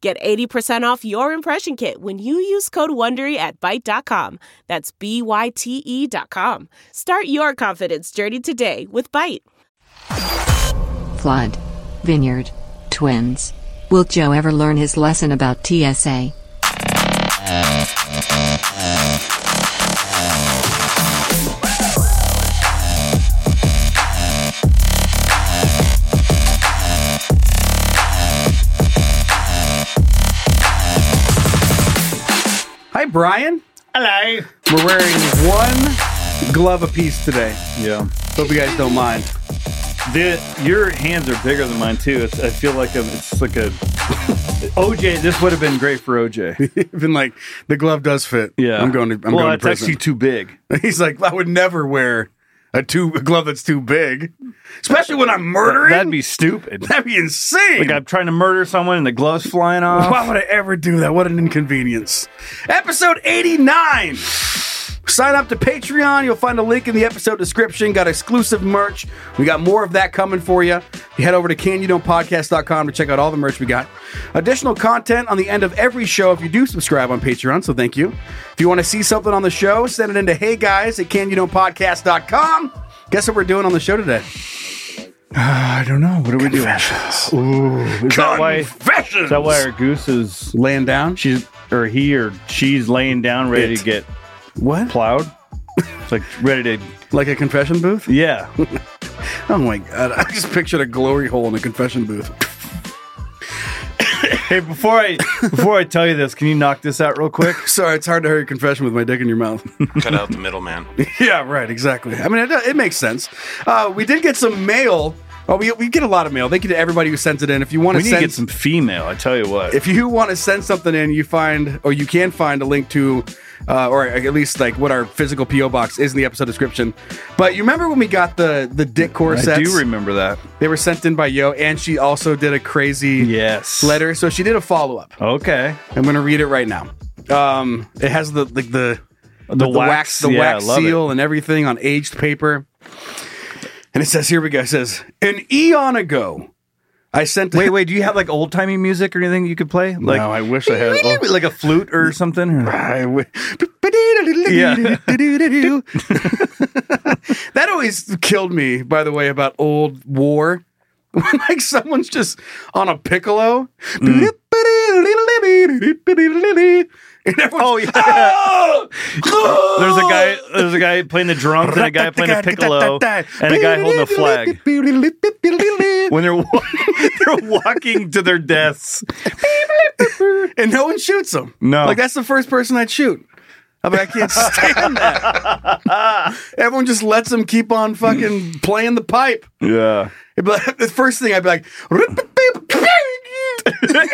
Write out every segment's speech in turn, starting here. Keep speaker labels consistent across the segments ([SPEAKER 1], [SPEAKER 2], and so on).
[SPEAKER 1] Get 80% off your impression kit when you use code WONDERY at Byte.com. That's B-Y-T-E E dot com. Start your confidence journey today with Byte.
[SPEAKER 2] Flood. Vineyard. Twins. Will Joe ever learn his lesson about TSA?
[SPEAKER 3] Hi, Brian.
[SPEAKER 4] Hello.
[SPEAKER 3] We're wearing one glove apiece today.
[SPEAKER 5] Yeah.
[SPEAKER 3] Hope you guys don't mind.
[SPEAKER 5] The, your hands are bigger than mine too. It's, I feel like I'm, it's like a OJ. This would have been great for OJ.
[SPEAKER 3] Even like the glove does fit.
[SPEAKER 5] Yeah,
[SPEAKER 3] I'm going to. I'm
[SPEAKER 5] well,
[SPEAKER 3] going to
[SPEAKER 5] it's
[SPEAKER 3] prison.
[SPEAKER 5] actually too big.
[SPEAKER 3] He's like, I would never wear a two a glove that's too big, especially when I'm murdering.
[SPEAKER 5] That'd be stupid.
[SPEAKER 3] that'd be insane.
[SPEAKER 5] like I'm trying to murder someone and the gloves flying off.
[SPEAKER 3] Why would I ever do that? What an inconvenience. Episode 89. Sign up to Patreon. You'll find a link in the episode description. Got exclusive merch. We got more of that coming for you. You head over to canyoudon'tpodcast.com to check out all the merch we got. Additional content on the end of every show if you do subscribe on Patreon, so thank you. If you want to see something on the show, send it into hey guys at canyoudon'tpodcast.com. Guess what we're doing on the show today? I don't know. What are we doing?
[SPEAKER 5] Is that why? Is
[SPEAKER 3] Confessions.
[SPEAKER 5] that why our goose is
[SPEAKER 3] laying down?
[SPEAKER 5] she's or he or she's laying down ready
[SPEAKER 3] It.
[SPEAKER 5] to get
[SPEAKER 3] What?
[SPEAKER 5] plowed? It's like ready to
[SPEAKER 3] Like a confession booth?
[SPEAKER 5] yeah.
[SPEAKER 3] Oh my god! I just pictured a glory hole in a confession booth.
[SPEAKER 5] Hey, before I before I tell you this, can you knock this out real quick?
[SPEAKER 3] Sorry, it's hard to hear your confession with my dick in your mouth.
[SPEAKER 6] cut out the middleman.
[SPEAKER 3] yeah, right. Exactly. I mean, it, it makes sense. Uh, we did get some mail. Oh, we, we get a lot of mail. Thank you to everybody who sends it in. If you want
[SPEAKER 5] We
[SPEAKER 3] to
[SPEAKER 5] need
[SPEAKER 3] send
[SPEAKER 5] to get some female. I tell you what.
[SPEAKER 3] if you want to send something in, you find or you can find a link to, uh, or at least like what our physical PO box is in the episode description. But you remember when we got the the dick
[SPEAKER 5] I
[SPEAKER 3] corsets?
[SPEAKER 5] do remember that.
[SPEAKER 3] they were sent in by Yo, and she also did a crazy
[SPEAKER 5] Yes.
[SPEAKER 3] letter. So she did a follow up.
[SPEAKER 5] Okay.
[SPEAKER 3] I'm gonna read it right now. Um, it has the like the the,
[SPEAKER 5] wax,
[SPEAKER 3] the
[SPEAKER 5] yeah,
[SPEAKER 3] wax
[SPEAKER 5] I love it.
[SPEAKER 3] seal, and everything on aged paper. And it says, "Here we go." It says, "An eon ago, I sent."
[SPEAKER 5] Wait, wait. Do you have like old timey music or anything you could play? Like,
[SPEAKER 3] no, I wish I had. Oh,
[SPEAKER 5] like a flute or something. or-
[SPEAKER 3] I w- that always killed me. By the way, about old war, when like someone's just on a piccolo.
[SPEAKER 5] Mm.
[SPEAKER 3] And everyone's,
[SPEAKER 5] Oh, yeah.
[SPEAKER 3] "Oh!"
[SPEAKER 5] There's a guy. There's a guy playing the drums and a guy playing a piccolo and a guy holding a flag. When they're wa- they're walking to their deaths,
[SPEAKER 3] and no one shoots them.
[SPEAKER 5] No.
[SPEAKER 3] Like that's the first person I'd shoot. I mean, I can't stand that. Everyone just lets them keep on fucking playing the pipe.
[SPEAKER 5] yeah,
[SPEAKER 3] It'd be like- the first thing I'd be like,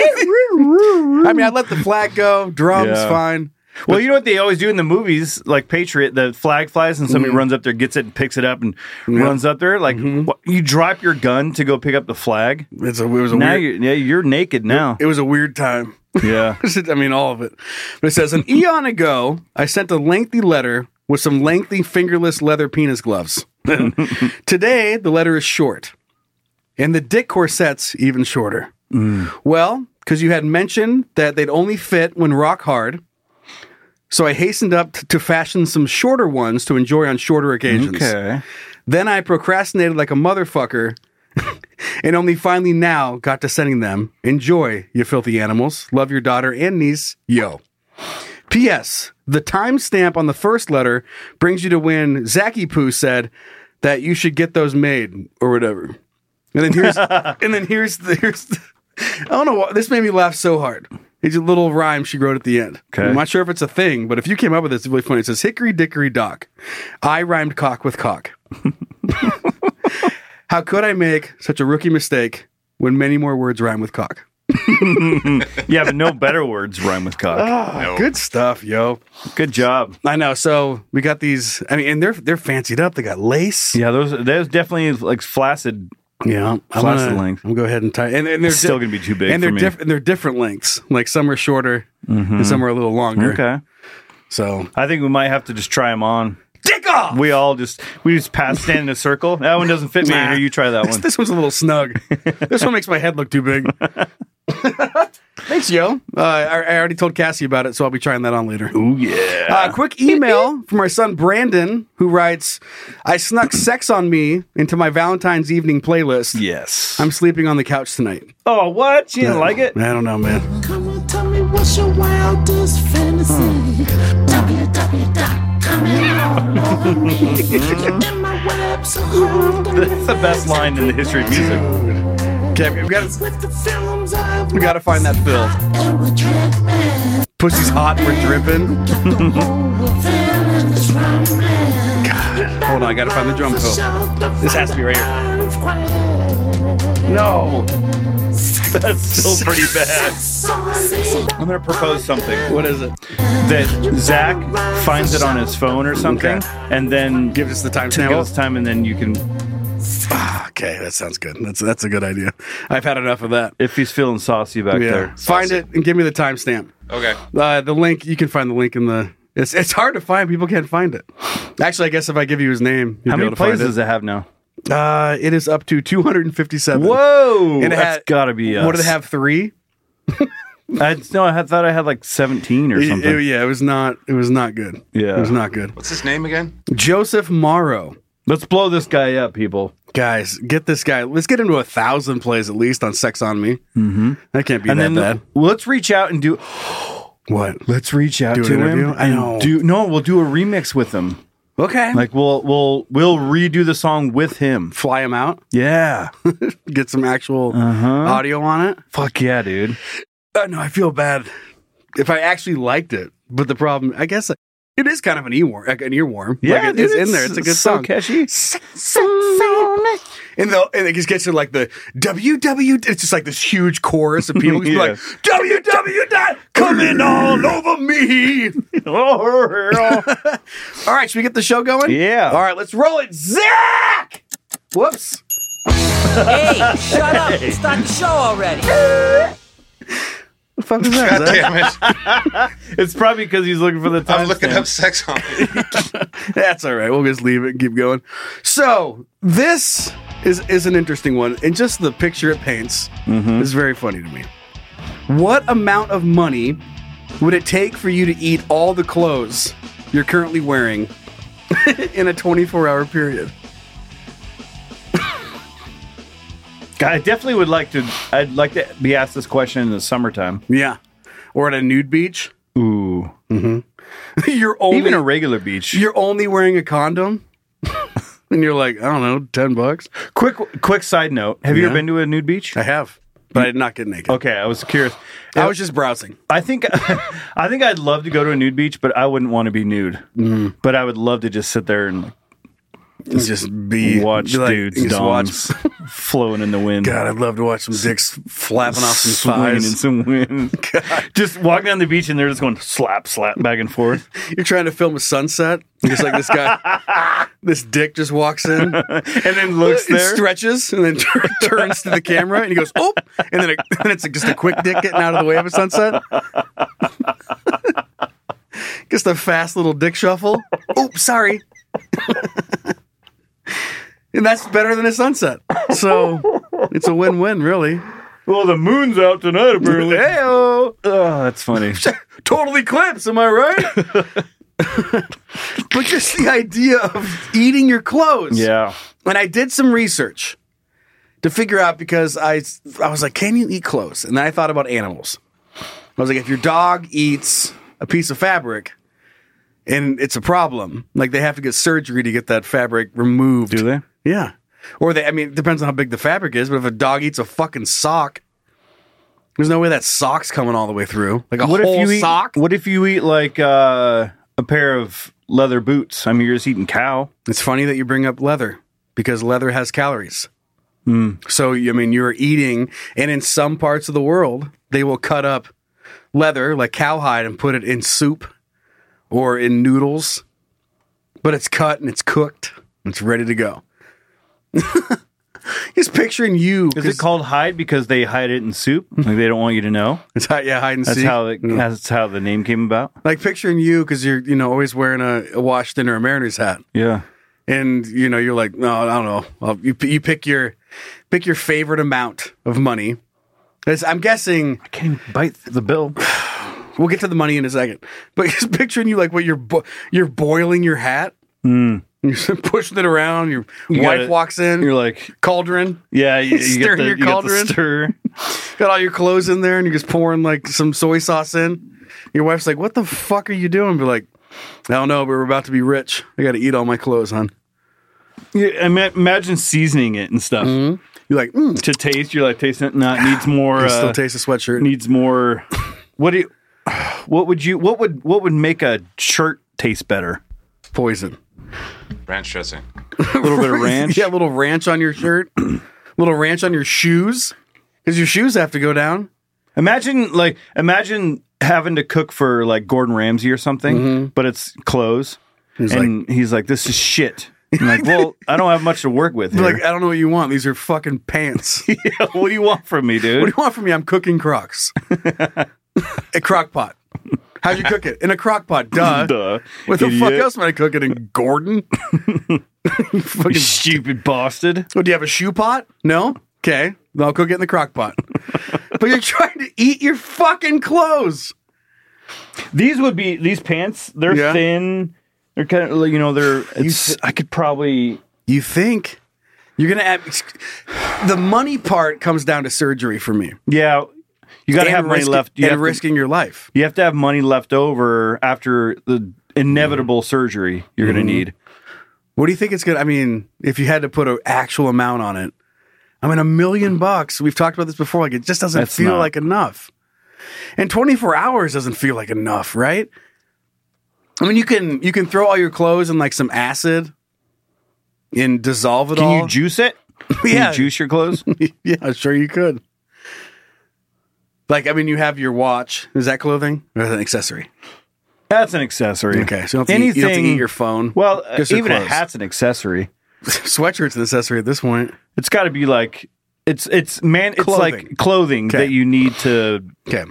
[SPEAKER 3] I mean, I'd let the flag go, drums,
[SPEAKER 5] Yeah.
[SPEAKER 3] fine.
[SPEAKER 5] Well, you know what they always do in the movies, like Patriot, the flag flies and somebody runs up there, gets it, and picks it up and runs up there. Like wh- you drop your gun to go pick up the flag.
[SPEAKER 3] It's a, it was a
[SPEAKER 5] now
[SPEAKER 3] weird,
[SPEAKER 5] you're, yeah, you're naked now.
[SPEAKER 3] it was a weird time.
[SPEAKER 5] yeah,
[SPEAKER 3] I mean, all of it. But it says, an eon ago, I sent a lengthy letter with some lengthy fingerless leather penis gloves. Today, the letter is short, and the dick corset's even shorter. Well, because you had mentioned that they'd only fit when rock hard. So I hastened up t- to fashion some shorter ones to enjoy on shorter occasions.
[SPEAKER 5] okay.
[SPEAKER 3] Then I procrastinated like a motherfucker and only finally now got to sending them. Enjoy, you filthy animals. Love your daughter and niece. Yo. P.S. The timestamp on the first letter brings you to when Zacky Poo said that you should get those made or whatever. And then here's and then here's the here's the, I don't know why this made me laugh so hard. It's a little rhyme she wrote at the end.
[SPEAKER 5] Okay.
[SPEAKER 3] I'm not sure if it's a thing, but if you came up with this, it's really funny. It says Hickory Dickory Dock. I rhymed cock with cock. How could I make such a rookie mistake when many more words rhyme with cock?
[SPEAKER 5] Yeah, but no better words rhyme with cock.
[SPEAKER 3] Good stuff, yo.
[SPEAKER 5] Good job.
[SPEAKER 3] I know. So we got these. I mean, and they're they're fancied up. They got lace.
[SPEAKER 5] Yeah, those those definitely like flaccid.
[SPEAKER 3] Yeah, I'm
[SPEAKER 5] Plus the
[SPEAKER 3] gonna,
[SPEAKER 5] length.
[SPEAKER 3] I'm gonna go ahead and tie. And, and they're
[SPEAKER 5] It's still gonna be too big
[SPEAKER 3] And they're
[SPEAKER 5] for me. Mm-hmm.
[SPEAKER 3] different. They're different lengths. Like some are shorter, and some are a little longer.
[SPEAKER 5] Okay,
[SPEAKER 3] So
[SPEAKER 5] I think we might have to just try them on.
[SPEAKER 3] dick off.
[SPEAKER 5] We all just we just pass stand in a circle. That one doesn't fit me.
[SPEAKER 3] Nah.
[SPEAKER 5] Here, you try that
[SPEAKER 3] This,
[SPEAKER 5] one.
[SPEAKER 3] this one's a little snug. this one makes my head look too big. Thanks, yo. Uh, I, I already told Cassie about it, so I'll be trying that on later.
[SPEAKER 5] Ooh yeah.
[SPEAKER 3] Uh, quick email from our son Brandon, who writes, "I snuck sex on me into my Valentine's evening playlist.
[SPEAKER 5] Yes.
[SPEAKER 3] I'm sleeping on the couch tonight.
[SPEAKER 5] oh, what? You didn't like it?
[SPEAKER 3] I don't know, man.
[SPEAKER 4] Come on, tell me what's your wildest fantasy.
[SPEAKER 3] Hmm.
[SPEAKER 4] www.com and all over me. In my web, so hard to
[SPEAKER 5] That's the best
[SPEAKER 4] relax.
[SPEAKER 5] line in the history of music.
[SPEAKER 3] Okay, we gotta,
[SPEAKER 4] With the films I've
[SPEAKER 3] we gotta find that fill.
[SPEAKER 4] And we're dripping.
[SPEAKER 3] Pussy's hot, we're dripping.
[SPEAKER 4] Got the whole feeling is rumbling.
[SPEAKER 3] Hold on, I gotta find the drum fill.
[SPEAKER 4] This
[SPEAKER 3] has to be right
[SPEAKER 4] here.
[SPEAKER 3] No.
[SPEAKER 5] That's still pretty bad. I'm gonna propose something.
[SPEAKER 3] What is it?
[SPEAKER 5] That Zach finds it on his phone or something,
[SPEAKER 3] Okay.
[SPEAKER 5] and then
[SPEAKER 3] Give us the
[SPEAKER 5] Take us
[SPEAKER 3] timestamp.
[SPEAKER 5] time, and then you can.
[SPEAKER 3] Ah, Okay, that sounds good. That's that's a good idea. I've had enough of that.
[SPEAKER 5] If he's feeling saucy back
[SPEAKER 3] Yeah.
[SPEAKER 5] there,
[SPEAKER 3] Find it and give me the timestamp.
[SPEAKER 6] Okay.
[SPEAKER 3] Uh, the link you can find the link in the. It's it's hard to find. People can't find it. Actually, I guess if I give you his name, you'll
[SPEAKER 5] how
[SPEAKER 3] be
[SPEAKER 5] many
[SPEAKER 3] able to find
[SPEAKER 5] plays does it have now?
[SPEAKER 3] it. Uh, it is up to 257.
[SPEAKER 5] Whoa,
[SPEAKER 3] And it
[SPEAKER 5] that's
[SPEAKER 3] had-
[SPEAKER 5] gotta be. Us.
[SPEAKER 3] What did it have? Three?
[SPEAKER 5] I no, I had- thought I had like seventeen or
[SPEAKER 3] It-
[SPEAKER 5] something.
[SPEAKER 3] it- yeah, it was not. It was not good.
[SPEAKER 5] Yeah.
[SPEAKER 3] it was not good.
[SPEAKER 6] What's his name again?
[SPEAKER 3] Joseph Morrow.
[SPEAKER 5] Let's blow this guy up, people,
[SPEAKER 3] Guys, get this guy. Let's get him to a thousand plays at least on Sex on Me. Mm-hmm. That can't be
[SPEAKER 5] and
[SPEAKER 3] that
[SPEAKER 5] then
[SPEAKER 3] bad.
[SPEAKER 5] let's reach out and do.
[SPEAKER 3] What?
[SPEAKER 5] Let's reach out
[SPEAKER 3] Do an
[SPEAKER 5] to him.
[SPEAKER 3] interview? I
[SPEAKER 5] and
[SPEAKER 3] know.
[SPEAKER 5] Do no, we'll do a remix with him.
[SPEAKER 3] Okay. Like
[SPEAKER 5] Like we'll we'll we'll redo the song with him.
[SPEAKER 3] fly him out.
[SPEAKER 5] Yeah.
[SPEAKER 3] Get some actual
[SPEAKER 5] Uh-huh.
[SPEAKER 3] audio on it.
[SPEAKER 5] Fuck yeah, dude.
[SPEAKER 3] Uh, no, I feel bad if I actually liked it. But the problem, I guess, it is kind of an earworm. Like an earworm. like it
[SPEAKER 5] dude,
[SPEAKER 3] is in there. It's a good
[SPEAKER 5] so
[SPEAKER 3] song.
[SPEAKER 5] catchy.
[SPEAKER 3] And the and it just gets to like the WW. It's just like this huge chorus of people who's
[SPEAKER 5] Yeah.
[SPEAKER 3] like WW. Dot coming all over me.
[SPEAKER 5] Oh,
[SPEAKER 3] All right, should we get the show going?
[SPEAKER 5] Yeah.
[SPEAKER 3] All right, let's roll it, Zach. Whoops.
[SPEAKER 7] Hey, shut up! Start the show already.
[SPEAKER 3] The fuck was that? Zach?
[SPEAKER 6] Damn it.
[SPEAKER 5] it's probably because he's looking for the time.
[SPEAKER 6] I'm looking up sex on it.
[SPEAKER 3] That's all right. We'll just leave it and keep going. So this is is an interesting one, and just the picture it paints is very funny to me. What amount of money would it take for you to eat all the clothes you're currently wearing in a 24 hour period?
[SPEAKER 5] I definitely would like to. I'd like to be asked this question in the summertime.
[SPEAKER 3] Yeah, or at a nude beach,
[SPEAKER 5] Ooh,
[SPEAKER 3] you're only
[SPEAKER 5] even a regular beach.
[SPEAKER 3] you're only wearing a condom, and you're like, I don't know, ten bucks.
[SPEAKER 5] quick, quick side note: Have you
[SPEAKER 3] Yeah.
[SPEAKER 5] ever been to a nude beach?
[SPEAKER 3] I have, but I did not get naked.
[SPEAKER 5] Okay, I was curious. Uh,
[SPEAKER 3] I was just browsing.
[SPEAKER 5] I think, I think I'd love to go to a nude beach, but I wouldn't want to be nude.
[SPEAKER 3] Mm.
[SPEAKER 5] But I would love to just sit there and
[SPEAKER 3] Just be
[SPEAKER 5] watch
[SPEAKER 3] like,
[SPEAKER 5] dudes'
[SPEAKER 3] just watch
[SPEAKER 5] doms flowing in the wind.
[SPEAKER 3] God, I'd love to watch some dicks flapping off some
[SPEAKER 5] swinging in
[SPEAKER 3] thighs.
[SPEAKER 5] some wind. Just walking down the beach and they're just going slap, slap back and forth.
[SPEAKER 3] You're trying to film a sunset, just like this guy. this dick just walks in,
[SPEAKER 5] And then looks
[SPEAKER 3] it
[SPEAKER 5] there.
[SPEAKER 3] stretches, and then tur- turns to the camera, and he goes, "Oh!" And then, it, and it's just a quick dick getting out of the way of a sunset. just a fast little dick shuffle. Oh, sorry. and that's better than a sunset. So it's a win-win, really.
[SPEAKER 5] well, the moon's out tonight, apparently.
[SPEAKER 3] Heyo.
[SPEAKER 5] oh, that's funny.
[SPEAKER 3] total eclipse. Am I right? but just the idea of eating your clothes.
[SPEAKER 5] yeah.
[SPEAKER 3] And I did some research to figure out because I I was like, can you eat clothes? And then I thought about animals. I was like, if your dog eats a piece of fabric, and it's a problem. Like they have to get surgery to get that fabric removed.
[SPEAKER 5] Do they?
[SPEAKER 3] Yeah. Or they. I mean, it depends on how big the fabric is. But if a dog eats a fucking sock, there's no way that sock's coming all the way through. Like a
[SPEAKER 5] What
[SPEAKER 3] whole
[SPEAKER 5] if you eat?
[SPEAKER 3] sock.
[SPEAKER 5] What if you eat like uh, a pair of leather boots? I mean, you're just eating cow.
[SPEAKER 3] It's funny that you bring up leather because leather has calories. Mm. So, I mean, you're eating, and in some parts of the world, they will cut up leather like cowhide and put it in soup or in noodles, but it's cut and it's cooked. and It's ready to go. Just picturing you.
[SPEAKER 5] Is it called hide because they hide it in soup? Like they don't want you to know.
[SPEAKER 3] It's hot, yeah, hide and
[SPEAKER 5] That's
[SPEAKER 3] seek.
[SPEAKER 5] how it,
[SPEAKER 3] Mm.
[SPEAKER 5] that's how the name came about.
[SPEAKER 3] like picturing you because you're you know always wearing a, a Washington or a Mariners hat.
[SPEAKER 5] Yeah.
[SPEAKER 3] and you know you're like no i don't know well, you, you pick your pick your favorite amount of money That's- i'm guessing
[SPEAKER 5] I can't even bite the bill.
[SPEAKER 3] we'll get to the money in a second but just picturing you like what you're bo- you're boiling your hat you're just pushing it around your
[SPEAKER 5] Hmm. You
[SPEAKER 3] wife
[SPEAKER 5] gotta-
[SPEAKER 3] walks in
[SPEAKER 5] You're like,
[SPEAKER 3] cauldron
[SPEAKER 5] yeah, you, you
[SPEAKER 3] Stir
[SPEAKER 5] get the,
[SPEAKER 3] your
[SPEAKER 5] you get the
[SPEAKER 3] cauldron.
[SPEAKER 5] stir.
[SPEAKER 3] got all your clothes in there and you're just pouring like some soy sauce in your wife's like what the fuck are you doing be like i don't know but we're about to be rich i gotta eat all my clothes hon
[SPEAKER 5] Yeah, I mean, imagine seasoning it and stuff
[SPEAKER 3] you're like mm,
[SPEAKER 5] to taste. You're like tasting it. No, it needs more.
[SPEAKER 3] I still
[SPEAKER 5] Uh,
[SPEAKER 3] taste the sweatshirt
[SPEAKER 5] needs more. What do you? What would you? What would? What would make a shirt taste better?
[SPEAKER 3] poison
[SPEAKER 6] Ranch dressing.
[SPEAKER 5] A little bit of ranch.
[SPEAKER 3] Yeah, a little ranch on your shirt, little ranch on your shoes, because your shoes have to go down.
[SPEAKER 5] Imagine like imagine having to cook for like Gordon Ramsay or something,
[SPEAKER 3] Mm-hmm.
[SPEAKER 5] but it's clothes. and he's like, "This is shit." I'm like, well, I don't have much to work with.
[SPEAKER 3] Be
[SPEAKER 5] Here.
[SPEAKER 3] Like I don't know what you want. These are fucking pants. what
[SPEAKER 5] Yeah, what do you want from me,
[SPEAKER 3] do
[SPEAKER 5] dude?
[SPEAKER 3] you want from me? I'm cooking Crocs. a crock pot. How'd you cook it? In a crock pot. Duh.
[SPEAKER 5] Duh,
[SPEAKER 3] What the fuck
[SPEAKER 5] idiot.
[SPEAKER 3] else am I cooking in Gordon? You
[SPEAKER 5] You
[SPEAKER 3] fucking,
[SPEAKER 5] stupid bastard.
[SPEAKER 3] oh, do you have a shoe pot? No. Okay. Then I'll cook it in the crock pot. but you're trying to eat your fucking clothes.
[SPEAKER 5] These would be these pants. They're
[SPEAKER 3] Yeah.
[SPEAKER 5] thin. They're kind of you know they're. It's,
[SPEAKER 3] th-
[SPEAKER 5] I could probably.
[SPEAKER 3] You think you're gonna have the money part comes down to surgery for me.
[SPEAKER 5] Yeah, you got to
[SPEAKER 3] And
[SPEAKER 5] have money
[SPEAKER 3] risking-
[SPEAKER 5] left. You
[SPEAKER 3] and
[SPEAKER 5] have, to,
[SPEAKER 3] risking your life.
[SPEAKER 5] you have to have money left over after the inevitable surgery you're going to
[SPEAKER 3] Mm-hmm.
[SPEAKER 5] need.
[SPEAKER 3] What do you think it's gonna? I mean, if you had to put an actual amount on it, I mean, a million bucks. We've talked about this before. Like it just doesn't
[SPEAKER 5] That's
[SPEAKER 3] feel
[SPEAKER 5] not-
[SPEAKER 3] like enough. And 24 hours doesn't feel like enough, right? I mean, you can you can throw all your clothes in like some acid and dissolve it
[SPEAKER 5] Can
[SPEAKER 3] all.
[SPEAKER 5] you juice it? Can
[SPEAKER 3] Yeah.
[SPEAKER 5] you juice your clothes?
[SPEAKER 3] yeah, sure you could. Like, I mean, you have your watch. Is that clothing or is that an accessory?
[SPEAKER 5] That's an accessory.
[SPEAKER 3] Okay, so you don't have to, eat, you don't have to eat your phone.
[SPEAKER 5] Well, uh,
[SPEAKER 3] Just your
[SPEAKER 5] even a
[SPEAKER 3] clothes.
[SPEAKER 5] hat's an accessory.
[SPEAKER 3] sweatshirt's an accessory at this point.
[SPEAKER 5] It's got to be like it's it's man. It's
[SPEAKER 3] Clothing.
[SPEAKER 5] like clothing
[SPEAKER 3] Okay.
[SPEAKER 5] that you need to.
[SPEAKER 3] Okay,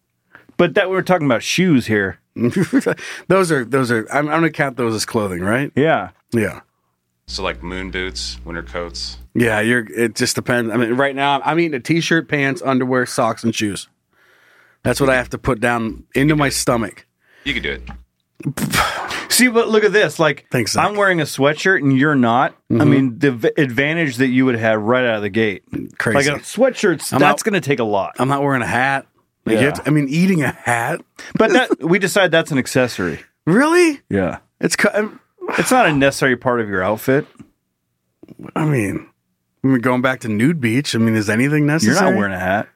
[SPEAKER 5] But that we're talking about shoes here.
[SPEAKER 3] those are those are. I'm, I'm gonna count those as clothing, right?
[SPEAKER 5] Yeah.
[SPEAKER 3] Yeah,
[SPEAKER 6] So like moon boots, winter coats.
[SPEAKER 3] yeah. You're. It just depends. I mean, right now I'm eating a t-shirt, pants, underwear, socks, and shoes. That's what I have to put down into my stomach.
[SPEAKER 6] You could do it.
[SPEAKER 5] See, but look at this. Like,
[SPEAKER 3] Thanks, Zach. Mm-hmm.
[SPEAKER 5] I'm wearing a sweatshirt and you're not. I mean, the v- advantage that you would have right out of the gate,
[SPEAKER 3] Crazy.
[SPEAKER 5] like a sweatshirt's
[SPEAKER 3] I'm
[SPEAKER 5] that's
[SPEAKER 3] out-
[SPEAKER 5] going to take a lot.
[SPEAKER 3] I'm not wearing a hat. Like, you
[SPEAKER 5] Yeah.
[SPEAKER 3] have to- I mean, eating a hat.
[SPEAKER 5] But that we decide that's an accessory.
[SPEAKER 3] Really?
[SPEAKER 5] Yeah,
[SPEAKER 3] It's. cu-
[SPEAKER 5] it's not a necessary part of your outfit.
[SPEAKER 3] I mean, I mean, going back to nude beach. I mean, is anything
[SPEAKER 5] You're
[SPEAKER 3] necessary?
[SPEAKER 5] not wearing a hat.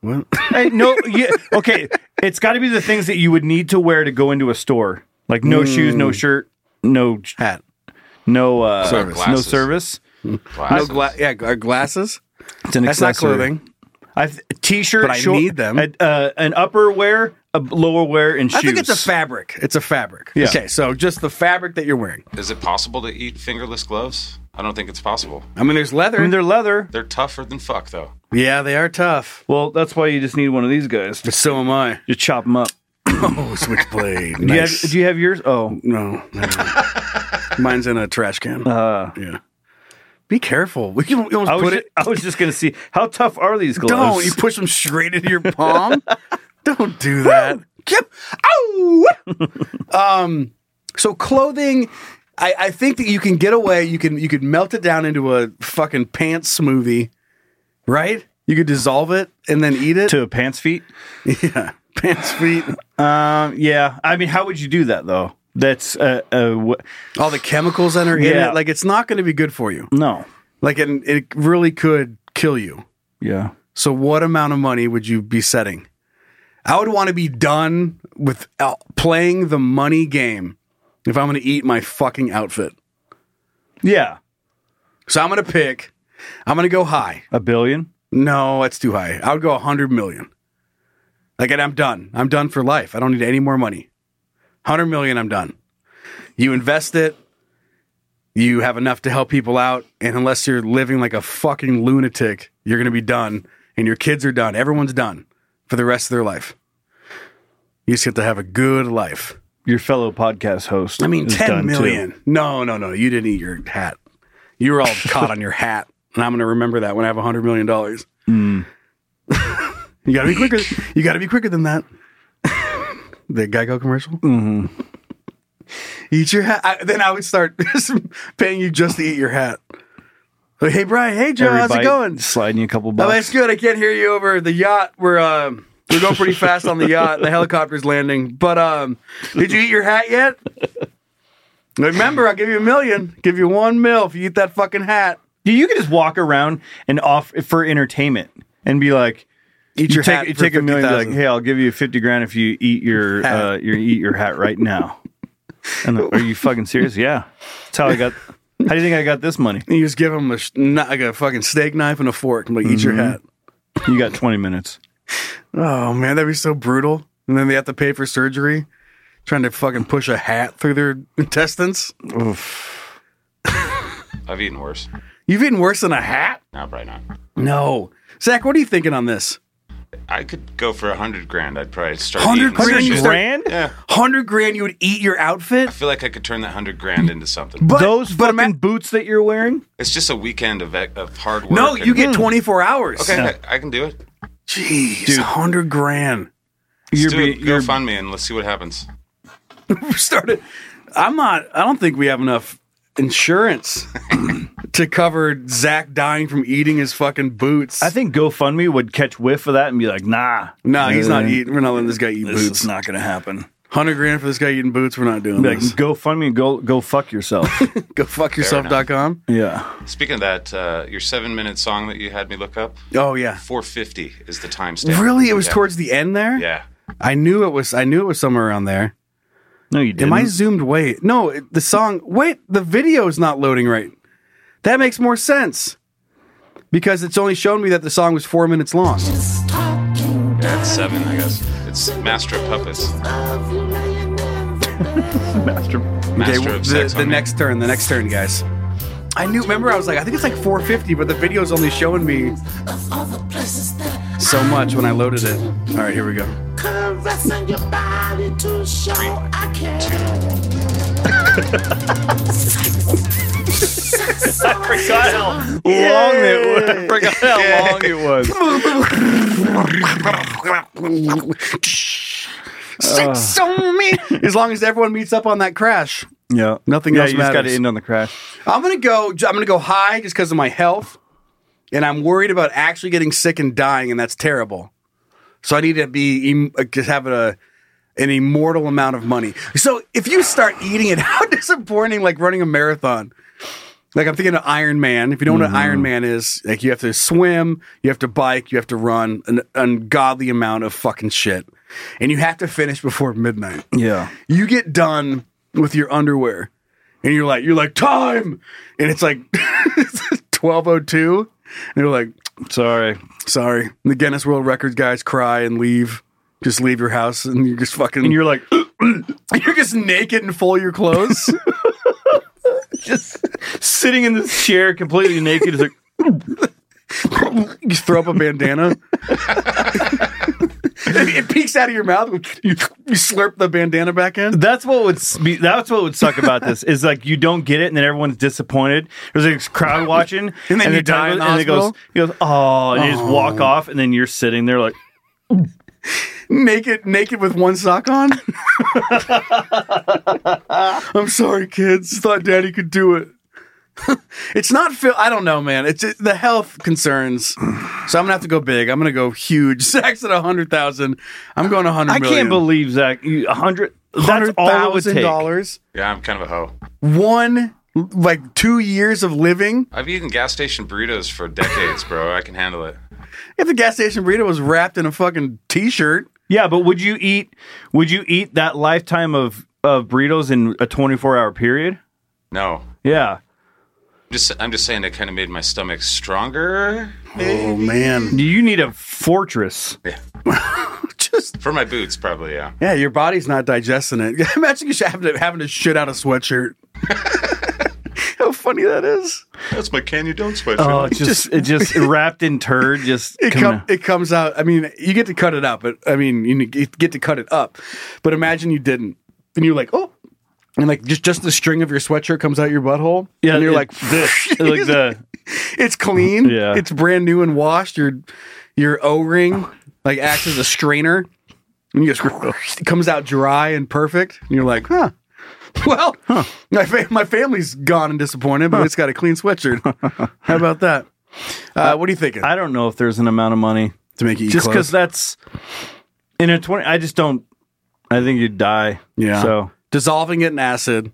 [SPEAKER 3] What?
[SPEAKER 5] Hey, no, yeah, okay. It's got to be the things that you would need to wear to go into a store, like no shoes, no shirt, no
[SPEAKER 3] Mm. hat.
[SPEAKER 5] no uh,
[SPEAKER 6] Service.
[SPEAKER 5] no
[SPEAKER 6] Glasses.
[SPEAKER 5] service.
[SPEAKER 3] No
[SPEAKER 6] Glasses.
[SPEAKER 3] gla- yeah, gla- glasses.
[SPEAKER 5] It's an
[SPEAKER 3] That's not clothing.
[SPEAKER 5] I t-shirt,
[SPEAKER 3] But I
[SPEAKER 5] short-
[SPEAKER 3] need them.
[SPEAKER 5] a- uh, an upper wear, a b- lower wear, and shoes.
[SPEAKER 3] I think it's a fabric. It's a fabric.
[SPEAKER 5] Yeah.
[SPEAKER 3] Okay, so just the fabric that you're wearing.
[SPEAKER 6] Is it possible to eat fingerless gloves? I don't think it's possible.
[SPEAKER 3] I mean, there's leather.
[SPEAKER 5] I mean, they're leather.
[SPEAKER 6] They're tougher than fuck though.
[SPEAKER 3] yeah, they are tough.
[SPEAKER 5] Well, that's why you just need one of these guys.
[SPEAKER 3] But so am I.
[SPEAKER 5] Just chop them up.
[SPEAKER 3] Oh, switchblade.
[SPEAKER 5] Do you,
[SPEAKER 3] nice.
[SPEAKER 5] have, do you have yours? Oh,
[SPEAKER 3] no, no. mine's in a trash can.
[SPEAKER 5] uh,
[SPEAKER 3] yeah. Be careful. We can you
[SPEAKER 5] I
[SPEAKER 3] almost
[SPEAKER 5] was,
[SPEAKER 3] put
[SPEAKER 5] ju-
[SPEAKER 3] it.
[SPEAKER 5] I was just gonna see how tough are these gloves.
[SPEAKER 3] Don't you push them straight into your palm? Don't do that. Yep. Ow! um. So clothing. I, I think that you can get away. You can you could melt it down into a fucking pants smoothie, right? You could dissolve it and then eat it.
[SPEAKER 5] to a pants feet.
[SPEAKER 3] Yeah. Pants feet.
[SPEAKER 5] Um, yeah. I mean, how would you do that though? That's uh, uh wh-
[SPEAKER 3] All the chemicals that are in
[SPEAKER 5] Yeah.
[SPEAKER 3] it. Like it's not going to be good for you.
[SPEAKER 5] no.
[SPEAKER 3] Like it, it really could kill you.
[SPEAKER 5] Yeah.
[SPEAKER 3] So what amount of money would you be setting? I would want to be done with out- playing the money game if I'm going to eat my fucking outfit.
[SPEAKER 5] Yeah.
[SPEAKER 3] So I'm going to pick. I'm going to go high.
[SPEAKER 5] A billion.
[SPEAKER 3] No, that's too high. I would go 100 million. Like, and I'm done. I'm done for life. I don't need any more money. 100 million, I'm done. You invest it, you have enough to help people out. And unless you're living like a fucking lunatic, you're going to be done. And your kids are done. Everyone's done for the rest of their life. You just have to have a good life.
[SPEAKER 5] Your fellow podcast host.
[SPEAKER 3] I mean,
[SPEAKER 5] is
[SPEAKER 3] 10
[SPEAKER 5] done, too.
[SPEAKER 3] million. No, no, no. You didn't eat your hat. You were all caught on your hat. And I'm going to remember that when I have $100 million.
[SPEAKER 5] Mm.
[SPEAKER 3] you got to be quicker. You got to be quicker than that. the Geico commercial? Mm-hmm. Eat your hat. I, then I would start paying you just to eat your hat. Like, hey, Brian. Hey, Joe.
[SPEAKER 5] Every
[SPEAKER 3] how's
[SPEAKER 5] bite,
[SPEAKER 3] it going?
[SPEAKER 5] Sliding you a couple
[SPEAKER 3] Oh,
[SPEAKER 5] bucks.
[SPEAKER 3] that's good. I can't hear you over the yacht. We're uh, we're going pretty fast on the yacht. The helicopter's landing. But um, did you eat your hat yet? Remember, I'll give you a million. Give you one mil if you eat that fucking hat.
[SPEAKER 5] Dude, you could just walk around and off for entertainment and be like,
[SPEAKER 3] Eat
[SPEAKER 5] you
[SPEAKER 3] your
[SPEAKER 5] take,
[SPEAKER 3] hat.
[SPEAKER 5] you
[SPEAKER 3] for
[SPEAKER 5] take a million. and be
[SPEAKER 3] 50,000.
[SPEAKER 5] like, hey, I'll give you fifty grand if you eat your
[SPEAKER 3] Hat.
[SPEAKER 5] uh, your eat your hat right now. And like, are you fucking serious? Yeah. That's how I got. How do you think I got this money?
[SPEAKER 3] And you just give him a sh- kn- like a fucking steak knife and a fork. and like, eat your hat.
[SPEAKER 5] You got twenty minutes.
[SPEAKER 3] Oh man, that'd be so brutal. And then they have to pay for surgery, trying to fucking push a hat through their intestines.
[SPEAKER 6] I've eaten worse.
[SPEAKER 3] You've eaten worse than a hat.
[SPEAKER 6] No, probably not.
[SPEAKER 3] No, Zach, what are you thinking on this?
[SPEAKER 6] I could go for a hundred grand. I'd probably start.
[SPEAKER 3] 100
[SPEAKER 6] eating some
[SPEAKER 3] grand?
[SPEAKER 6] shit.
[SPEAKER 3] You start-
[SPEAKER 5] Grand?
[SPEAKER 6] Yeah.
[SPEAKER 3] Hundred grand, you would eat your outfit.
[SPEAKER 6] I feel like I could turn that hundred grand into something.
[SPEAKER 3] But-
[SPEAKER 5] Those
[SPEAKER 3] but
[SPEAKER 5] fucking
[SPEAKER 3] ima-
[SPEAKER 5] boots that you're wearing.
[SPEAKER 6] It's just a weekend of, e- of hard work.
[SPEAKER 3] No,
[SPEAKER 6] and- Mm.
[SPEAKER 3] you
[SPEAKER 5] Mm.
[SPEAKER 3] get 24 hours.
[SPEAKER 6] Okay, I, I can do it.
[SPEAKER 3] Jeez, 100 grand.
[SPEAKER 6] Let's
[SPEAKER 5] You're
[SPEAKER 6] do
[SPEAKER 5] be-
[SPEAKER 6] it.
[SPEAKER 5] you're-
[SPEAKER 6] Go fund me and let's see what happens.
[SPEAKER 3] Started. I'm not, I don't think we have enough insurance to cover Zach dying from eating his fucking boots.
[SPEAKER 5] I think GoFundMe would catch whiff of that and be like, nah,
[SPEAKER 3] No, he's not eating. We're not letting this guy eat
[SPEAKER 5] this
[SPEAKER 3] boots.
[SPEAKER 5] is not going to happen.
[SPEAKER 3] 100 grand for this guy eating boots. We're not doing
[SPEAKER 5] Be like,
[SPEAKER 3] this.
[SPEAKER 5] GoFundMe and go go fuck yourself.
[SPEAKER 3] Go fuck yourself.com.
[SPEAKER 5] yeah.
[SPEAKER 6] Speaking of that, uh, your seven-minute song that you had me look up,
[SPEAKER 3] Oh, yeah.
[SPEAKER 6] 450 is the timestamp.
[SPEAKER 3] Really? It was
[SPEAKER 6] Yeah.
[SPEAKER 3] towards the end there?
[SPEAKER 6] Yeah.
[SPEAKER 3] I knew it was, I knew it was somewhere around there.
[SPEAKER 5] No, you didn't.
[SPEAKER 3] Am I zoomed way? No, it- the song. Wait, the video is not loading right. That makes more sense because it's only shown me that the song was four minutes long.
[SPEAKER 6] Yeah, it's seven, I guess. It's Master of Puppets. Master
[SPEAKER 3] w- the,
[SPEAKER 6] of Sex.
[SPEAKER 3] the
[SPEAKER 6] I mean.
[SPEAKER 3] next turn, the next turn, guys. I knew. Remember, I was like, I think it's like 450, but the video's only showing me so much when I loaded it. All right, here we go.
[SPEAKER 4] Caressing your body to show I care.
[SPEAKER 5] long it was. I forgot how long it was.
[SPEAKER 3] Six on me. As long as everyone meets up on that crash.
[SPEAKER 5] Yeah.
[SPEAKER 3] Nothing
[SPEAKER 5] yeah,
[SPEAKER 3] else
[SPEAKER 5] you just got to
[SPEAKER 3] matters.
[SPEAKER 5] end on the crash.
[SPEAKER 3] I'm gonna go. I'm gonna go high just because of my health, and I'm worried about actually getting sick and dying, and that's terrible. So I need to be em- uh, just have a an immortal amount of money. So if you start eating it, how disappointing! Like running a marathon. Like I'm thinking of Iron Man. If you don't know what Iron Man is, like you have to swim, you have to bike, you have to run an ungodly amount of fucking shit, and you have to finish before midnight
[SPEAKER 5] Yeah.
[SPEAKER 3] you get done with your underwear and you're like you're like time and it's like 1202 and you're like
[SPEAKER 5] Sorry.
[SPEAKER 3] sorry And the guinness world records guys cry and leave just leave your house and you're just fucking
[SPEAKER 5] And you're like,
[SPEAKER 3] you're just naked and full of your clothes
[SPEAKER 5] just sitting in this chair completely naked. It's like,
[SPEAKER 3] you just throw up a bandana it, it peeks out of your mouth you, you slurp the bandana back in
[SPEAKER 5] that's what would s- be, that's what would suck about this is like you don't get it and then everyone's disappointed. There's like this crowd watching and
[SPEAKER 3] then you
[SPEAKER 5] the time
[SPEAKER 3] die in the
[SPEAKER 5] goes- and it goes,
[SPEAKER 3] hospital?
[SPEAKER 5] he goes, oh, and you just walk off and then you're sitting there like,
[SPEAKER 3] naked naked with one sock on i'm sorry kids thought daddy could do it It's not Phil. I don't know, man. It's just the health concerns. So I'm gonna have to go big. I'm gonna go huge. Zach's at a hundred thousand. I'm going a hundred.
[SPEAKER 5] I can't believe Zach. You, a hundred. That's
[SPEAKER 3] hundred
[SPEAKER 5] all it would
[SPEAKER 3] thousand
[SPEAKER 5] take.
[SPEAKER 3] dollars.
[SPEAKER 6] Yeah, I'm kind of a hoe.
[SPEAKER 3] One like two years of living.
[SPEAKER 6] I've eaten gas station burritos for decades, bro. I can handle it.
[SPEAKER 3] If the gas station burrito was wrapped in a fucking t-shirt,
[SPEAKER 5] Yeah, but would you eat? Would you eat that lifetime of of burritos in a 24 hour period?
[SPEAKER 6] No,
[SPEAKER 5] Yeah.
[SPEAKER 6] just I'm just saying it kind of made my stomach stronger
[SPEAKER 3] oh man,
[SPEAKER 5] You need a fortress.
[SPEAKER 3] just
[SPEAKER 6] for my boots, probably. Yeah.
[SPEAKER 3] yeah, your body's not digesting it. Imagine you should have to having to shit out a sweatshirt. How funny that is.
[SPEAKER 6] That's my can you don't sweatshirt.
[SPEAKER 5] Oh, it's just, it just wrapped in turd. Just
[SPEAKER 3] It
[SPEAKER 5] coming
[SPEAKER 3] com- it comes out. I mean, you get to cut it up, but I mean, you need- you get to cut it up. But imagine you didn't, and you're like, oh, and like just just the string of your sweatshirt comes out your butthole.
[SPEAKER 5] Yeah,
[SPEAKER 3] and you're
[SPEAKER 5] it- uh,
[SPEAKER 3] like,
[SPEAKER 5] this, like the-
[SPEAKER 3] it's clean.
[SPEAKER 5] Yeah.
[SPEAKER 3] it's brand new and washed. Your your O ring like acts as a strainer, and you just it comes out dry and perfect. And you're like, huh. Well, my fa- my family's gone and disappointed, but it's got a clean sweatshirt. How about that? Uh, what are you thinking?
[SPEAKER 5] I don't know if there's an amount of money.
[SPEAKER 3] to make you eat
[SPEAKER 5] just
[SPEAKER 3] clothes?
[SPEAKER 5] because that's in a 20 i just don't i think you'd die
[SPEAKER 3] Yeah.
[SPEAKER 5] so
[SPEAKER 3] dissolving it in acid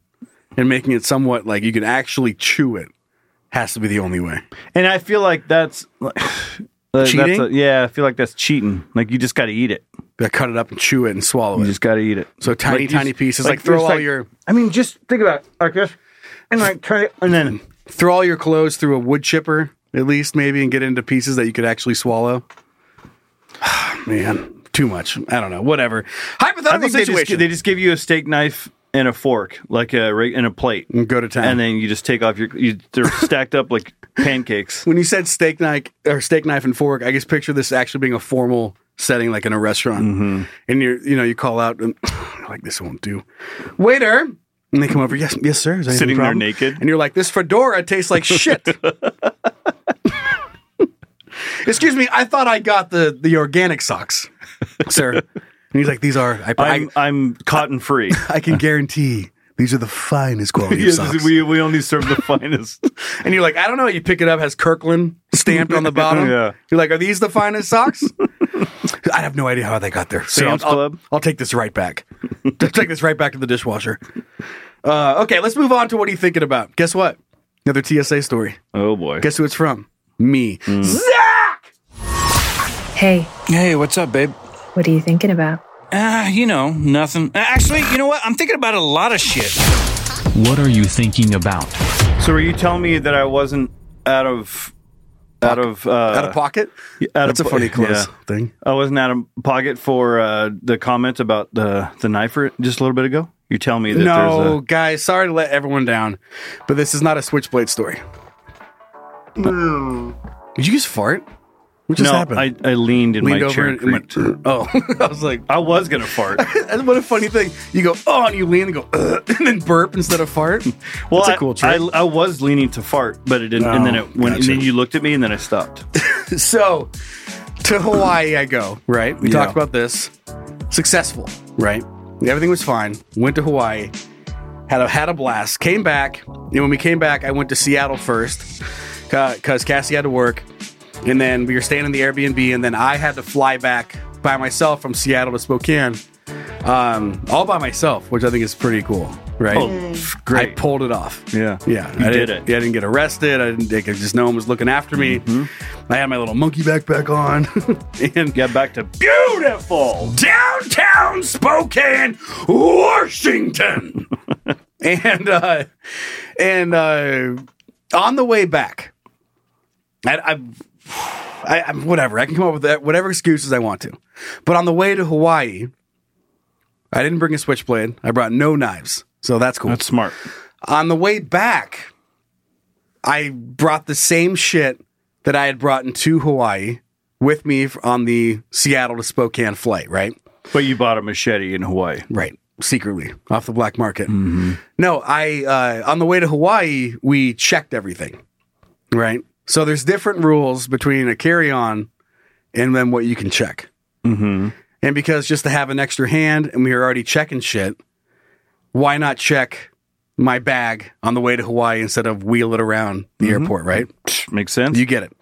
[SPEAKER 3] and making it somewhat like you can actually chew it has to be the only way.
[SPEAKER 5] and i feel like that's uh, that's
[SPEAKER 3] Cheating?
[SPEAKER 5] a- yeah i feel like that's cheating like you just gotta eat it
[SPEAKER 3] They cut it up and chew it and swallow
[SPEAKER 5] you
[SPEAKER 3] it.
[SPEAKER 5] just gotta eat it
[SPEAKER 3] So tiny,
[SPEAKER 5] you
[SPEAKER 3] tiny
[SPEAKER 5] just-
[SPEAKER 3] pieces, like,
[SPEAKER 5] you're
[SPEAKER 3] throw
[SPEAKER 5] just
[SPEAKER 3] all
[SPEAKER 5] like-
[SPEAKER 3] your
[SPEAKER 5] i mean just think about it like this and like try it, and then
[SPEAKER 3] throw all your clothes through a wood chipper at least maybe and get into pieces that you could actually swallow. Man, too much. I don't know. Whatever.
[SPEAKER 5] i
[SPEAKER 3] Hypothetical
[SPEAKER 5] think they
[SPEAKER 3] situation.
[SPEAKER 5] just, they just give you a steak knife and a fork like a re- and a plate
[SPEAKER 3] And go to town.
[SPEAKER 5] and then you just take off your you, they're stacked up like pancakes
[SPEAKER 3] when you said steak knife or steak knife and fork, I just picture this actually being a formal setting, like in a restaurant,
[SPEAKER 5] Mm-hmm.
[SPEAKER 3] and you're you know you call out and like this won't do, waiter, and they come over. Yes, yes, sir. Is there any
[SPEAKER 5] Sitting there
[SPEAKER 3] problem?"
[SPEAKER 5] naked.
[SPEAKER 3] and you're like, this fedora tastes like shit. Excuse me, I thought I got the the organic socks, sir. And he's like, these are I I,
[SPEAKER 5] i'm i'm cotton free
[SPEAKER 3] I can guarantee these are the finest quality of
[SPEAKER 5] Yes,
[SPEAKER 3] socks.
[SPEAKER 5] we, we only serve the finest
[SPEAKER 3] And you're like, I don't know. You pick it up, has Kirkland stamped on the bottom.
[SPEAKER 5] Yeah.
[SPEAKER 3] You're like, are these the finest socks? I have no idea how they got there. So
[SPEAKER 5] Sam's
[SPEAKER 3] I'll, I'll-
[SPEAKER 5] Club?
[SPEAKER 3] I'll take this right back. Just take this right back to the dishwasher. Uh, okay, let's move on to what are you thinking about? Guess what? Another TSA story.
[SPEAKER 5] oh boy
[SPEAKER 3] Guess who it's from? Me.
[SPEAKER 5] Hmm.
[SPEAKER 8] Hey,
[SPEAKER 9] Hey, what's up, babe?
[SPEAKER 8] what are you thinking about?
[SPEAKER 9] Ah, you know, nothing. Uh, Actually, you know what? I'm thinking about a lot of shit.
[SPEAKER 10] What are you thinking about?
[SPEAKER 5] So are you telling me that I wasn't out of out of uh,
[SPEAKER 3] Out of pocket?
[SPEAKER 5] out
[SPEAKER 3] That's
[SPEAKER 5] of
[SPEAKER 3] a funny
[SPEAKER 5] po-
[SPEAKER 3] close
[SPEAKER 5] yeah.
[SPEAKER 3] thing.
[SPEAKER 5] I wasn't out of pocket for uh, the comment about the the knife r- just a little bit ago. You're telling me that
[SPEAKER 3] No, guys, sorry to let everyone down, but this is not a switchblade story. Did you just fart? What
[SPEAKER 5] there's
[SPEAKER 3] just
[SPEAKER 5] a no.
[SPEAKER 3] happened?
[SPEAKER 5] I, I leaned in
[SPEAKER 3] leaned
[SPEAKER 5] my
[SPEAKER 3] over
[SPEAKER 5] chair.
[SPEAKER 3] and, and went,
[SPEAKER 5] creaked.
[SPEAKER 3] oh, I was like,
[SPEAKER 5] I was gonna fart.
[SPEAKER 3] And what a funny thing. You go, oh, and you lean and go, "Ugh," and then burp instead of fart.
[SPEAKER 5] Well,
[SPEAKER 3] That's a
[SPEAKER 5] I-
[SPEAKER 3] cool trick.
[SPEAKER 5] I, I was leaning to fart, but it didn't. and then
[SPEAKER 3] Oh,
[SPEAKER 5] it went.
[SPEAKER 3] gotcha.
[SPEAKER 5] And then you looked at me, and then I stopped.
[SPEAKER 3] so to Hawaii, I go, right? We
[SPEAKER 5] Yeah.
[SPEAKER 3] talked about this. Successful, right? Everything was fine. Went to Hawaii, had a, had a blast, came back. And when we came back, I went to Seattle first because Cassie had to work. And then we were staying in the Airbnb, and then I had to fly back by myself from Seattle to Spokane. Um, all by myself, which I think is pretty cool, right?
[SPEAKER 5] Oh, great.
[SPEAKER 3] I pulled it off.
[SPEAKER 5] Yeah.
[SPEAKER 3] Yeah,
[SPEAKER 5] You
[SPEAKER 3] I
[SPEAKER 5] did
[SPEAKER 3] didn't-
[SPEAKER 5] it.
[SPEAKER 3] Yeah, I didn't get arrested. I didn't. I could- just no one was looking after me.
[SPEAKER 5] Mm-hmm.
[SPEAKER 3] I had my little monkey backpack on, and
[SPEAKER 5] Get back to beautiful.
[SPEAKER 3] downtown Spokane, Washington, and uh, and uh, on the way back, I, I, I, I'm- whatever I can come up with that, whatever excuses I want to, but on the way to Hawaii, I didn't bring a switchblade. I brought no knives, so that's cool.
[SPEAKER 5] That's smart.
[SPEAKER 3] On the way back, I brought the same shit that I had brought into Hawaii with me f- on the Seattle to Spokane flight, right?
[SPEAKER 5] But you bought a machete in Hawaii.
[SPEAKER 3] Right. Secretly off the black market. No, I, uh, on the way to Hawaii, we checked everything, right? So there's different rules between a carry on and then what you can check.
[SPEAKER 5] Mm-hmm.
[SPEAKER 3] And because just to have an extra hand and we were already checking shit, why not check my bag on the way to Hawaii instead of wheel it around the airport, right?
[SPEAKER 5] Makes sense.
[SPEAKER 3] You get it.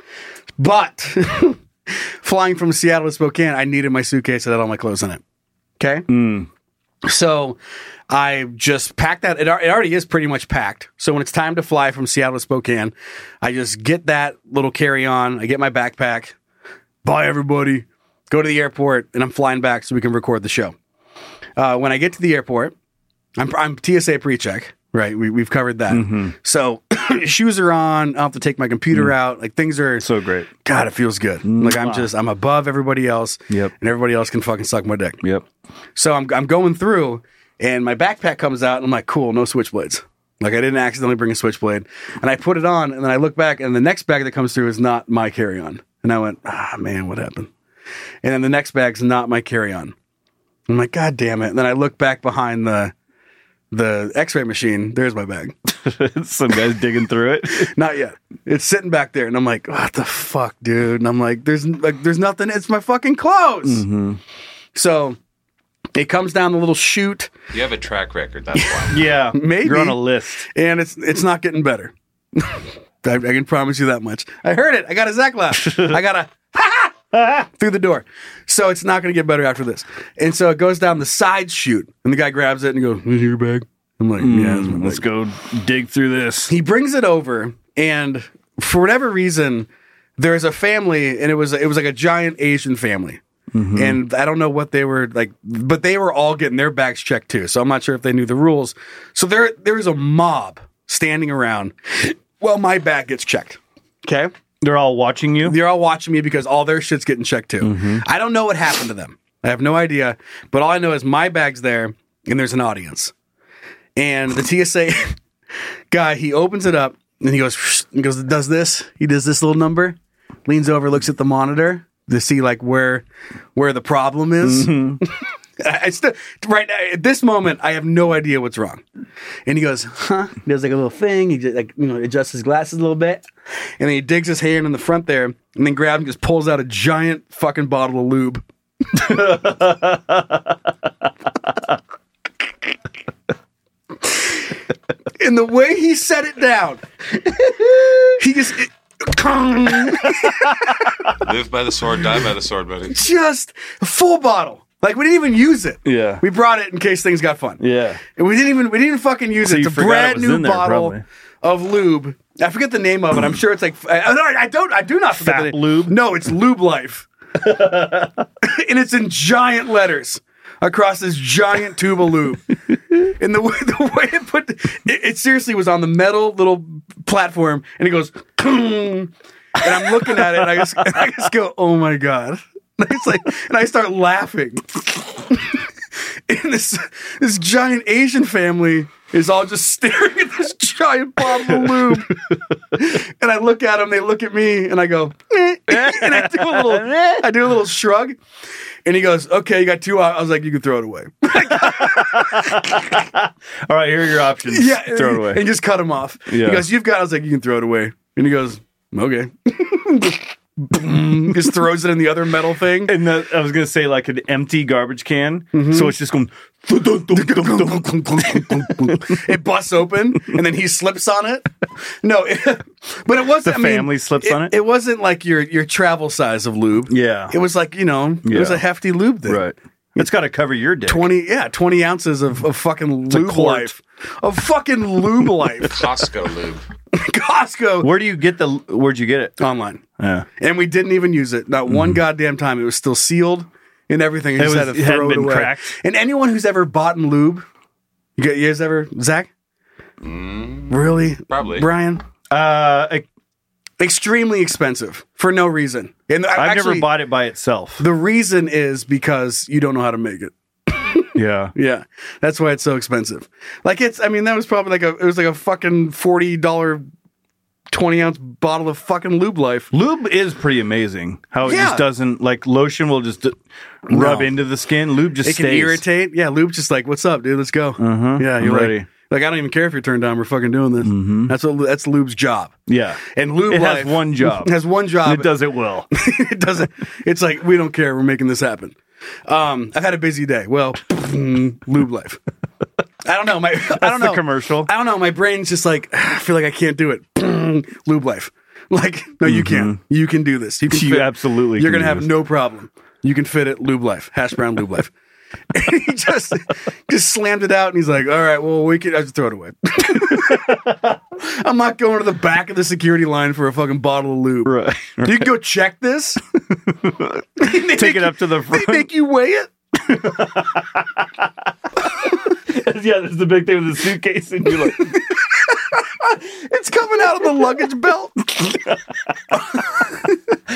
[SPEAKER 3] But flying from Seattle to Spokane, I needed my suitcase that had all my clothes in it. Okay. So I just packed that. It, al- it already is pretty much packed. So when it's time to fly from Seattle to Spokane, I just get that little carry on. I get my backpack. Bye, everybody. Go to the airport, and I'm flying back so we can record the show. Uh, when I get to the airport, I'm, I'm TSA pre check, right? We, we've covered that.
[SPEAKER 5] Mm-hmm.
[SPEAKER 3] So shoes are on. I don't have to take my computer out. Like things are
[SPEAKER 5] Mm. so great.
[SPEAKER 3] God, it feels good. Like I'm just, I'm above everybody else.
[SPEAKER 5] Yep.
[SPEAKER 3] And everybody else can fucking suck my dick.
[SPEAKER 5] Yep.
[SPEAKER 3] So I'm, I'm going through and my backpack comes out and I'm like, cool, no switchblades. Like I didn't accidentally bring a switchblade. And I put it on and then I look back and the next bag that comes through is not my carry on. And I went, ah, man, what happened? And then the next bag's not my carry on. I'm like, God damn it. And then I look back behind the, the x-ray machine there's my bag
[SPEAKER 5] Some guys digging through it.
[SPEAKER 3] not yet it's sitting back there and i'm like what the fuck dude and i'm like there's like there's nothing it's my fucking clothes so it comes down the little chute
[SPEAKER 6] You have a track record. That's why.
[SPEAKER 5] Yeah.
[SPEAKER 3] Maybe.
[SPEAKER 5] You're on a list.
[SPEAKER 3] and it's it's not getting better. I, I can promise you that much. I heard it. I got a Zach laugh. I got a ha ha through the door. So it's not going to get better after this. And so it goes down the side chute, and the guy grabs it and goes, "Is your bag?" I'm like, "Yeah." that's my
[SPEAKER 5] Let's
[SPEAKER 3] bag."
[SPEAKER 5] go dig through this.
[SPEAKER 3] He brings it over, and for whatever reason, there's a family, and it was it was like a giant Asian family. And I don't know what they were like, but they were all getting their bags checked too. So I'm not sure if they knew the rules. So there, there is a mob standing around while my bag gets checked. Okay.
[SPEAKER 5] They're all watching you.
[SPEAKER 3] They're all watching me because all their shit's getting checked too. I don't know what happened to them. I have no idea. But all I know is my bag's there and there's an audience. And the TSA guy, he opens it up and he goes, he goes, does this. He does this little number, leans over, looks at the monitor to see like where where the problem is. I I still right now, at this moment, I have no idea what's wrong. And he goes, huh? He does like a little thing. He just, like you know adjusts his glasses a little bit, and then he digs his hand in the front there, and then grabs and just pulls out a giant fucking bottle of lube. and the way he set it down, he just. It,
[SPEAKER 6] Live by the sword, die by the sword, buddy.
[SPEAKER 3] just a full bottle. Like we didn't even use it.
[SPEAKER 5] Yeah.
[SPEAKER 3] we brought it in case things got fun.
[SPEAKER 5] Yeah.
[SPEAKER 3] and we didn't even we didn't even fucking use
[SPEAKER 5] So
[SPEAKER 3] it.
[SPEAKER 5] you
[SPEAKER 3] It's a
[SPEAKER 5] forgot it
[SPEAKER 3] brand
[SPEAKER 5] was
[SPEAKER 3] new
[SPEAKER 5] in there,
[SPEAKER 3] bottle
[SPEAKER 5] probably.
[SPEAKER 3] of lube. I forget the name of it. I'm sure it's like I, I don't- I don't I do not forget
[SPEAKER 5] Fat
[SPEAKER 3] the name.
[SPEAKER 5] lube?
[SPEAKER 3] No, it's lube life, and it's in giant letters across this giant tube of lube. and the way the way it put it, it seriously was on the metal little platform, and it goes. "Kung." and I'm looking at it, and I just, and I just go, "Oh my god!" And it's like, and I start laughing. and this this giant Asian family is all just staring at this giant bottle of lube. and I look at them, they look at me, and I go, "Eh." and I do a little, I do a little shrug. And he goes, "Okay, you got two hours." I was like, "You can throw it away."
[SPEAKER 5] All right, here are your options.
[SPEAKER 3] yeah,
[SPEAKER 5] Throw it away.
[SPEAKER 3] and just cut him off.
[SPEAKER 5] Yeah.
[SPEAKER 3] He goes, "You've got." I was like, "You can throw it away." And he goes, "Okay." Boom, just throws it in the other metal thing.
[SPEAKER 5] And the, I was gonna say like an empty garbage can, so it's just going.
[SPEAKER 3] it busts open and then he slips on it. No, it- but it wasn't.
[SPEAKER 5] The family slips on it?
[SPEAKER 3] It wasn't like your your travel size of lube.
[SPEAKER 5] Yeah.
[SPEAKER 3] it was like you know it was
[SPEAKER 5] Yeah.
[SPEAKER 3] a hefty lube thing.
[SPEAKER 5] Right. It's got to cover your dick.
[SPEAKER 3] Twenty yeah, twenty ounces of, of fucking
[SPEAKER 5] a
[SPEAKER 3] lube
[SPEAKER 5] quart.
[SPEAKER 3] life, of fucking lube life.
[SPEAKER 6] Costco lube.
[SPEAKER 3] Costco
[SPEAKER 5] Where do you get the? Where'd you get it?
[SPEAKER 3] online,
[SPEAKER 5] Yeah.
[SPEAKER 3] and we didn't even use it. Not one goddamn time. It was still sealed and everything. I
[SPEAKER 5] Mm-hmm. It
[SPEAKER 3] just had
[SPEAKER 5] was- it
[SPEAKER 3] to
[SPEAKER 5] hadn't
[SPEAKER 3] throw it
[SPEAKER 5] been
[SPEAKER 3] away.
[SPEAKER 5] cracked.
[SPEAKER 3] And anyone who's ever bought in lube, you guys- you guys ever Zach? Really,
[SPEAKER 6] Probably.
[SPEAKER 3] Brian.
[SPEAKER 5] Uh, I,
[SPEAKER 3] extremely expensive for no reason. And I-
[SPEAKER 5] I've
[SPEAKER 3] actually,
[SPEAKER 5] never bought it by itself.
[SPEAKER 3] The reason is because you don't know how to make it.
[SPEAKER 5] yeah.
[SPEAKER 3] Yeah, that's why it's so expensive. Like it's, I mean, that was probably like a, it was like a fucking forty dollar, twenty ounce bottle of fucking lube life.
[SPEAKER 5] Lube is pretty amazing. How it
[SPEAKER 3] Yeah.
[SPEAKER 5] just doesn't like lotion will just d- rub into the skin. Lube just
[SPEAKER 3] It can
[SPEAKER 5] stays.
[SPEAKER 3] irritate. Yeah, lube just like, what's up, dude? Let's go.
[SPEAKER 5] Uh-huh.
[SPEAKER 3] Yeah,
[SPEAKER 5] I'm
[SPEAKER 3] you're ready.
[SPEAKER 5] ready.
[SPEAKER 3] Like, I don't even care if you're turned on. We're fucking doing this. That's what that's lube's job.
[SPEAKER 5] Yeah.
[SPEAKER 3] And lube
[SPEAKER 5] It has
[SPEAKER 3] life-
[SPEAKER 5] one job.
[SPEAKER 3] Has one job.
[SPEAKER 5] And it does it well.
[SPEAKER 3] it doesn't. It's like we don't care. We're making this happen. Um, I've had a busy day. Well, lube life. I don't know. My I
[SPEAKER 5] That's
[SPEAKER 3] don't
[SPEAKER 5] the
[SPEAKER 3] know
[SPEAKER 5] commercial.
[SPEAKER 3] I don't know. My brain's just like "Ah, I feel like I can't do it. Lube life. Like no, you can. You can do this. You, can
[SPEAKER 5] Mm-hmm. You
[SPEAKER 3] fit it.
[SPEAKER 5] absolutely
[SPEAKER 3] You're
[SPEAKER 5] can
[SPEAKER 3] gonna
[SPEAKER 5] do
[SPEAKER 3] have
[SPEAKER 5] this.
[SPEAKER 3] no problem. You can fit it. Lube life. Hash brown lube life. and he just just slammed it out, and he's like, "All right, well, we can." I just throw it away. I'm not going to the back of the security line for a fucking bottle of lube.
[SPEAKER 5] Right,
[SPEAKER 3] You can go check this.
[SPEAKER 5] Take it up to the front.
[SPEAKER 3] They make you weigh it.
[SPEAKER 5] yeah, that's the big thing with the suitcase, and you're like,
[SPEAKER 3] It's coming out of the luggage belt.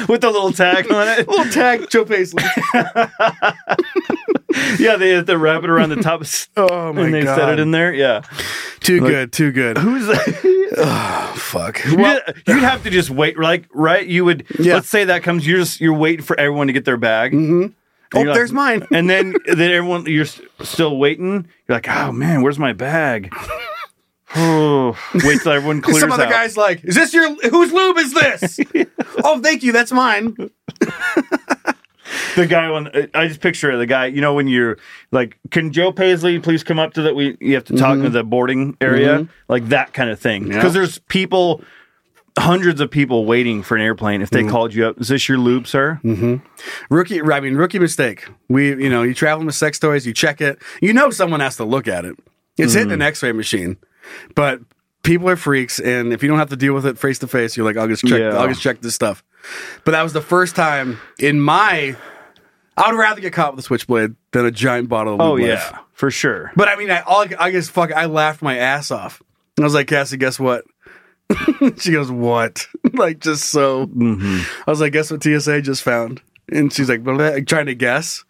[SPEAKER 5] with the little tag on it.
[SPEAKER 3] Little tag, Joe Paisley.
[SPEAKER 5] Yeah, they have to wrap it around the top,
[SPEAKER 3] Oh my
[SPEAKER 5] and they
[SPEAKER 3] god!
[SPEAKER 5] set it in there. Yeah,
[SPEAKER 3] Too good, too good.
[SPEAKER 5] who's that?
[SPEAKER 3] Fuck.
[SPEAKER 5] Well, you'd have to just wait, like right? You would.
[SPEAKER 3] Yeah.
[SPEAKER 5] Let's say that comes. You're just you're waiting for everyone to get their bag. Mm-hmm.
[SPEAKER 3] Oh, there's mine.
[SPEAKER 5] and then then everyone you're s- still waiting. You're like, oh man, where's my bag? oh, wait till everyone clears
[SPEAKER 3] Some other
[SPEAKER 5] out.
[SPEAKER 3] guy's like, "Is this your whose lube is this?" oh, thank you. That's mine.
[SPEAKER 5] The guy on I just picture the guy. You know when you're like, can Joe Paisley please come up to that? We you have to talk to the boarding area, like that kind of thing. Because there's people. Hundreds of people waiting for an airplane. If they called you up, is this your lube, sir?
[SPEAKER 3] Rookie, I mean, rookie mistake. We, you know, you travel with sex toys, you check it. You know, someone has to look at it. It's hitting
[SPEAKER 5] Mm-hmm.
[SPEAKER 3] an X-ray machine, but people are freaks, and if you don't have to deal with it face to face, you're like, "I'll just check.
[SPEAKER 5] Yeah.
[SPEAKER 3] I'll just check this stuff." But that was the first time in my. I would rather get caught with a switchblade than a giant bottle of.
[SPEAKER 5] Oh
[SPEAKER 3] Lube Life.
[SPEAKER 5] yeah, for sure.
[SPEAKER 3] But I mean, I all, I guess fuck, I laughed my ass off. And I was like, Cassie, guess what? she goes, what? like just so. I was like, guess what TSA just found? And she's like, "Blah," like, trying to guess.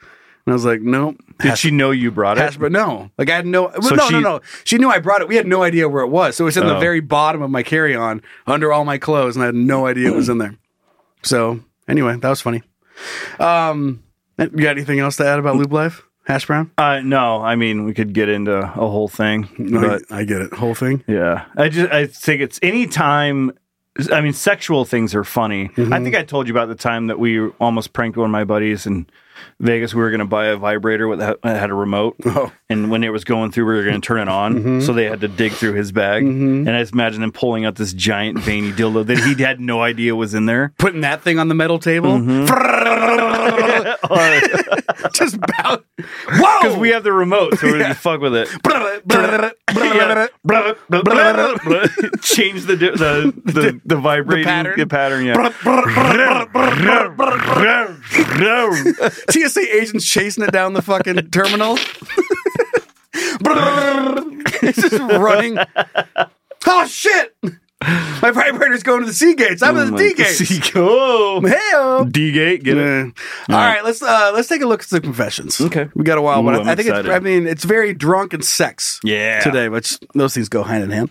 [SPEAKER 3] And I was like, nope.
[SPEAKER 5] Did she know you brought it?
[SPEAKER 3] Hash, but no, like I had no, well,
[SPEAKER 5] So
[SPEAKER 3] no, no,
[SPEAKER 5] she-
[SPEAKER 3] no. She knew I brought it. We had no idea where it was, so it's in the
[SPEAKER 5] Oh.
[SPEAKER 3] very bottom of my carry-on, under all my clothes, and I had no idea it was in there. So anyway, that was funny. Um, you got anything else to add about Lube Life, Hash Brown?
[SPEAKER 5] Uh, no, I mean we could get into a whole thing, but
[SPEAKER 3] I, I get it, whole thing.
[SPEAKER 5] yeah, I just I think it's any time. I mean, sexual things are funny.
[SPEAKER 3] Mm-hmm.
[SPEAKER 5] I think I told you about the time that we almost pranked one of my buddies in Vegas. We were going to buy a vibrator with that that had a remote,
[SPEAKER 3] Oh. Mm-hmm.
[SPEAKER 5] and when it was going through, we were going to turn it on. So they had to dig through his bag, and I just imagine them pulling out this giant veiny dildo that he had no idea was in there.
[SPEAKER 3] putting that thing on the metal table. just about. Whoa!
[SPEAKER 5] Because we have the remote, so we're going to fuck with it. Yeah. change the di- the the, the vibrating
[SPEAKER 3] pattern?
[SPEAKER 5] the pattern yeah.
[SPEAKER 3] TSA agents chasing it down the fucking terminal. it's just running. Oh shit! My vibrator's going to the sea gates. I'm in the D gates.
[SPEAKER 5] Oh,
[SPEAKER 3] Hey.
[SPEAKER 5] D gate, get it.
[SPEAKER 3] All right, let's uh, let's take a look at some confessions.
[SPEAKER 5] Okay.
[SPEAKER 3] we got a while,
[SPEAKER 5] Ooh,
[SPEAKER 3] but
[SPEAKER 5] I'm
[SPEAKER 3] I, I think it's,
[SPEAKER 5] excited.
[SPEAKER 3] I mean it's very drunk and sex.
[SPEAKER 5] Yeah.
[SPEAKER 3] today, which those things go hand in hand.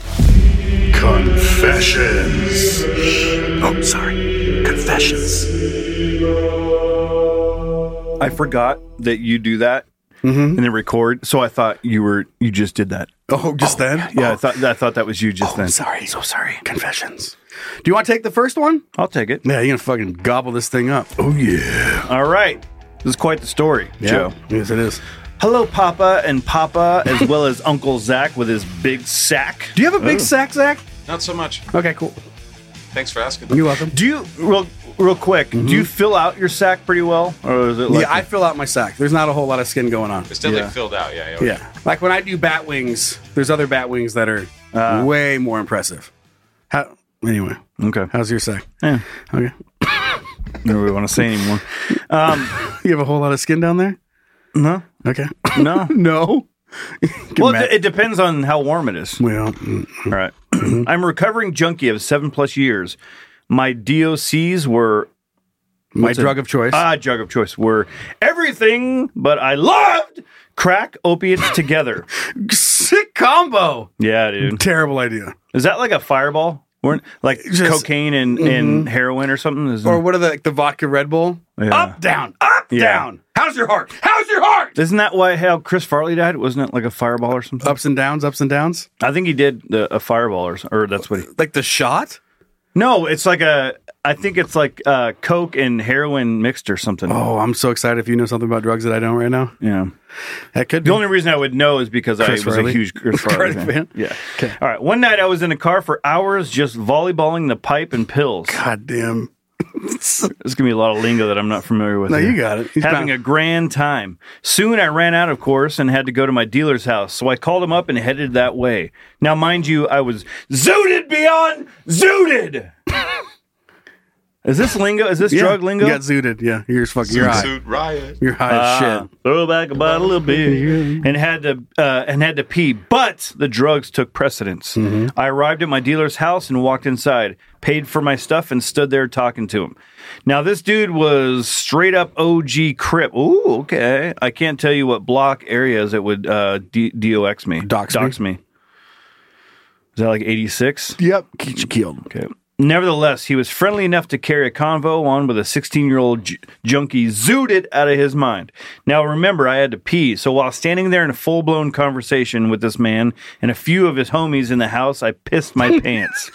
[SPEAKER 4] Confessions. Oh, sorry. Confessions.
[SPEAKER 5] I forgot that you do that.
[SPEAKER 3] Mm-hmm.
[SPEAKER 5] and then record. So I thought you were you just did that.
[SPEAKER 3] Oh, just then?
[SPEAKER 5] Yeah, I thought I thought that was you just then.
[SPEAKER 3] Oh, Sorry, so sorry. Confessions. Do you want to take the first one?
[SPEAKER 5] I'll take it.
[SPEAKER 3] Yeah, you're gonna fucking gobble this thing up. Oh yeah.
[SPEAKER 5] All right. This is quite the story,
[SPEAKER 3] Yeah.
[SPEAKER 5] Joe.
[SPEAKER 3] Yes, it is.
[SPEAKER 5] Hello, Papa and Papa, as well as Uncle Zach with his big sack.
[SPEAKER 3] Do you have a big
[SPEAKER 5] Oh.
[SPEAKER 3] sack, Zach?
[SPEAKER 6] Not so much.
[SPEAKER 3] Okay, cool.
[SPEAKER 6] Thanks for asking.
[SPEAKER 3] You're welcome.
[SPEAKER 5] Do you real real quick? Do you fill out your sack pretty well, or is it like
[SPEAKER 3] yeah, I fill out my sack. There's not a whole lot of skin going on.
[SPEAKER 6] It's definitely
[SPEAKER 5] Yeah.
[SPEAKER 6] filled out. Yeah. yeah.
[SPEAKER 3] Yeah, like when I do bat wings, there's other bat wings that are uh, way more impressive. How? Anyway,
[SPEAKER 5] okay.
[SPEAKER 3] How's your sack?
[SPEAKER 5] Yeah.
[SPEAKER 3] Okay.
[SPEAKER 5] No, we want to say anymore.
[SPEAKER 3] Um, you have a whole lot of skin down there.
[SPEAKER 5] No.
[SPEAKER 3] Okay.
[SPEAKER 5] No.
[SPEAKER 3] no.
[SPEAKER 5] well, it, it depends on how warm it is.
[SPEAKER 3] Well,
[SPEAKER 5] all right. I'm a recovering junkie of seven plus years. My DOCs were
[SPEAKER 3] My
[SPEAKER 5] what's
[SPEAKER 3] drug of choice.
[SPEAKER 5] Ah, drug of choice were everything, but I loved crack, opiates together.
[SPEAKER 3] Sick combo.
[SPEAKER 5] Yeah, dude.
[SPEAKER 3] Terrible idea.
[SPEAKER 5] Is that like a fireball? Weren't like
[SPEAKER 3] Just- mm-hmm.
[SPEAKER 5] cocaine and, and heroin or something? Is
[SPEAKER 3] Or what are the like the vodka Red Bull?
[SPEAKER 5] Yeah.
[SPEAKER 3] Up down, up
[SPEAKER 5] Yeah.
[SPEAKER 3] down. How's your heart? How's your heart?
[SPEAKER 5] Isn't that why how Chris Farley died? Wasn't it like a fireball or something?
[SPEAKER 3] Ups and downs, ups and downs.
[SPEAKER 5] I think he did the, a fireball or s- or that's what he.
[SPEAKER 3] Like the shot.
[SPEAKER 5] No, it's like a. I think it's like uh, coke and heroin mixed or something.
[SPEAKER 3] Oh, I'm so excited if you know something about drugs that I don't right now.
[SPEAKER 5] Yeah.
[SPEAKER 3] That could
[SPEAKER 5] The
[SPEAKER 3] be.
[SPEAKER 5] only reason I would know is because
[SPEAKER 3] Chris
[SPEAKER 5] I was
[SPEAKER 3] Farley?
[SPEAKER 5] a huge Chris Farley
[SPEAKER 3] Farley
[SPEAKER 5] fan.
[SPEAKER 3] fan?
[SPEAKER 5] Yeah. All right. One night I was in a car for hours just volleyballing the pipe and pills.
[SPEAKER 3] God damn.
[SPEAKER 5] There's going to be a lot of lingo that I'm not familiar with.
[SPEAKER 3] No,
[SPEAKER 5] here.
[SPEAKER 3] you got it. He's
[SPEAKER 5] Having
[SPEAKER 3] bound-
[SPEAKER 5] a grand time. Soon I ran out, of course, and had to go to my dealer's house. So I called him up and headed that way. Now, mind you, I was zooted beyond zooted. Is this lingo? Is this
[SPEAKER 3] Yeah,
[SPEAKER 5] drug lingo?
[SPEAKER 3] You got zooted. Yeah, you're just fucking. You're
[SPEAKER 6] Zoot
[SPEAKER 3] high.
[SPEAKER 6] suit riot.
[SPEAKER 3] You're high as
[SPEAKER 5] Ah,
[SPEAKER 3] shit.
[SPEAKER 5] Throw back a bottle of beer and had to uh, and had to pee, but the drugs took precedence.
[SPEAKER 3] Mm-hmm.
[SPEAKER 5] I arrived at my dealer's house and walked inside, paid for my stuff, and stood there talking to him. Now this dude was straight up OG Crip. Ooh, okay. I can't tell you what block areas it would uh, D- dox me.
[SPEAKER 3] Dox me.
[SPEAKER 5] dox me. Is that like eighty six?
[SPEAKER 3] Yep, get you killed.
[SPEAKER 5] Okay. Nevertheless, he was friendly enough to carry a convo on with a 16 year old j- junkie zooted out of his mind. Now, remember, I had to pee, so while standing there in a full blown conversation with this man and a few of his homies in the house, I pissed my pants.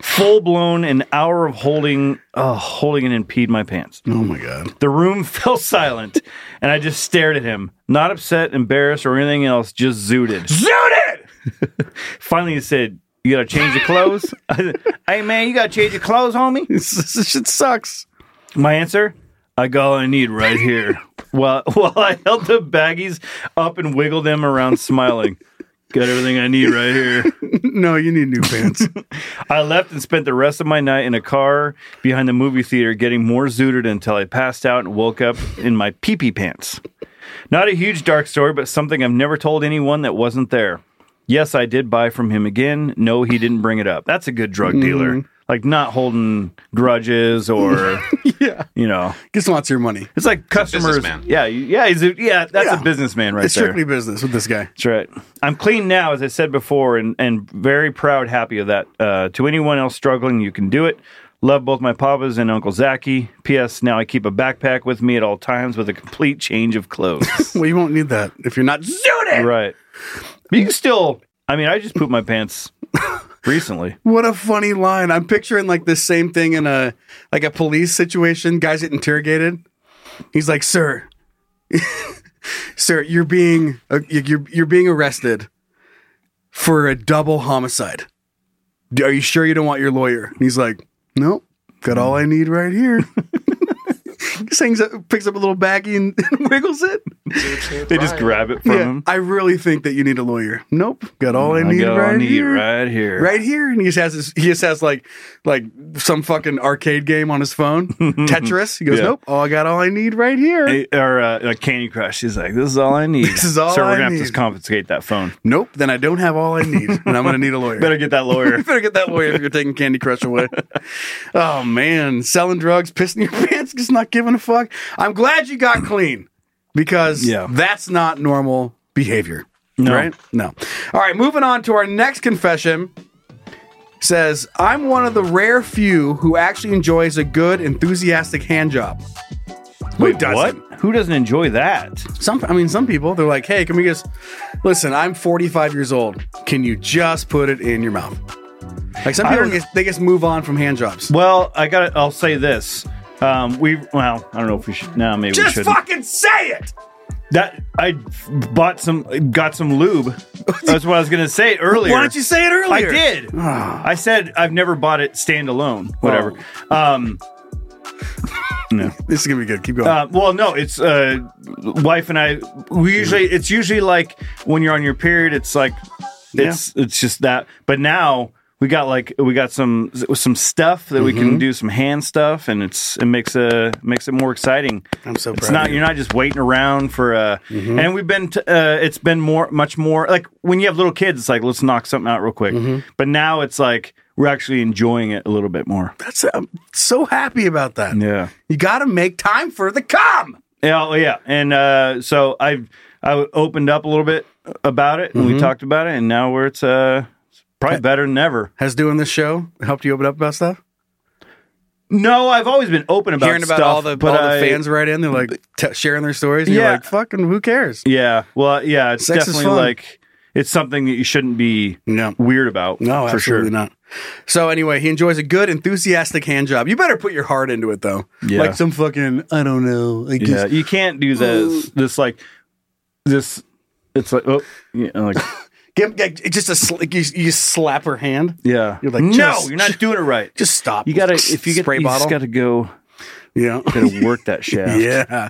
[SPEAKER 5] Full blown, an hour of holding, uh, holding and impede my pants.
[SPEAKER 3] Oh my god.
[SPEAKER 5] The room fell silent, and I just stared at him, not upset, embarrassed, or anything else, just zooted. Zooted! Finally, he said, You gotta change your clothes? I said, hey, man, you gotta change your clothes, homie?
[SPEAKER 3] This, this shit sucks.
[SPEAKER 5] My answer? I got all I need right here. while, while I held the baggies up and wiggled them around, smiling. Got everything I need right here.
[SPEAKER 3] no, you need new pants.
[SPEAKER 5] I left and spent the rest of my night in a car behind the movie theater getting more zooted until I passed out and woke up in my pee pee pants. Not a huge dark story, but something I've never told anyone that wasn't there. Yes, I did buy from him again. No, he didn't bring it up. That's a good
[SPEAKER 3] Mm-hmm.
[SPEAKER 5] drug dealer. Like not holding grudges or
[SPEAKER 3] yeah,
[SPEAKER 5] you know.
[SPEAKER 3] just wants your money.
[SPEAKER 5] It's like customers.
[SPEAKER 6] businessman.
[SPEAKER 5] yeah, you- yeah, he's a, yeah, that's
[SPEAKER 3] Yeah.
[SPEAKER 5] a businessman right
[SPEAKER 3] it's
[SPEAKER 5] there.
[SPEAKER 3] strictly business with this guy.
[SPEAKER 5] That's right. I'm clean now, as I said before, and, and very proud, happy of that. Uh, to anyone else struggling, you can do it. Love both my papas and Uncle Zachy. P.S. Now I keep a backpack with me at all times with a complete change of clothes.
[SPEAKER 3] Well, you won't need that if you're not zooted.
[SPEAKER 5] right. But you can still, I mean, I just pooped my pants recently.
[SPEAKER 3] What a funny line. I'm picturing like this same thing in a like a police situation. Guys get interrogated. He's like, "Sir, sir, you're being uh, you- you're you're being arrested for a double homicide. D- Are you sure you don't want your lawyer?" And he's like, "Nope, got all I need right here." Just hangs up, picks up a little baggie and, and wiggles it.
[SPEAKER 5] They just grab it from
[SPEAKER 3] Yeah,
[SPEAKER 5] him.
[SPEAKER 3] I really think that you need a lawyer. Nope, got all I, need
[SPEAKER 5] got all I
[SPEAKER 3] right
[SPEAKER 5] need
[SPEAKER 3] here
[SPEAKER 5] right here.
[SPEAKER 3] right here and he just has his, he just has like like some fucking arcade game on his phone tetris he goes
[SPEAKER 5] Yeah.
[SPEAKER 3] nope all i got all i need right here
[SPEAKER 5] Eh, Or uh, like Candy Crush. She's like, this is all I need.
[SPEAKER 3] This is all
[SPEAKER 5] So
[SPEAKER 3] I
[SPEAKER 5] we're going to have
[SPEAKER 3] need.
[SPEAKER 5] to confiscate that phone.
[SPEAKER 3] nope then i don't have all i need and i'm gonna need a lawyer
[SPEAKER 5] Better get that lawyer.
[SPEAKER 3] you better get that lawyer if you're taking Candy Crush away. oh man, selling drugs, pissing your pants, just not giving a fuck. I'm glad you got clean because
[SPEAKER 5] Yeah.
[SPEAKER 3] that's not normal behavior.
[SPEAKER 5] No.
[SPEAKER 3] Right? No. All right, moving on to our next confession. Says, I'm one of the rare few who actually enjoys a good, enthusiastic hand job. Who
[SPEAKER 5] Wait, what?
[SPEAKER 3] doesn't?
[SPEAKER 5] Who doesn't enjoy that?
[SPEAKER 3] Some, I mean, some people they're like, "Hey, can we just listen? I'm 45 years old. Can you just put it in your mouth?" Like some
[SPEAKER 5] I
[SPEAKER 3] people,
[SPEAKER 5] don't-
[SPEAKER 3] just, they just move on from hand jobs.
[SPEAKER 5] Well, I got. to I'll say this. Um, we well, I don't know if we should. No, maybe we
[SPEAKER 3] Just
[SPEAKER 5] shouldn't.
[SPEAKER 3] fucking say it.
[SPEAKER 5] That I bought some, got some lube. That's what I was gonna say earlier.
[SPEAKER 3] Why don't you say it earlier? Ah.
[SPEAKER 5] I did. I said I've never bought it standalone.
[SPEAKER 3] Oh.
[SPEAKER 5] Whatever. Um, no.
[SPEAKER 3] This is gonna be good. Keep going.
[SPEAKER 5] Uh, well, no, it's uh, wife and I. We usually it's usually like when you're on your period, it's like it's it's just that. But now we got like we got some some stuff that we can do some hand stuff, and it's it makes a makes it more exciting.
[SPEAKER 3] I'm so
[SPEAKER 5] It's
[SPEAKER 3] proud
[SPEAKER 5] not
[SPEAKER 3] of you.
[SPEAKER 5] you're not just waiting around for uh and we've been t- uh it's been more much more like when you have little kids it's like let's knock something out real quick but now it's like we're actually enjoying it a little bit more
[SPEAKER 3] That's I'm so happy about that.
[SPEAKER 5] yeah
[SPEAKER 3] You got to make time for the cum.
[SPEAKER 5] Yeah, oh, yeah, and uh, so I I opened up a little bit about it, and we
[SPEAKER 3] Mhm.
[SPEAKER 5] talked about it, and now we're it's uh it's probably better than ever.
[SPEAKER 3] Has doing this show helped you open up about stuff?
[SPEAKER 5] No, I've always been open about
[SPEAKER 3] Hearing about
[SPEAKER 5] stuff,
[SPEAKER 3] all the
[SPEAKER 5] but
[SPEAKER 3] all
[SPEAKER 5] I-
[SPEAKER 3] the fans right in, they're like t- sharing their stories. And
[SPEAKER 5] Yeah.
[SPEAKER 3] You're like, fucking, who cares?
[SPEAKER 5] Yeah, well, yeah, it's
[SPEAKER 3] Sex is
[SPEAKER 5] definitely
[SPEAKER 3] fun.
[SPEAKER 5] like it's something that you shouldn't be weird about.
[SPEAKER 3] No,
[SPEAKER 5] for sure
[SPEAKER 3] absolutely not. So anyway, he enjoys a good, enthusiastic hand job. You better put your heart into it though.
[SPEAKER 5] Yeah.
[SPEAKER 3] Like some fucking, I don't know. Like
[SPEAKER 5] Yeah,
[SPEAKER 3] just-
[SPEAKER 5] you can't do this. This like this. It's like oh, yeah, like
[SPEAKER 3] give, get- just a sl- like you, you just slap her hand.
[SPEAKER 5] yeah.
[SPEAKER 3] You're like,
[SPEAKER 5] no,
[SPEAKER 3] just-
[SPEAKER 5] you're not doing it right.
[SPEAKER 3] Just stop.
[SPEAKER 5] You gotta if you get
[SPEAKER 3] spray
[SPEAKER 5] you
[SPEAKER 3] bottle.
[SPEAKER 5] just gotta go.
[SPEAKER 3] Yeah,
[SPEAKER 5] gotta work that shaft.
[SPEAKER 3] Yeah.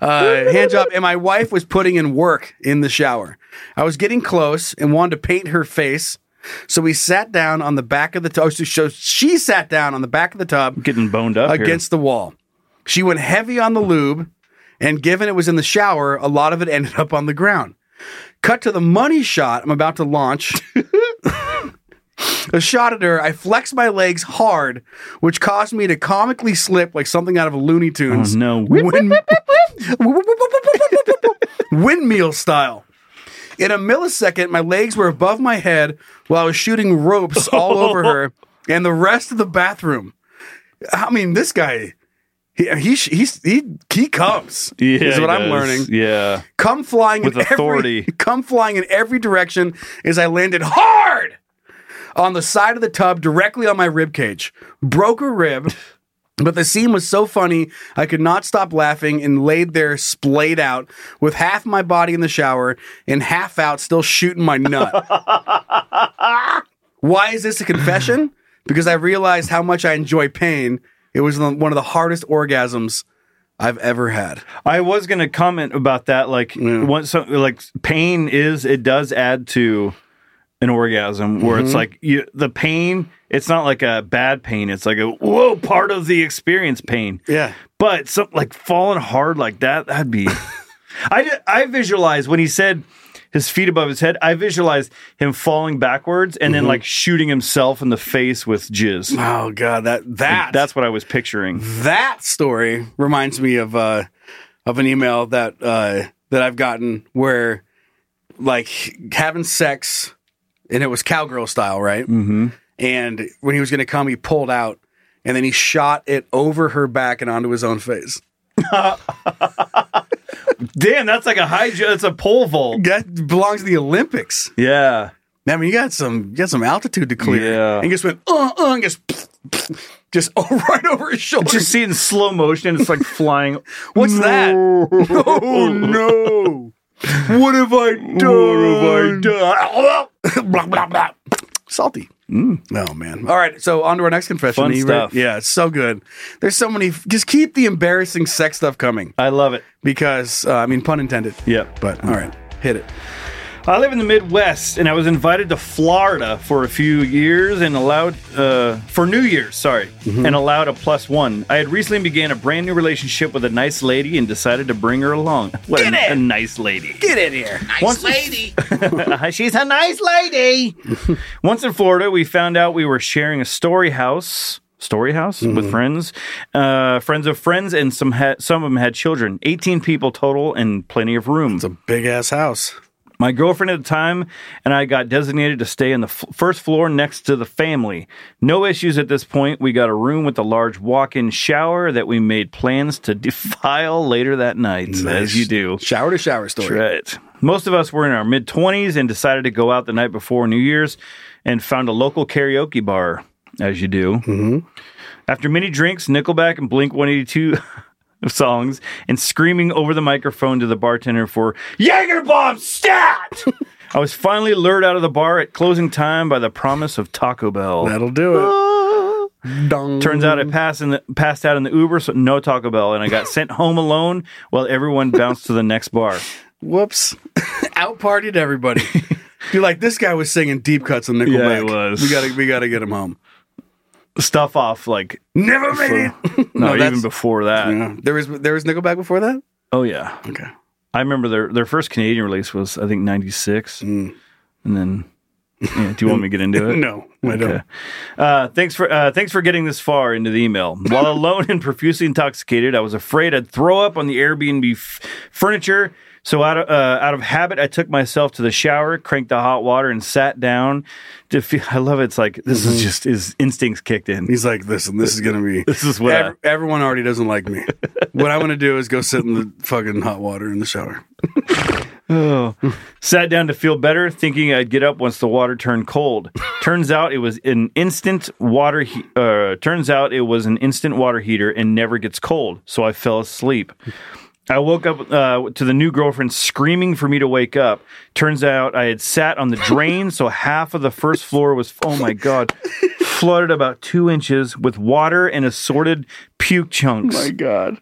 [SPEAKER 3] Uh, hand job. And my wife was putting in work in the shower. I was getting close and wanted to paint her face. So we sat down on the back of the tub. So so she sat down on the back of the tub
[SPEAKER 5] getting boned up here.
[SPEAKER 3] against the wall. She went heavy on the lube, and given it was in the shower, a lot of it ended up on the ground. Cut to the money shot I'm about to launch. a shot at her. I flexed my legs hard, which caused me to comically slip like something out of a Looney Tunes.
[SPEAKER 5] Oh, no.
[SPEAKER 3] Wind- windmill style. In a millisecond, my legs were above my head while I was shooting ropes all over her and the rest of the bathroom. I mean, this guy, he he he he, he comes.
[SPEAKER 5] Yeah,
[SPEAKER 3] is
[SPEAKER 5] he
[SPEAKER 3] what I'm
[SPEAKER 5] does.
[SPEAKER 3] learning.
[SPEAKER 5] Yeah.
[SPEAKER 3] Come flying
[SPEAKER 5] With
[SPEAKER 3] in every-
[SPEAKER 5] authority.
[SPEAKER 3] come flying in every direction as I landed hard on the side of the tub, directly on my rib cage. Broke a rib, but the scene was so funny I could not stop laughing and laid there splayed out with half my body in the shower and half out, still shooting my nut. Why is this a confession? Because I realized how much I enjoy pain. It was one of the hardest orgasms I've ever had.
[SPEAKER 5] I was gonna comment about that. Like once, some- like pain is it does add to an orgasm where it's
[SPEAKER 3] Mhm.
[SPEAKER 5] like you the pain. It's not like a bad pain. It's like a whoa part of the experience pain.
[SPEAKER 3] Yeah,
[SPEAKER 5] but some like falling hard like that that'd be. I di- I visualize when he said his feet above his head. I visualized him falling backwards and then like shooting himself in the face with jizz.
[SPEAKER 3] Oh god, that that
[SPEAKER 5] that's what I was picturing.
[SPEAKER 3] that story reminds me of uh of an email that uh that I've gotten where like having sex and it was cowgirl style, right?
[SPEAKER 5] Mm-hmm.
[SPEAKER 3] And when he was gonna come, he pulled out and then he shot it over her back and onto his own face.
[SPEAKER 5] Damn, that's like a high. ju- That's a pole vault.
[SPEAKER 3] That belongs to the Olympics.
[SPEAKER 5] Yeah.
[SPEAKER 3] I mean, you got some you got some altitude to clear.
[SPEAKER 5] Yeah.
[SPEAKER 3] And he just went uh uh and just just right over his shoulder.
[SPEAKER 5] Just see it in slow motion. It's like flying.
[SPEAKER 3] What's that?
[SPEAKER 5] No.
[SPEAKER 3] Oh no! What have I done? What have I done? blah blah blah. Salty. Oh man! All right, so on to our next confession.
[SPEAKER 5] Fun
[SPEAKER 3] You re-
[SPEAKER 5] stuff.
[SPEAKER 3] Yeah, it's so good. There's so many. Just keep the embarrassing sex stuff coming
[SPEAKER 5] I love it.
[SPEAKER 3] because uh, I mean, pun intended.
[SPEAKER 5] Yep.
[SPEAKER 3] But all right, hit it.
[SPEAKER 5] I live in the Midwest, and I was invited to Florida for a few years and allowed uh, for New Year's, sorry,
[SPEAKER 4] Mm-hmm.
[SPEAKER 5] and allowed a plus one. I had recently began a brand new relationship with a nice lady and decided to bring her along. What
[SPEAKER 4] Get
[SPEAKER 5] a,
[SPEAKER 4] it!
[SPEAKER 5] a nice lady!
[SPEAKER 3] Get in here.
[SPEAKER 4] Nice
[SPEAKER 5] Once-
[SPEAKER 4] lady.
[SPEAKER 5] She's a nice lady. Once in Florida, we found out we were sharing a story house, story house
[SPEAKER 4] Mm-hmm.
[SPEAKER 5] with friends, uh, friends of friends, and some had, some of them had children. Eighteen people total, and plenty of room.
[SPEAKER 3] Big ass house.
[SPEAKER 5] My girlfriend at the time and I got designated to stay in the f- first floor next to the family. No issues at this point. We got a room with a large walk in shower that we made plans to defile later that night, as you do.
[SPEAKER 3] Shower to shower story.
[SPEAKER 5] Right. Most of us were in our mid 20s and decided to go out the night before New Year's and found a local karaoke bar, as you do. Mm-hmm. After many drinks, Nickelback and Blink 182 songs, and screaming over the microphone to the bartender for Jaeger Bomb Stat! I was finally lured out of the bar at closing time by the promise of Taco Bell.
[SPEAKER 3] That'll do it.
[SPEAKER 5] Turns out I passed, in the, passed out in the Uber, so no Taco Bell, and I got sent home alone while everyone bounced to the next bar.
[SPEAKER 3] Whoops. Out partied everybody. You're like, this guy was singing deep cuts on Nickelback.
[SPEAKER 5] Yeah, he was.
[SPEAKER 3] We gotta we gotta get him home.
[SPEAKER 5] Stuff off like
[SPEAKER 3] Never made it.
[SPEAKER 5] no, even
[SPEAKER 3] that's-
[SPEAKER 5] before that.
[SPEAKER 3] Yeah. There was there was Nickelback before that?
[SPEAKER 5] Oh yeah.
[SPEAKER 3] Okay.
[SPEAKER 5] I remember their their first Canadian release was I think '96, and then. yeah, do you want me to get into it?
[SPEAKER 3] Mm. No, I don't.
[SPEAKER 5] Uh, thanks for uh, thanks for getting this far into the email. While alone and profusely intoxicated, I was afraid I'd throw up on the Airbnb f- furniture. So out of uh, out of habit, I took myself to the shower, cranked the hot water, and sat down. To feel, I love it. it's like this is just his instincts kicked in.
[SPEAKER 3] He's like, listen, this is gonna be
[SPEAKER 5] This is what I-
[SPEAKER 3] Ev- everyone already doesn't like me. what I want to do is go sit in the fucking hot water in the shower.
[SPEAKER 5] Oh. Sat down to feel better, thinking I'd get up once the water turned cold. turns out it was an instant water. He- uh, turns out it was an instant water heater and never gets cold. So I fell asleep. I woke up uh, to the new girlfriend screaming for me to wake up. Turns out I had sat on the drain, so half of the first floor was oh my god, flooded about two inches with water and assorted puke chunks.
[SPEAKER 3] My God.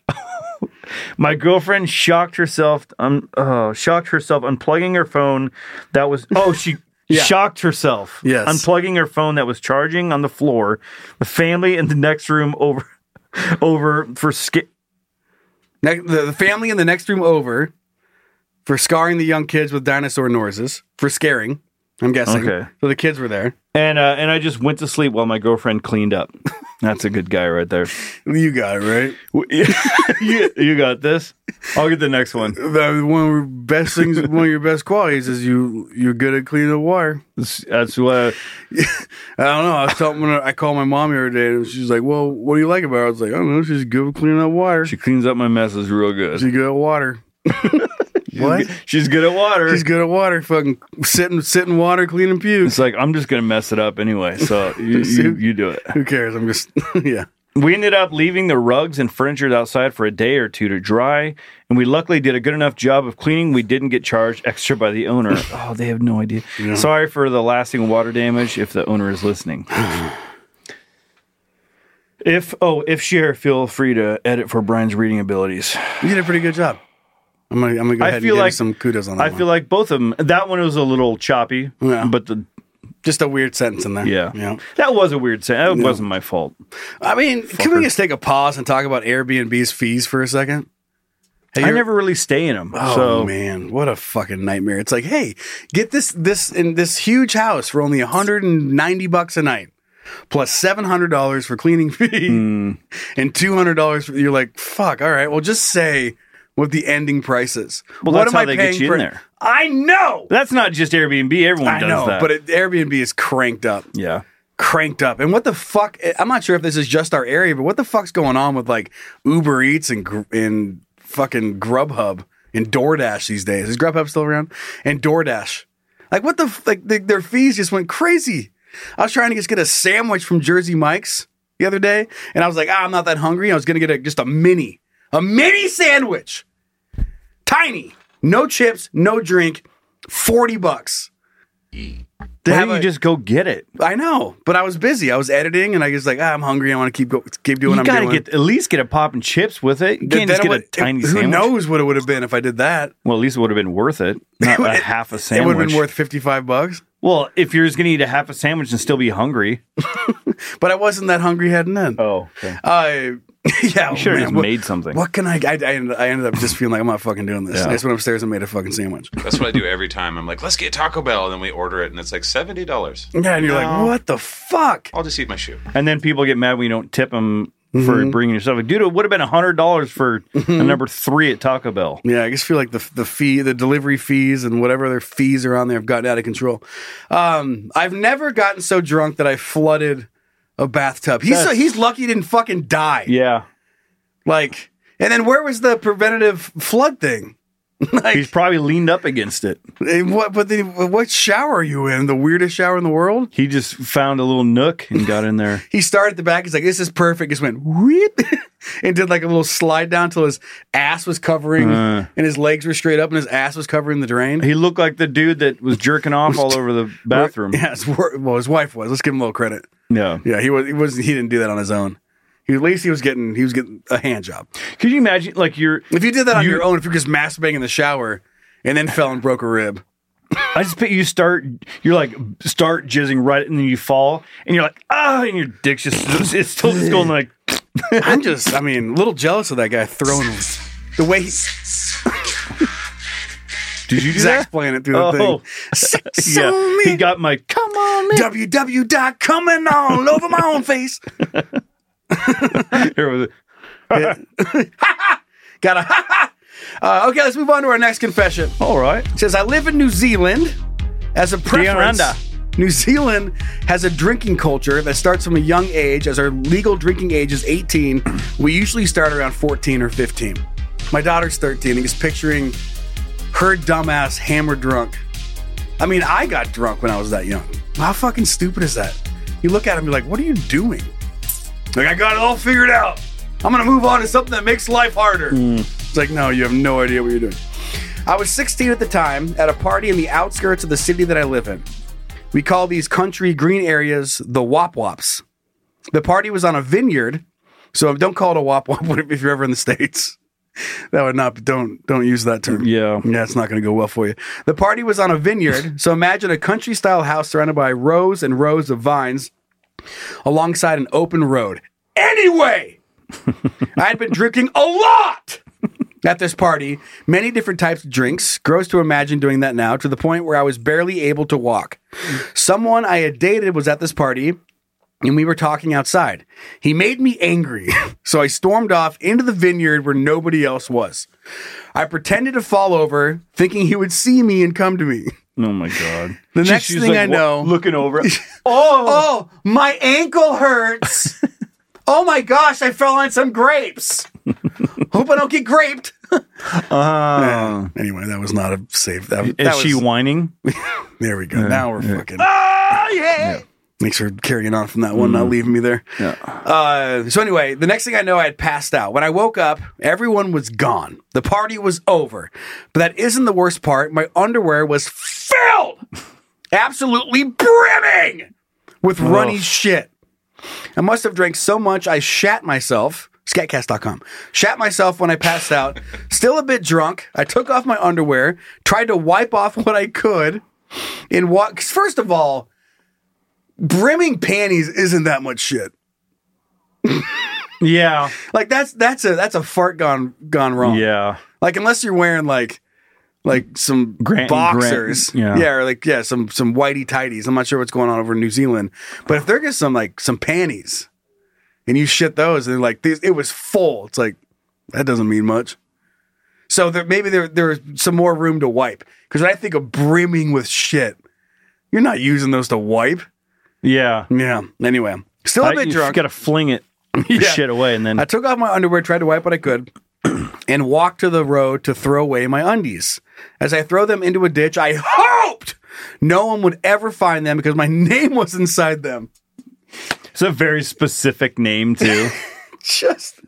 [SPEAKER 5] My girlfriend shocked herself. Um, uh, shocked herself unplugging her phone. That was oh she.
[SPEAKER 3] Yeah.
[SPEAKER 5] Shocked herself.
[SPEAKER 3] Yes.
[SPEAKER 5] Unplugging her phone that was charging on the floor. The family in the next room over, over for sk-
[SPEAKER 3] Ne- the, the family in the next room over for scarring the young kids with dinosaur noises for scaring. I'm guessing.
[SPEAKER 5] Okay.
[SPEAKER 3] So the kids were there.
[SPEAKER 5] and uh, and I just went to sleep while my girlfriend cleaned up. That's a good guy right there.
[SPEAKER 3] You got it right.
[SPEAKER 5] you, you got this. I'll get the next one.
[SPEAKER 3] The, one of your best things, one of your best qualities is you. You're good at cleaning the water.
[SPEAKER 5] That's, that's what.
[SPEAKER 3] I don't know. I was telling when I called my mom the other day, and she's like, "Well, what do you like about?" her? I was like, "I don't know. She's good at cleaning up water.
[SPEAKER 5] She cleans up my messes real good.
[SPEAKER 3] She's good at water. what?
[SPEAKER 5] She's good at water.
[SPEAKER 3] She's good at water. Fucking sitting, sitting water, cleaning pukes.
[SPEAKER 5] It's like I'm just gonna mess it up anyway. So you, you, you do it.
[SPEAKER 3] Who cares? I'm just yeah.
[SPEAKER 5] We ended up leaving the rugs and furniture outside for a day or two to dry, and we luckily did a good enough job of cleaning. We didn't get charged extra by the owner. oh, they have no idea. Sorry for the lasting water damage if the owner is listening. if oh, if share, feel free to edit for Brian's reading abilities.
[SPEAKER 3] You did a pretty good job. I'm gonna, I'm gonna go
[SPEAKER 5] I
[SPEAKER 3] ahead and
[SPEAKER 5] feel
[SPEAKER 3] give
[SPEAKER 5] like-
[SPEAKER 3] you some kudos on that.
[SPEAKER 5] I feel like both of them. That one was a little choppy,
[SPEAKER 3] Yeah.
[SPEAKER 5] but the
[SPEAKER 3] just a weird sentence in there.
[SPEAKER 5] yeah,
[SPEAKER 3] yeah.
[SPEAKER 5] that was a weird saying. That wasn't my fault.
[SPEAKER 3] I mean, can we just take a pause and talk about Airbnb's fees for a second? Have
[SPEAKER 5] I
[SPEAKER 3] you-
[SPEAKER 5] never really stay in them.
[SPEAKER 3] Oh
[SPEAKER 5] so
[SPEAKER 3] man, what a fucking nightmare! It's like, hey, get this this in this huge house for only 190 bucks a night, plus 700 dollars for cleaning fee
[SPEAKER 5] Hmm.
[SPEAKER 3] and 200 dollars. You're like, fuck. All right, well, just say what the ending price is.
[SPEAKER 5] Well,
[SPEAKER 3] what
[SPEAKER 5] that's how they get you in there.
[SPEAKER 3] I know.
[SPEAKER 5] that's not just Airbnb. Everyone
[SPEAKER 3] I
[SPEAKER 5] does
[SPEAKER 3] know,
[SPEAKER 5] that.
[SPEAKER 3] but it, Airbnb is cranked up.
[SPEAKER 5] yeah.
[SPEAKER 3] cranked up. And what the fuck? I'm not sure if this is just our area, but what the fuck's going on with like Uber Eats and Gr- and fucking Grubhub and DoorDash these days? Is Grubhub still around? And DoorDash, like what the f- like they, their fees just went crazy. I was trying to just get a sandwich from Jersey Mike's the other day, and I was like, ah, I'm not that hungry. I was gonna get a, just a mini, a mini sandwich, tiny, no chips, no drink, forty bucks. To
[SPEAKER 5] Why
[SPEAKER 3] have
[SPEAKER 5] don't you
[SPEAKER 3] a-
[SPEAKER 5] just go get it?
[SPEAKER 3] I know, but I was busy. I was editing, and I was like, ah, I'm hungry. I want to keep go- keep doing.
[SPEAKER 5] You
[SPEAKER 3] what
[SPEAKER 5] gotta
[SPEAKER 3] I'm doing.
[SPEAKER 5] get at least get a pop and chips with it. You
[SPEAKER 3] Th- then
[SPEAKER 5] can't just
[SPEAKER 3] it
[SPEAKER 5] get
[SPEAKER 3] would-
[SPEAKER 5] a tiny
[SPEAKER 3] it- Who
[SPEAKER 5] sandwich.
[SPEAKER 3] knows what it would have been if I did that?
[SPEAKER 5] Well, at least it would have been worth it. Not a half a
[SPEAKER 3] It
[SPEAKER 5] sandwich.
[SPEAKER 3] would have been worth fifty five bucks.
[SPEAKER 5] Well, if you're just gonna eat a half a sandwich and still be hungry.
[SPEAKER 3] But I wasn't that hungry heading in.
[SPEAKER 5] Oh, okay.
[SPEAKER 3] I yeah,
[SPEAKER 5] you should
[SPEAKER 3] Oh,
[SPEAKER 5] have
[SPEAKER 3] man,
[SPEAKER 5] just
[SPEAKER 3] what-
[SPEAKER 5] made something.
[SPEAKER 3] What can I? I, I ended I ended up just feeling like I'm not fucking doing this.
[SPEAKER 5] Yeah.
[SPEAKER 3] I just went upstairs and made a fucking sandwich.
[SPEAKER 6] That's what I do every time. I'm like, let's get Taco Bell, and then we order it, and it's like seventy dollars.
[SPEAKER 3] Yeah, and you're like, what the fuck?
[SPEAKER 6] I'll just eat my shoe.
[SPEAKER 5] And then people get mad when you don't tip them for
[SPEAKER 3] Mhm.
[SPEAKER 5] bringing yourself. Like, dude, it would have been hundred dollars for
[SPEAKER 3] Mm-hmm.
[SPEAKER 5] a number three at Taco Bell.
[SPEAKER 3] Yeah, I just feel like the the fee, the delivery fees, and whatever other fees are on there have gotten out of control. Um, I've never gotten so drunk that I flooded a bathtub. He's so,
[SPEAKER 5] That's-
[SPEAKER 3] he's lucky he didn't fucking die.
[SPEAKER 5] Yeah,
[SPEAKER 3] like, and then where was the preventative flood thing?
[SPEAKER 5] He's probably leaned up against it.
[SPEAKER 3] And what? But then, what shower are you in? The weirdest shower in the world.
[SPEAKER 5] He just found a little nook and got in there.
[SPEAKER 3] He started at the back. He's like, "This is perfect." Just went whoop, and did like a little slide down till his ass was covering,
[SPEAKER 5] Uh.
[SPEAKER 3] and his legs were straight up, and his ass was covering the drain.
[SPEAKER 5] He looked like the dude that was jerking off all over the bathroom.
[SPEAKER 3] Yeah, his, wor- well, his wife was. Let's give him a little credit.
[SPEAKER 5] Yeah,
[SPEAKER 3] yeah. He was. He was. He didn't do that on his own. He, at least he was getting. He was getting a hand job.
[SPEAKER 5] Could you imagine? Like you're.
[SPEAKER 3] If you did that on your own, if you're just masturbating in the shower and then fell and broke a rib.
[SPEAKER 5] I just put you start. You're like start jizzing right, and then you fall, and you're like ah, and your dick's just it's still just going like.
[SPEAKER 3] I'm just. I mean, a little jealous of that guy throwing the way. He,
[SPEAKER 5] Did you do
[SPEAKER 3] Zach's
[SPEAKER 5] that?
[SPEAKER 3] playing it through the
[SPEAKER 5] Oh.
[SPEAKER 3] thing.
[SPEAKER 5] yeah, he got my come on man.
[SPEAKER 3] www dot coming on over my own face.
[SPEAKER 5] Here was it.
[SPEAKER 3] Got a ha ha. Uh, okay, let's move on to our next confession.
[SPEAKER 5] All right.
[SPEAKER 3] It says I live in New Zealand. As a preference,
[SPEAKER 5] Randa.
[SPEAKER 3] New Zealand has a drinking culture that starts from a young age. As our legal drinking age is 18, we usually start around 14 or 15. My daughter's 13, and just picturing her dumbass hammer drunk. I mean, I got drunk when I was that young. How fucking stupid is that? You look at him, you're like, what are you doing? Like, I got it all figured out. I'm gonna move on to something that makes life harder. It's like, no, you have no idea what you're doing. I was 16 at the time at a party in the outskirts of the city that I live in. We call these country green areas the Wop Wops. The party was on a vineyard, so don't call it a Wop Wop if you're ever in the States. That would not don't don't use that term.
[SPEAKER 5] Yeah.
[SPEAKER 3] Yeah, it's not gonna go well for you. The party was on a vineyard, so imagine a country style house surrounded by rows and rows of vines alongside an open road. Anyway, I had been drinking a lot at this party, many different types of drinks. Gross to imagine doing that now, to the point where I was barely able to walk. Someone I had dated was at this party. And we were talking outside. He made me angry, so I stormed off into the vineyard where nobody else was. I pretended to fall over, thinking he would see me and come to me.
[SPEAKER 5] Oh my god.
[SPEAKER 3] The
[SPEAKER 5] She-
[SPEAKER 3] next
[SPEAKER 5] she's
[SPEAKER 3] thing
[SPEAKER 5] like
[SPEAKER 3] I
[SPEAKER 5] wa-
[SPEAKER 3] know,
[SPEAKER 5] looking over.
[SPEAKER 3] Oh, oh, my ankle hurts. oh my gosh, I fell on some grapes. Hope I don't get graped.
[SPEAKER 5] Uh,
[SPEAKER 3] anyway, that was not a safe. That,
[SPEAKER 5] is
[SPEAKER 3] Uh-huh. that
[SPEAKER 5] she
[SPEAKER 3] was-
[SPEAKER 5] whining?
[SPEAKER 3] There we go. now we're fucking.
[SPEAKER 5] Oh yeah. Mm-hmm.
[SPEAKER 3] Thanks for carrying on from that one, not leaving me there. Uh, so anyway, the next thing I know, I had passed out. When I woke up, everyone was gone. The party was over. But that isn't the worst part. My underwear was filled, absolutely brimming with runny
[SPEAKER 5] Ugh.
[SPEAKER 3] shit. I must have drank so much I shat myself. Scatcast.com. Shat myself when I passed out. Still a bit drunk. I took off my underwear, tried to wipe off what I could. In what? 'cause First of all, brimming panties isn't that much shit.
[SPEAKER 5] Yeah.
[SPEAKER 3] Like that's that's a that's a fart gone gone wrong.
[SPEAKER 5] Yeah.
[SPEAKER 3] Like unless you're wearing like like some
[SPEAKER 5] Grant-
[SPEAKER 3] boxers,
[SPEAKER 5] Grant- yeah.
[SPEAKER 3] or like yeah, some some whitey tighties. I'm not sure what's going on over in New Zealand, but if they're just some like some panties, and you shit those, and like these, it was full. It's like that doesn't mean much. So there, maybe there there's some more room to wipe because I think of brimming with shit. You're not using those to wipe.
[SPEAKER 5] Yeah.
[SPEAKER 3] Yeah. Anyway, still a
[SPEAKER 5] I-
[SPEAKER 3] bit
[SPEAKER 5] you
[SPEAKER 3] drunk.
[SPEAKER 5] Got to fling it
[SPEAKER 3] Yeah.
[SPEAKER 5] shit away, and then
[SPEAKER 3] I took off my underwear, tried to wipe what I could, and walked to the road to throw away my undies. As I throw them into a ditch, I hoped no one would ever find them because my name was inside them.
[SPEAKER 5] it's a very specific name too.
[SPEAKER 3] Just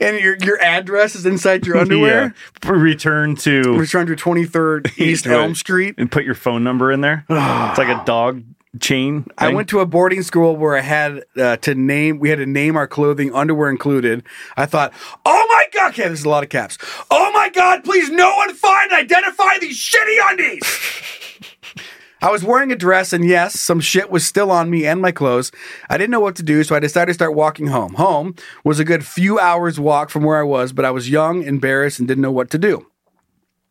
[SPEAKER 3] and your your address is inside your underwear.
[SPEAKER 5] Yeah. Return to
[SPEAKER 3] Return to twenty third East
[SPEAKER 5] Right.
[SPEAKER 3] Elm Street.
[SPEAKER 5] and put your phone number in there. it's like a dog chain.
[SPEAKER 3] I went to a boarding school where I had uh, to name. We had to name our clothing, underwear included. I thought, oh my god, okay, there's a lot of caps. Oh my god, please, no one find and identify these shitty undies. I was wearing a dress, and yes, some shit was still on me and my clothes. I didn't know what to do, so I decided to start walking home. Home was a good few hours walk from where I was, but I was young, embarrassed, and didn't know what to do.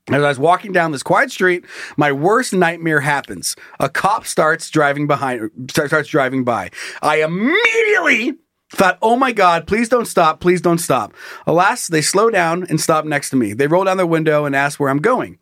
[SPEAKER 3] As I was walking down this quiet street, my worst nightmare happens. A cop starts driving behind starts driving by. I immediately Thought, oh my God, please don't stop, please don't stop. Alas, they slow down and stop next to me. They roll down their window and ask where I'm going.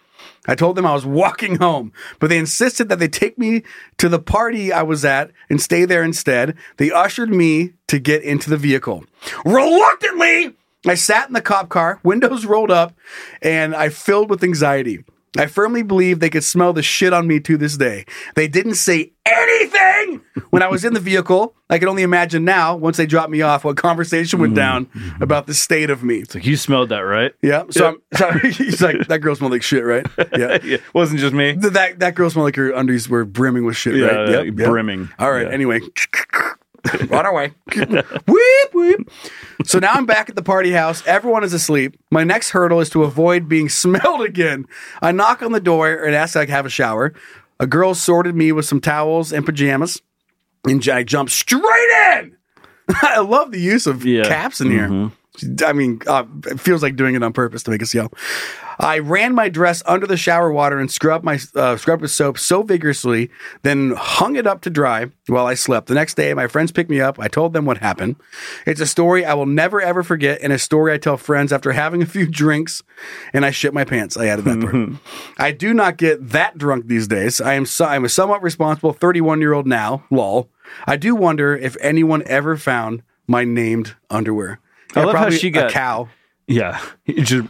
[SPEAKER 3] I told them I was walking home, but they insisted that they take me to the party I was at and stay there instead. They ushered me to get into the vehicle. Reluctantly, I sat in the cop car, windows rolled up, and I filled with anxiety. I firmly believe they could smell the shit on me to this day. They didn't say anything when I was in the vehicle. I can only imagine now, once they dropped me off, what conversation went down about the state of me.
[SPEAKER 5] Hmm. It's like you smelled that, right?
[SPEAKER 3] Yeah. So, I'm, so he's like, that girl smelled like shit, right? Yeah.
[SPEAKER 5] Wasn't just me.
[SPEAKER 3] That that girl smelled like her undies were brimming with shit,
[SPEAKER 5] Yeah,
[SPEAKER 3] right?
[SPEAKER 5] like brimming.
[SPEAKER 3] All right.
[SPEAKER 5] Yeah.
[SPEAKER 3] Anyway, on our way. Weep, weep. So now I'm back at the party house. Everyone is asleep. My next hurdle is to avoid being smelled again. I knock on the door and ask if I can have a shower. A girl sorted me with some towels and pajamas, and I jump straight in. I love the use of caps in here. I mean, uh, it feels like doing it on purpose to make us yell. I ran my dress under the shower water and scrubbed my uh, scrubbed with soap so vigorously, then hung it up to dry while I slept. The next day, my friends picked me up. I told them what happened. It's a story I will never ever forget, and a story I tell friends after having a few drinks, and I shit my pants. I added that part. I do not get that drunk these days. I am so, I'm a somewhat responsible 31 year old now. Lol. I do wonder if anyone ever found my named underwear.
[SPEAKER 5] I
[SPEAKER 3] Yeah,
[SPEAKER 5] love how
[SPEAKER 3] probably
[SPEAKER 5] she got
[SPEAKER 3] a cow.
[SPEAKER 5] Yeah, just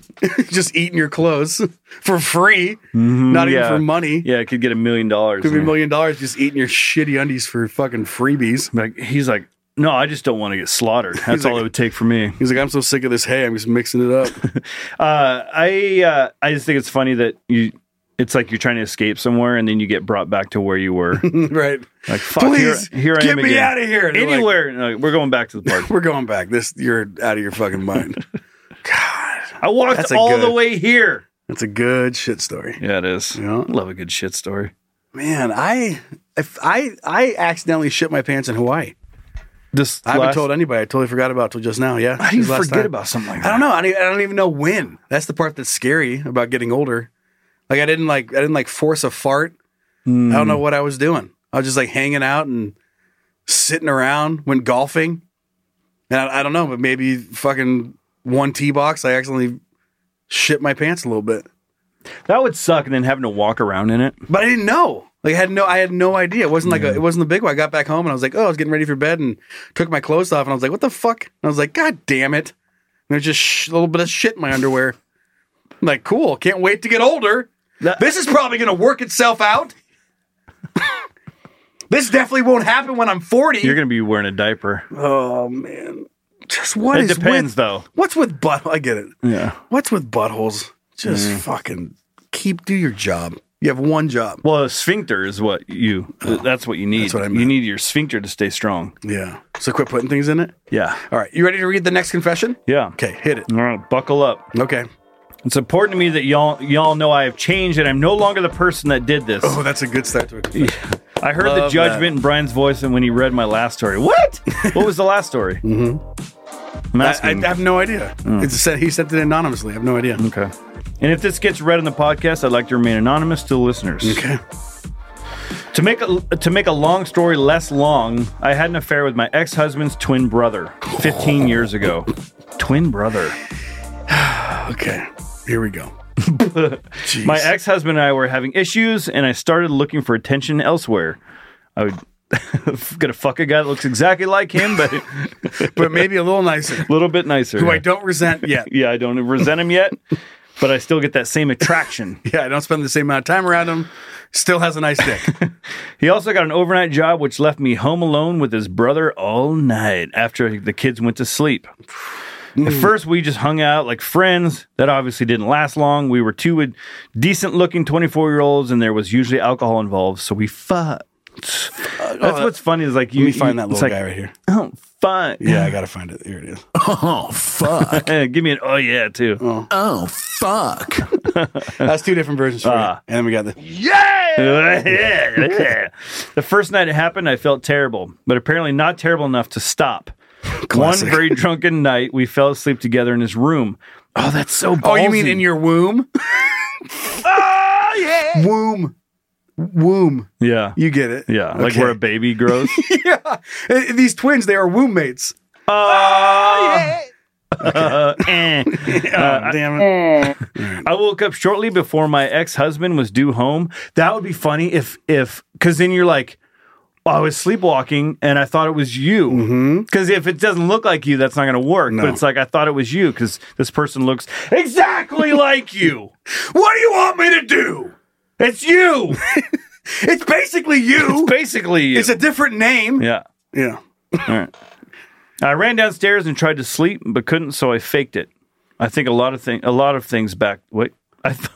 [SPEAKER 3] just eating your clothes for free, not even for money.
[SPEAKER 5] Mm-hmm, Yeah, it could get a million dollars.
[SPEAKER 3] Could be a
[SPEAKER 5] Yeah.
[SPEAKER 3] million dollars just eating your shitty undies for fucking freebies.
[SPEAKER 5] Like he's like, no, I just don't want to get slaughtered. That's all it would take for me.
[SPEAKER 3] He's like, I'm so sick of this hay. I'm just mixing it up.
[SPEAKER 5] uh, I uh, I just think it's funny that you. It's like you're trying to escape somewhere, and then you get brought back to where you were.
[SPEAKER 3] right?
[SPEAKER 5] Like fuck, here-
[SPEAKER 3] Please,
[SPEAKER 5] here, I
[SPEAKER 3] get
[SPEAKER 5] am
[SPEAKER 3] me
[SPEAKER 5] again.
[SPEAKER 3] outta here. They're like-
[SPEAKER 5] Anywhere, No, we're going back to the park.
[SPEAKER 3] We're going back. This you're out of your fucking mind. God,
[SPEAKER 5] I walked all the way here.
[SPEAKER 3] That's a good shit story.
[SPEAKER 5] Yeah, it is. Love a good shit story.
[SPEAKER 3] Man, I if I I accidentally shit my pants in Hawaii.
[SPEAKER 5] This
[SPEAKER 3] I haven't
[SPEAKER 5] last-
[SPEAKER 3] told anybody. I totally forgot about it till just now. Yeah,
[SPEAKER 5] How do you
[SPEAKER 3] This last
[SPEAKER 5] forget
[SPEAKER 3] time.
[SPEAKER 5] about something like
[SPEAKER 3] I don't know. I don't, I don't even know when. That's the part that's scary about getting older. Like I didn't like I didn't like force a fart. I don't know what I was doing. I was just like hanging out and sitting around, went golfing. And I, I don't know, but maybe fucking one tee box. I accidentally shit my pants a little bit.
[SPEAKER 5] That would suck, and then having to walk around in it.
[SPEAKER 3] But I didn't know. Like I had no, I had no idea. It wasn't like a, it wasn't a big one. I got back home and I was like, oh, I was getting ready for bed and took my clothes off and I was like, what the fuck? And I was like, god damn it! And there's just sh- a little bit of shit in my underwear. I'm like, cool. Can't wait to get older. this is probably gonna work itself out. this definitely won't happen when I'm 40.
[SPEAKER 5] You're gonna be wearing a diaper.
[SPEAKER 3] oh man, just what
[SPEAKER 5] it
[SPEAKER 3] is
[SPEAKER 5] depends,
[SPEAKER 3] with,
[SPEAKER 5] though.
[SPEAKER 3] What's with butt? I get it.
[SPEAKER 5] Yeah.
[SPEAKER 3] What's with buttholes? Just
[SPEAKER 5] Mm.
[SPEAKER 3] fucking keep do your job. You have one job.
[SPEAKER 5] Well, a sphincter is what you.
[SPEAKER 3] Oh,
[SPEAKER 5] that's what you need. That's what I mean. You need your sphincter to stay strong.
[SPEAKER 3] Yeah. So quit putting things in it.
[SPEAKER 5] Yeah.
[SPEAKER 3] All right, you ready to read the next confession?
[SPEAKER 5] Yeah.
[SPEAKER 3] Okay, hit it.
[SPEAKER 5] All right, buckle up.
[SPEAKER 3] Okay.
[SPEAKER 5] It's important to me that y'all y'all know I have changed and I'm no longer the person that did this.
[SPEAKER 3] Oh, that's a good start to it.
[SPEAKER 5] I heard the
[SPEAKER 3] Love
[SPEAKER 5] judgment
[SPEAKER 3] that.
[SPEAKER 5] in Brian's voice and when he read my last story. What? what was the last story? Mm-hmm. I'm
[SPEAKER 3] I,
[SPEAKER 5] asking.
[SPEAKER 3] I have no idea.
[SPEAKER 5] Mm.
[SPEAKER 3] It's said, he sent it anonymously. I have no idea.
[SPEAKER 5] Okay. And if this gets read on the podcast, I'd like to remain anonymous to the listeners.
[SPEAKER 3] Okay.
[SPEAKER 5] To make a, to make a long story less long, I had an affair with my ex-husband's twin brother 15 years ago. Twin brother.
[SPEAKER 3] okay. Here we go.
[SPEAKER 5] My ex-husband and I were having issues and I started looking for attention elsewhere. I would gonna fuck a guy that looks exactly like him, but
[SPEAKER 3] but maybe a little nicer.
[SPEAKER 5] A little bit nicer.
[SPEAKER 3] Who I
[SPEAKER 5] yeah.
[SPEAKER 3] don't resent yet.
[SPEAKER 5] yeah, I don't resent him yet, but I still get that same attraction.
[SPEAKER 3] yeah, I don't spend the same amount of time around him. Still has a nice dick.
[SPEAKER 5] He also got an overnight job, which left me home alone with his brother all night after the kids went to sleep. At
[SPEAKER 3] Mm.
[SPEAKER 5] first, we just hung out like friends. That obviously didn't last long. We were two decent looking 24 year olds, and there was usually alcohol involved, so we fucked. That's
[SPEAKER 3] that-
[SPEAKER 5] what's funny is like
[SPEAKER 3] Let
[SPEAKER 5] you
[SPEAKER 3] me find
[SPEAKER 5] you-
[SPEAKER 3] that
[SPEAKER 5] it's
[SPEAKER 3] little
[SPEAKER 5] like,
[SPEAKER 3] guy right here.
[SPEAKER 5] Oh fuck!
[SPEAKER 3] Yeah, I gotta find it. Here it is. Oh fuck!
[SPEAKER 5] Give me an oh yeah too.
[SPEAKER 3] Oh, fuck! Uh. That's two different versions. For you. And then we got the
[SPEAKER 5] yeah. the first night it happened, I felt terrible, but apparently not terrible enough to stop.
[SPEAKER 3] Classic.
[SPEAKER 5] One very drunken night, we fell asleep together in his room. Oh, that's so. Ballsy.
[SPEAKER 3] Oh, you mean in your womb?
[SPEAKER 5] oh yeah.
[SPEAKER 3] Womb. Womb.
[SPEAKER 5] Yeah,
[SPEAKER 3] you get it. Uh,
[SPEAKER 5] Yeah, like
[SPEAKER 3] Okay.
[SPEAKER 5] where a baby grows.
[SPEAKER 3] yeah. These twins, they are womb mates.
[SPEAKER 5] Uh, Ah. eh. Uh,
[SPEAKER 3] damn
[SPEAKER 5] it. I woke up shortly before my ex-husband was due home. That would be funny if if cuz then you're like "Oh, I was sleepwalking and I thought it was you.
[SPEAKER 3] Mm-hmm.
[SPEAKER 5] Because if it doesn't look like you, that's not going to work. But it's like, I thought it was you because this person looks exactly like you.
[SPEAKER 3] What do you want me to do?
[SPEAKER 5] It's you.
[SPEAKER 3] it's basically you. It's
[SPEAKER 5] basically you.
[SPEAKER 3] It's a different name.
[SPEAKER 5] Yeah.
[SPEAKER 3] Yeah.
[SPEAKER 5] All right. I ran downstairs and tried to sleep, but couldn't, so I faked it. I think a lot of thing, a lot of things back. Wait, I th-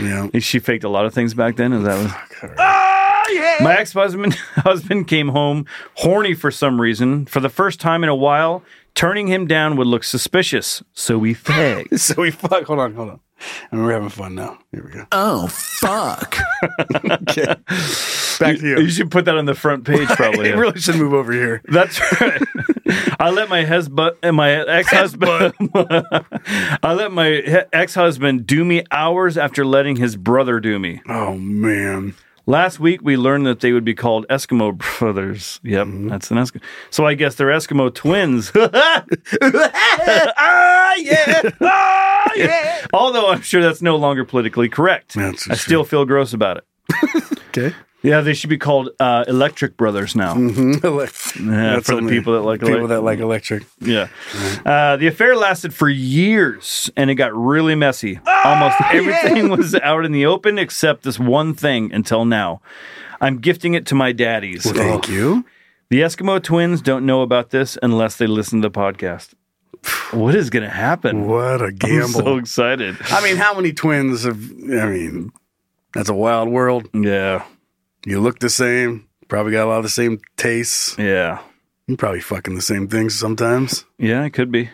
[SPEAKER 3] yeah.
[SPEAKER 5] She faked a lot of things back then. Is that was? My ex husband husband came home horny for some reason for the first time in a while. Turning him down would look suspicious, so we faked.
[SPEAKER 3] so we fuck. Hold on, hold on. I mean, we're having fun now. Here we go.
[SPEAKER 5] Oh fuck!
[SPEAKER 3] okay, back to you.
[SPEAKER 5] You should put that on the front page, probably.
[SPEAKER 3] it really should move over here.
[SPEAKER 5] That's right. I let my husband and my ex husband. I let my ex husband do me hours after letting his brother do me.
[SPEAKER 3] Oh man!
[SPEAKER 5] Last week we learned that they would be called Eskimo brothers. Yep,
[SPEAKER 3] Mm-hmm.
[SPEAKER 5] that's an Eskimo. So I guess they're Eskimo twins.
[SPEAKER 4] Ah, yeah. Ah, yeah.
[SPEAKER 5] Although I'm sure that's no longer politically correct. I still feel gross about it.
[SPEAKER 3] okay.
[SPEAKER 5] Yeah, they should be called uh, Electric Brothers now.
[SPEAKER 3] Mm-hmm.
[SPEAKER 5] Yeah, for the people that like
[SPEAKER 3] Mm, people
[SPEAKER 5] elec-
[SPEAKER 3] that like electric.
[SPEAKER 5] Yeah. Uh, the affair lasted for years and it got really messy.
[SPEAKER 3] Ah,
[SPEAKER 5] Almost everything was out in the open except this one thing until now. I'm gifting it to my daddies. Oh,
[SPEAKER 3] Well, thank you.
[SPEAKER 5] The Eskimo twins don't know about this unless they listen to the podcast. What is going to happen?
[SPEAKER 3] What a gamble!
[SPEAKER 5] I'm so excited.
[SPEAKER 3] I mean, how many twins have? I mean, that's a wild world.
[SPEAKER 5] Yeah.
[SPEAKER 3] You look the same. Probably got a lot of the same tastes.
[SPEAKER 5] Yeah.
[SPEAKER 3] You're probably fucking the same things sometimes.
[SPEAKER 5] Yeah, it could be.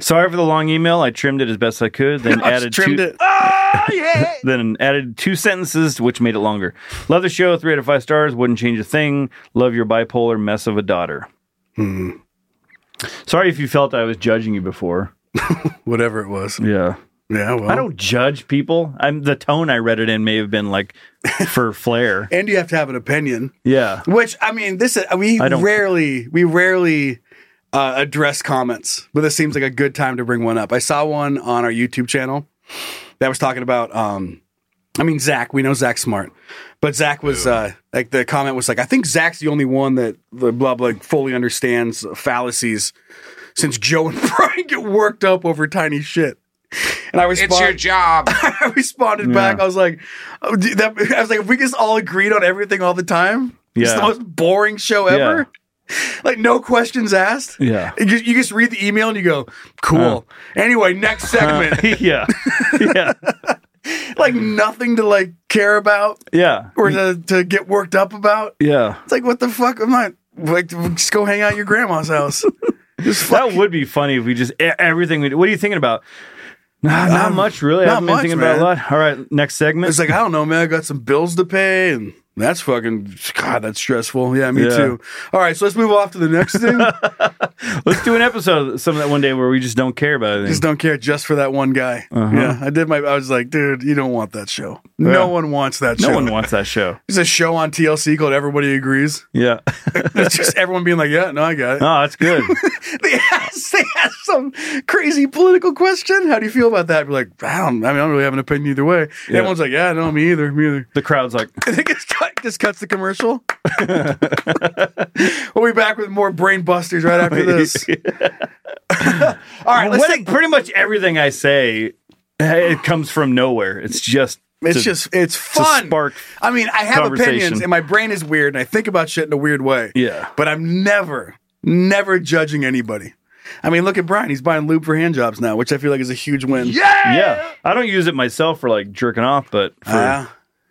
[SPEAKER 5] Sorry for the long email. I trimmed it as best I could, then
[SPEAKER 3] I
[SPEAKER 5] added
[SPEAKER 3] trimmed
[SPEAKER 5] two,
[SPEAKER 3] it.
[SPEAKER 5] then added two sentences, which made it longer. Love the show. Three out of five stars. Wouldn't change a thing. Love your bipolar mess of a daughter.
[SPEAKER 3] Hmm.
[SPEAKER 5] Sorry if you felt I was judging you before.
[SPEAKER 3] Whatever it was.
[SPEAKER 5] Yeah.
[SPEAKER 3] Yeah. Well,
[SPEAKER 5] I don't judge people. I'm the tone I read it in may have been like for flair.
[SPEAKER 3] And you have to have an opinion.
[SPEAKER 5] Yeah.
[SPEAKER 3] Which I mean, this is, we
[SPEAKER 5] I don't-
[SPEAKER 3] rarely we rarely uh, address comments, but this seems like a good time to bring one up. I saw one on our YouTube channel that was talking about. Um, I mean, Zach. We know Zach's smart, but Zach was uh, like the comment was like, I think Zach's the only one that the blah blah fully understands fallacies since Joe and Brian get worked up over tiny shit. And I respond,
[SPEAKER 6] It's your job.
[SPEAKER 3] I responded back. I was like, oh, dude, that, I was like, if we just all agreed on everything all the time, it's
[SPEAKER 5] Yeah.
[SPEAKER 3] the most boring show
[SPEAKER 5] Yeah.
[SPEAKER 3] ever. Like no questions asked.
[SPEAKER 5] Yeah.
[SPEAKER 3] You, you just read the email and you go, cool. anyway, next segment.
[SPEAKER 5] yeah. Yeah.
[SPEAKER 3] like nothing to like care about
[SPEAKER 5] Yeah.
[SPEAKER 3] or to, to get worked up about.
[SPEAKER 5] Yeah.
[SPEAKER 3] It's like what the fuck? I'm not like just go hang out at your grandma's house.
[SPEAKER 5] That would be funny if we just e- everything we do. What are you thinking about? Nah, not
[SPEAKER 3] Um,
[SPEAKER 5] much, really. I
[SPEAKER 3] not
[SPEAKER 5] haven't been
[SPEAKER 3] much,
[SPEAKER 5] thinking
[SPEAKER 3] man.
[SPEAKER 5] about a lot. All right, next segment.
[SPEAKER 3] It's like, I don't know, man. I got some bills to pay, and that's fucking, God, that's stressful. Yeah, me
[SPEAKER 5] Yeah.
[SPEAKER 3] too. All right, so let's move off to the next thing.
[SPEAKER 5] Let's do an episode of some of that one day where we just don't care about anything.
[SPEAKER 3] Just don't care just for that one guy.
[SPEAKER 5] Uh-huh.
[SPEAKER 3] Yeah, I did my, I was like, dude, you don't want that show. No
[SPEAKER 5] Yeah.
[SPEAKER 3] one wants that
[SPEAKER 5] no
[SPEAKER 3] show.
[SPEAKER 5] one wants that show.
[SPEAKER 3] There's a show on TLC called Everybody Agrees.
[SPEAKER 5] Yeah.
[SPEAKER 3] It's just everyone being like, yeah, no, I got it.
[SPEAKER 5] No, that's good.
[SPEAKER 3] they, ask, they ask some crazy political question. How do you feel about that? We're like, I don't, I mean, I don't really have an opinion either way.
[SPEAKER 5] Yeah.
[SPEAKER 3] Everyone's like, yeah, no, me either, me either.
[SPEAKER 5] The crowd's like,
[SPEAKER 3] I think it's cut, just cuts the commercial. we'll be back with more brain busters right after this. All right, let's
[SPEAKER 5] What-
[SPEAKER 3] take,
[SPEAKER 5] pretty much everything I say, eh, it comes from nowhere. It's just,
[SPEAKER 3] it's
[SPEAKER 5] to-
[SPEAKER 3] just it's fun.
[SPEAKER 5] spark
[SPEAKER 3] I mean, I have
[SPEAKER 5] conversation.
[SPEAKER 3] opinions, and my brain is weird, and I think about shit in a weird way.
[SPEAKER 5] Yeah.
[SPEAKER 3] but I'm never, never judging anybody. I mean, look at Brian; he's buying lube for hand jobs now, which I feel like is a huge win.
[SPEAKER 5] yeah. I don't use it myself for like jerking off, but for,
[SPEAKER 3] Uh,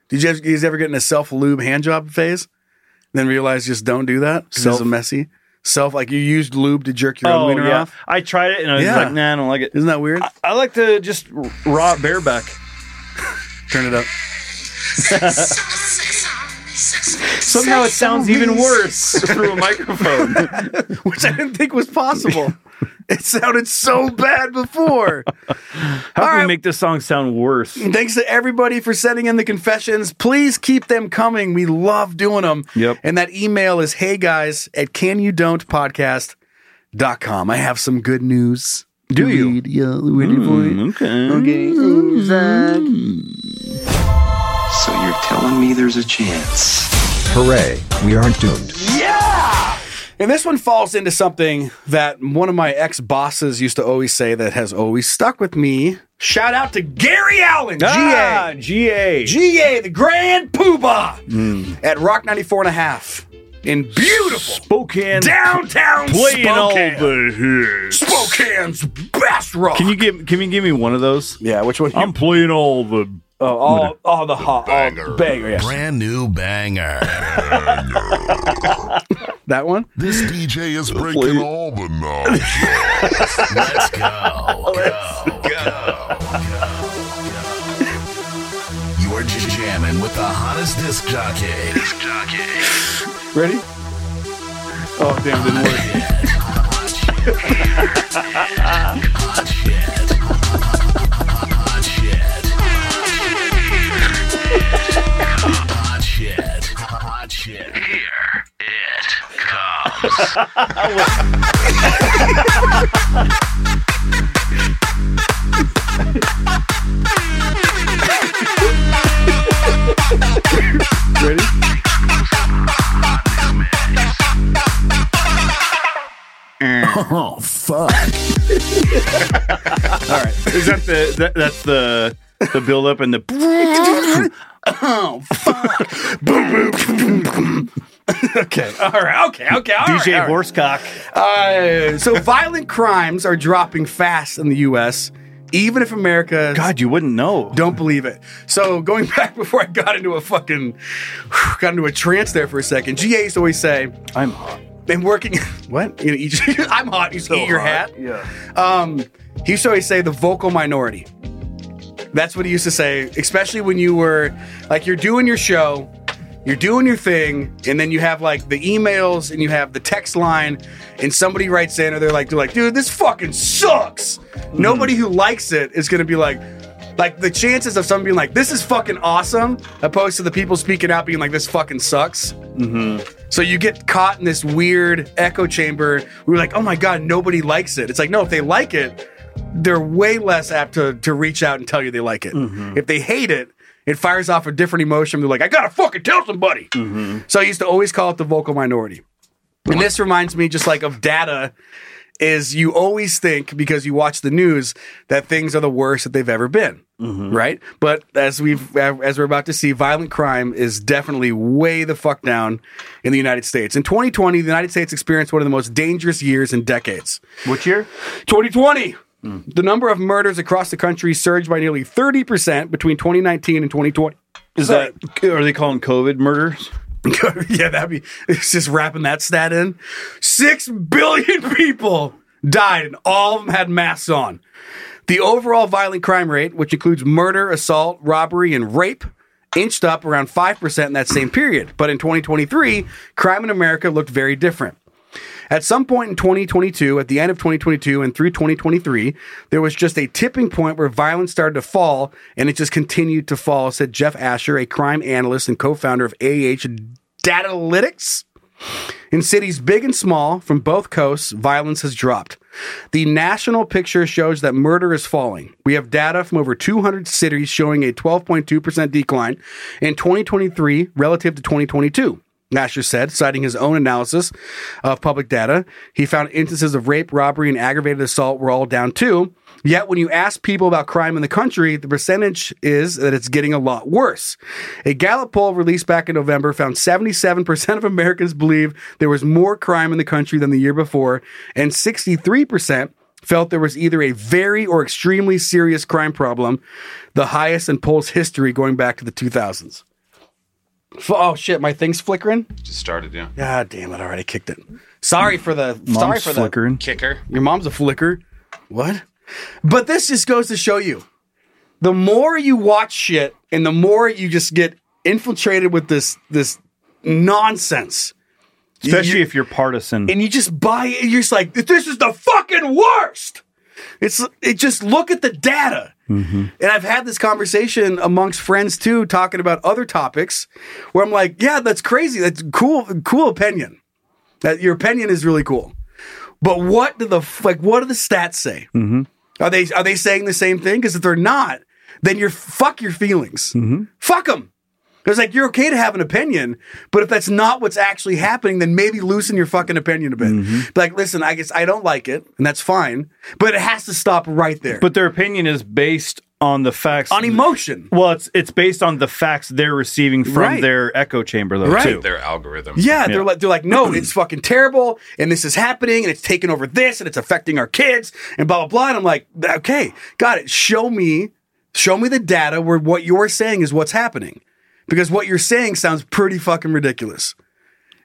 [SPEAKER 3] did you guys, you guys ever get in a self lube hand job phase? Then realize just don't do that. 'cause It's
[SPEAKER 5] Self-
[SPEAKER 3] a messy. Self, like you used lube to jerk your own
[SPEAKER 5] oh
[SPEAKER 3] wiener
[SPEAKER 5] yeah,
[SPEAKER 3] off.
[SPEAKER 5] I tried it and I was
[SPEAKER 3] Yeah.
[SPEAKER 5] like, nah, I don't like it.
[SPEAKER 3] Isn't that weird?
[SPEAKER 5] I like to just r- raw bareback.
[SPEAKER 3] Turn it up.
[SPEAKER 5] Somehow it sounds even worse through a microphone.
[SPEAKER 3] which I didn't think was possible. it sounded so bad before. All
[SPEAKER 5] How can
[SPEAKER 3] right.
[SPEAKER 5] we make this song sound worse?
[SPEAKER 3] Thanks to everybody for sending in the confessions. Please keep them coming. We love doing them.
[SPEAKER 5] Yep.
[SPEAKER 3] And that email is hey guys at can you don't podcast CarBondaCom. I have some good news.
[SPEAKER 5] Do you? Hmm.
[SPEAKER 3] Read, yeah, ready for it? Okay. Okay.
[SPEAKER 4] So you're telling me there's a chance?
[SPEAKER 11] Hooray, we aren't doomed.
[SPEAKER 3] And this one falls into something that one of my ex bosses used to always say that has always stuck with me. Shout out to Gary Allen,
[SPEAKER 5] Ah,
[SPEAKER 3] GA. GA. GA, the grand poobah at Rock 94 and a half in beautiful Spokane. Downtown
[SPEAKER 5] Playing
[SPEAKER 3] Spokane.
[SPEAKER 5] over here.
[SPEAKER 3] Spokane's best rock.
[SPEAKER 5] Can you give? Can you give me one of those?
[SPEAKER 3] Yeah, which one?
[SPEAKER 5] I'm playing all the.
[SPEAKER 3] Oh, all, all the hot banger. banger yes.
[SPEAKER 12] Brand new banger.
[SPEAKER 3] that one?
[SPEAKER 12] This DJ is breaking all the knobs. Let's go. go, go, go. You're just jamming with the hottest disc jockey. Disc jockey.
[SPEAKER 3] Ready? Oh, damn, didn't Ready?
[SPEAKER 12] oh, fuck.
[SPEAKER 5] All right. Is that the that, that's the the build up and the
[SPEAKER 3] work. oh, fuck. okay. All right. Okay. Okay. all right,
[SPEAKER 5] DJ
[SPEAKER 3] all right.
[SPEAKER 5] Horsecock?
[SPEAKER 3] Uh, so violent crimes are dropping fast in the U.S. Even if America, God,
[SPEAKER 5] you wouldn't know.
[SPEAKER 3] Don't believe it. So going back before I got into a fucking, got into a trance there for a second. GA used to always say,
[SPEAKER 5] "I'm hot."
[SPEAKER 3] Been working. What? You know, eat, I'm hot. You
[SPEAKER 5] So
[SPEAKER 3] eat your
[SPEAKER 5] hot,
[SPEAKER 3] hat. Yeah. Um, he used to always say the vocal minority. That's what he used to say, especially when you were like you're doing your show, you're doing your thing, and then you have like the emails and you have the text line, and somebody writes in or they're like, they're like, dude, this fucking sucks.
[SPEAKER 5] Mm-hmm.
[SPEAKER 3] Nobody who likes it is gonna be like, like the chances of someone being like, this is fucking awesome, opposed to the people speaking out being like, this fucking sucks. So you get caught in this weird echo chamber where you're like, oh my God, nobody likes it. It's like, no, if they like it, they're way less apt to, to reach out and tell you they like it. If they hate it, it fires off a different emotion. They're like, I gotta fucking tell somebody. So I used to always call it the vocal minority. And this reminds me just like of data is you always think because you watch the news that things are the worst that they've ever been. Right? But as we've as we're about to see, violent crime is definitely way the fuck down in the United States. In 2020, the United States experienced one of the most dangerous years in decades.
[SPEAKER 5] Which year?
[SPEAKER 3] 2020. The number of murders across the country surged by nearly 30% between 2019 and 2020.
[SPEAKER 5] Is
[SPEAKER 3] Sorry.
[SPEAKER 5] that are they calling COVID murders?
[SPEAKER 3] yeah, that'd be it's just wrapping that stat in. Six billion people died, and all of them had masks on. The overall violent crime rate, which includes murder, assault, robbery, and rape, inched up around 5% in that same period. But in 2023, crime in America looked very different. At some point in 2022, at the end of 2022 and through 2023, there was just a tipping point where violence started to fall and it just continued to fall, said Jeff Asher, a crime analyst and co founder of AH Datalytics. In cities big and small from both coasts, violence has dropped. The national picture shows that murder is falling. We have data from over 200 cities showing a 12.2% decline in 2023 relative to 2022. Nasher said, citing his own analysis of public data, he found instances of rape, robbery, and aggravated assault were all down too. Yet, when you ask people about crime in the country, the percentage is that it's getting a lot worse. A Gallup poll released back in November found 77% of Americans believe there was more crime in the country than the year before, and 63% felt there was either a very or extremely serious crime problem, the highest in polls history going back to the 2000s. F- Oh shit, my thing's flickering.
[SPEAKER 6] Just started, yeah.
[SPEAKER 3] God damn it! I already kicked it. Sorry for the.
[SPEAKER 6] Mom's
[SPEAKER 3] sorry for
[SPEAKER 5] flickering.
[SPEAKER 6] Kicker.
[SPEAKER 3] the. Your mom's a flicker. What? But this just goes to show you, the more you watch shit, and the more you just get infiltrated with this this nonsense. You-
[SPEAKER 5] Especially
[SPEAKER 3] you-
[SPEAKER 5] if you're partisan.
[SPEAKER 3] and you just buy it. You're just like, this is the fucking worst. It's it. Just look at the data. And I've had this conversation amongst friends too, talking about other topics, where I'm like, yeah, that's crazy. That's cool. Cool opinion. That your opinion is really cool. But what do the f- like? What do the stats say?
[SPEAKER 5] Mm-hmm.
[SPEAKER 3] Are they are they saying the same thing? Because if they're not, then you're fuck your feelings.
[SPEAKER 5] Mm-hmm.
[SPEAKER 3] Fuck them. It's like you're okay to have an opinion, but if that's not what's actually happening, then maybe loosen your fucking opinion a bit.
[SPEAKER 5] Mm-hmm.
[SPEAKER 3] Like, listen, I guess I don't like it, and that's fine, but it has to stop right there.
[SPEAKER 5] But their opinion is based on the facts,
[SPEAKER 3] on emotion.
[SPEAKER 5] Well, it's it's based on the facts they're receiving from
[SPEAKER 3] Right.
[SPEAKER 5] their echo chamber, though.
[SPEAKER 3] Right.
[SPEAKER 5] Too.
[SPEAKER 6] Their algorithm.
[SPEAKER 3] Yeah, they're like they're like, no, it's fucking terrible, and this is happening, and it's taking over this, and it's affecting our kids, and blah blah blah. And I'm like, okay, got it. Show me, show me the data where what you're saying is what's happening, because what you're saying sounds pretty fucking ridiculous.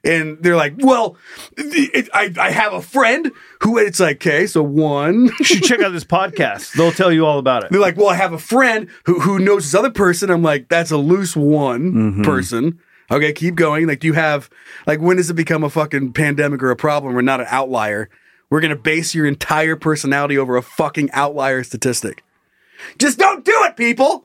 [SPEAKER 3] And they're like, well, it, I, I have a friend who it's like, okay, so one.
[SPEAKER 5] you should check out this podcast. They'll tell you all about it.
[SPEAKER 3] They're like, well, I have a friend who, who knows this other person. I'm like, that's a loose one person. Okay, keep going. Like, do you have, like, when does it become a fucking pandemic or a problem? We're not an outlier. We're going to base your entire personality over a fucking outlier statistic. Just don't do it, people.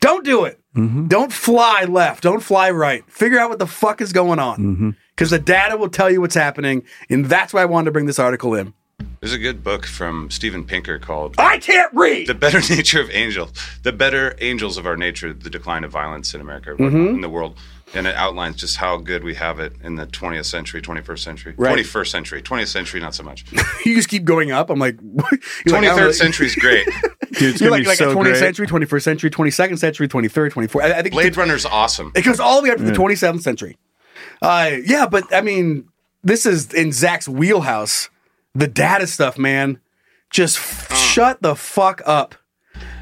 [SPEAKER 3] Don't do it. Don't fly left. Don't fly right. Figure out what the fuck is going on. Because the data will tell you what's happening. And that's why I wanted to bring this article in.
[SPEAKER 6] There's a good book from Steven Pinker called
[SPEAKER 3] I can't read.
[SPEAKER 6] The Better Nature of Angels. The Better Angels of Our Nature, The Decline of Violence in America,
[SPEAKER 3] Mhm.
[SPEAKER 6] in the world. And it outlines just how good we have it in the 20th century, 21st century.
[SPEAKER 3] Right.
[SPEAKER 6] 21st century. 20th century, not so much.
[SPEAKER 3] you just keep going up. I'm like, you're like, I don't
[SPEAKER 6] 23rd
[SPEAKER 3] really-
[SPEAKER 6] century is great.
[SPEAKER 5] Dude,
[SPEAKER 3] You're like, like a 20th century, 21st century, 22nd century, 23rd, 24th. I, I think
[SPEAKER 6] Blade Runner's awesome.
[SPEAKER 3] it goes all the way up to the
[SPEAKER 6] Yeah.
[SPEAKER 3] 27th century. Uh, yeah, but I mean, this is in Zach's wheelhouse. The data stuff, man. Just f- shut the fuck up.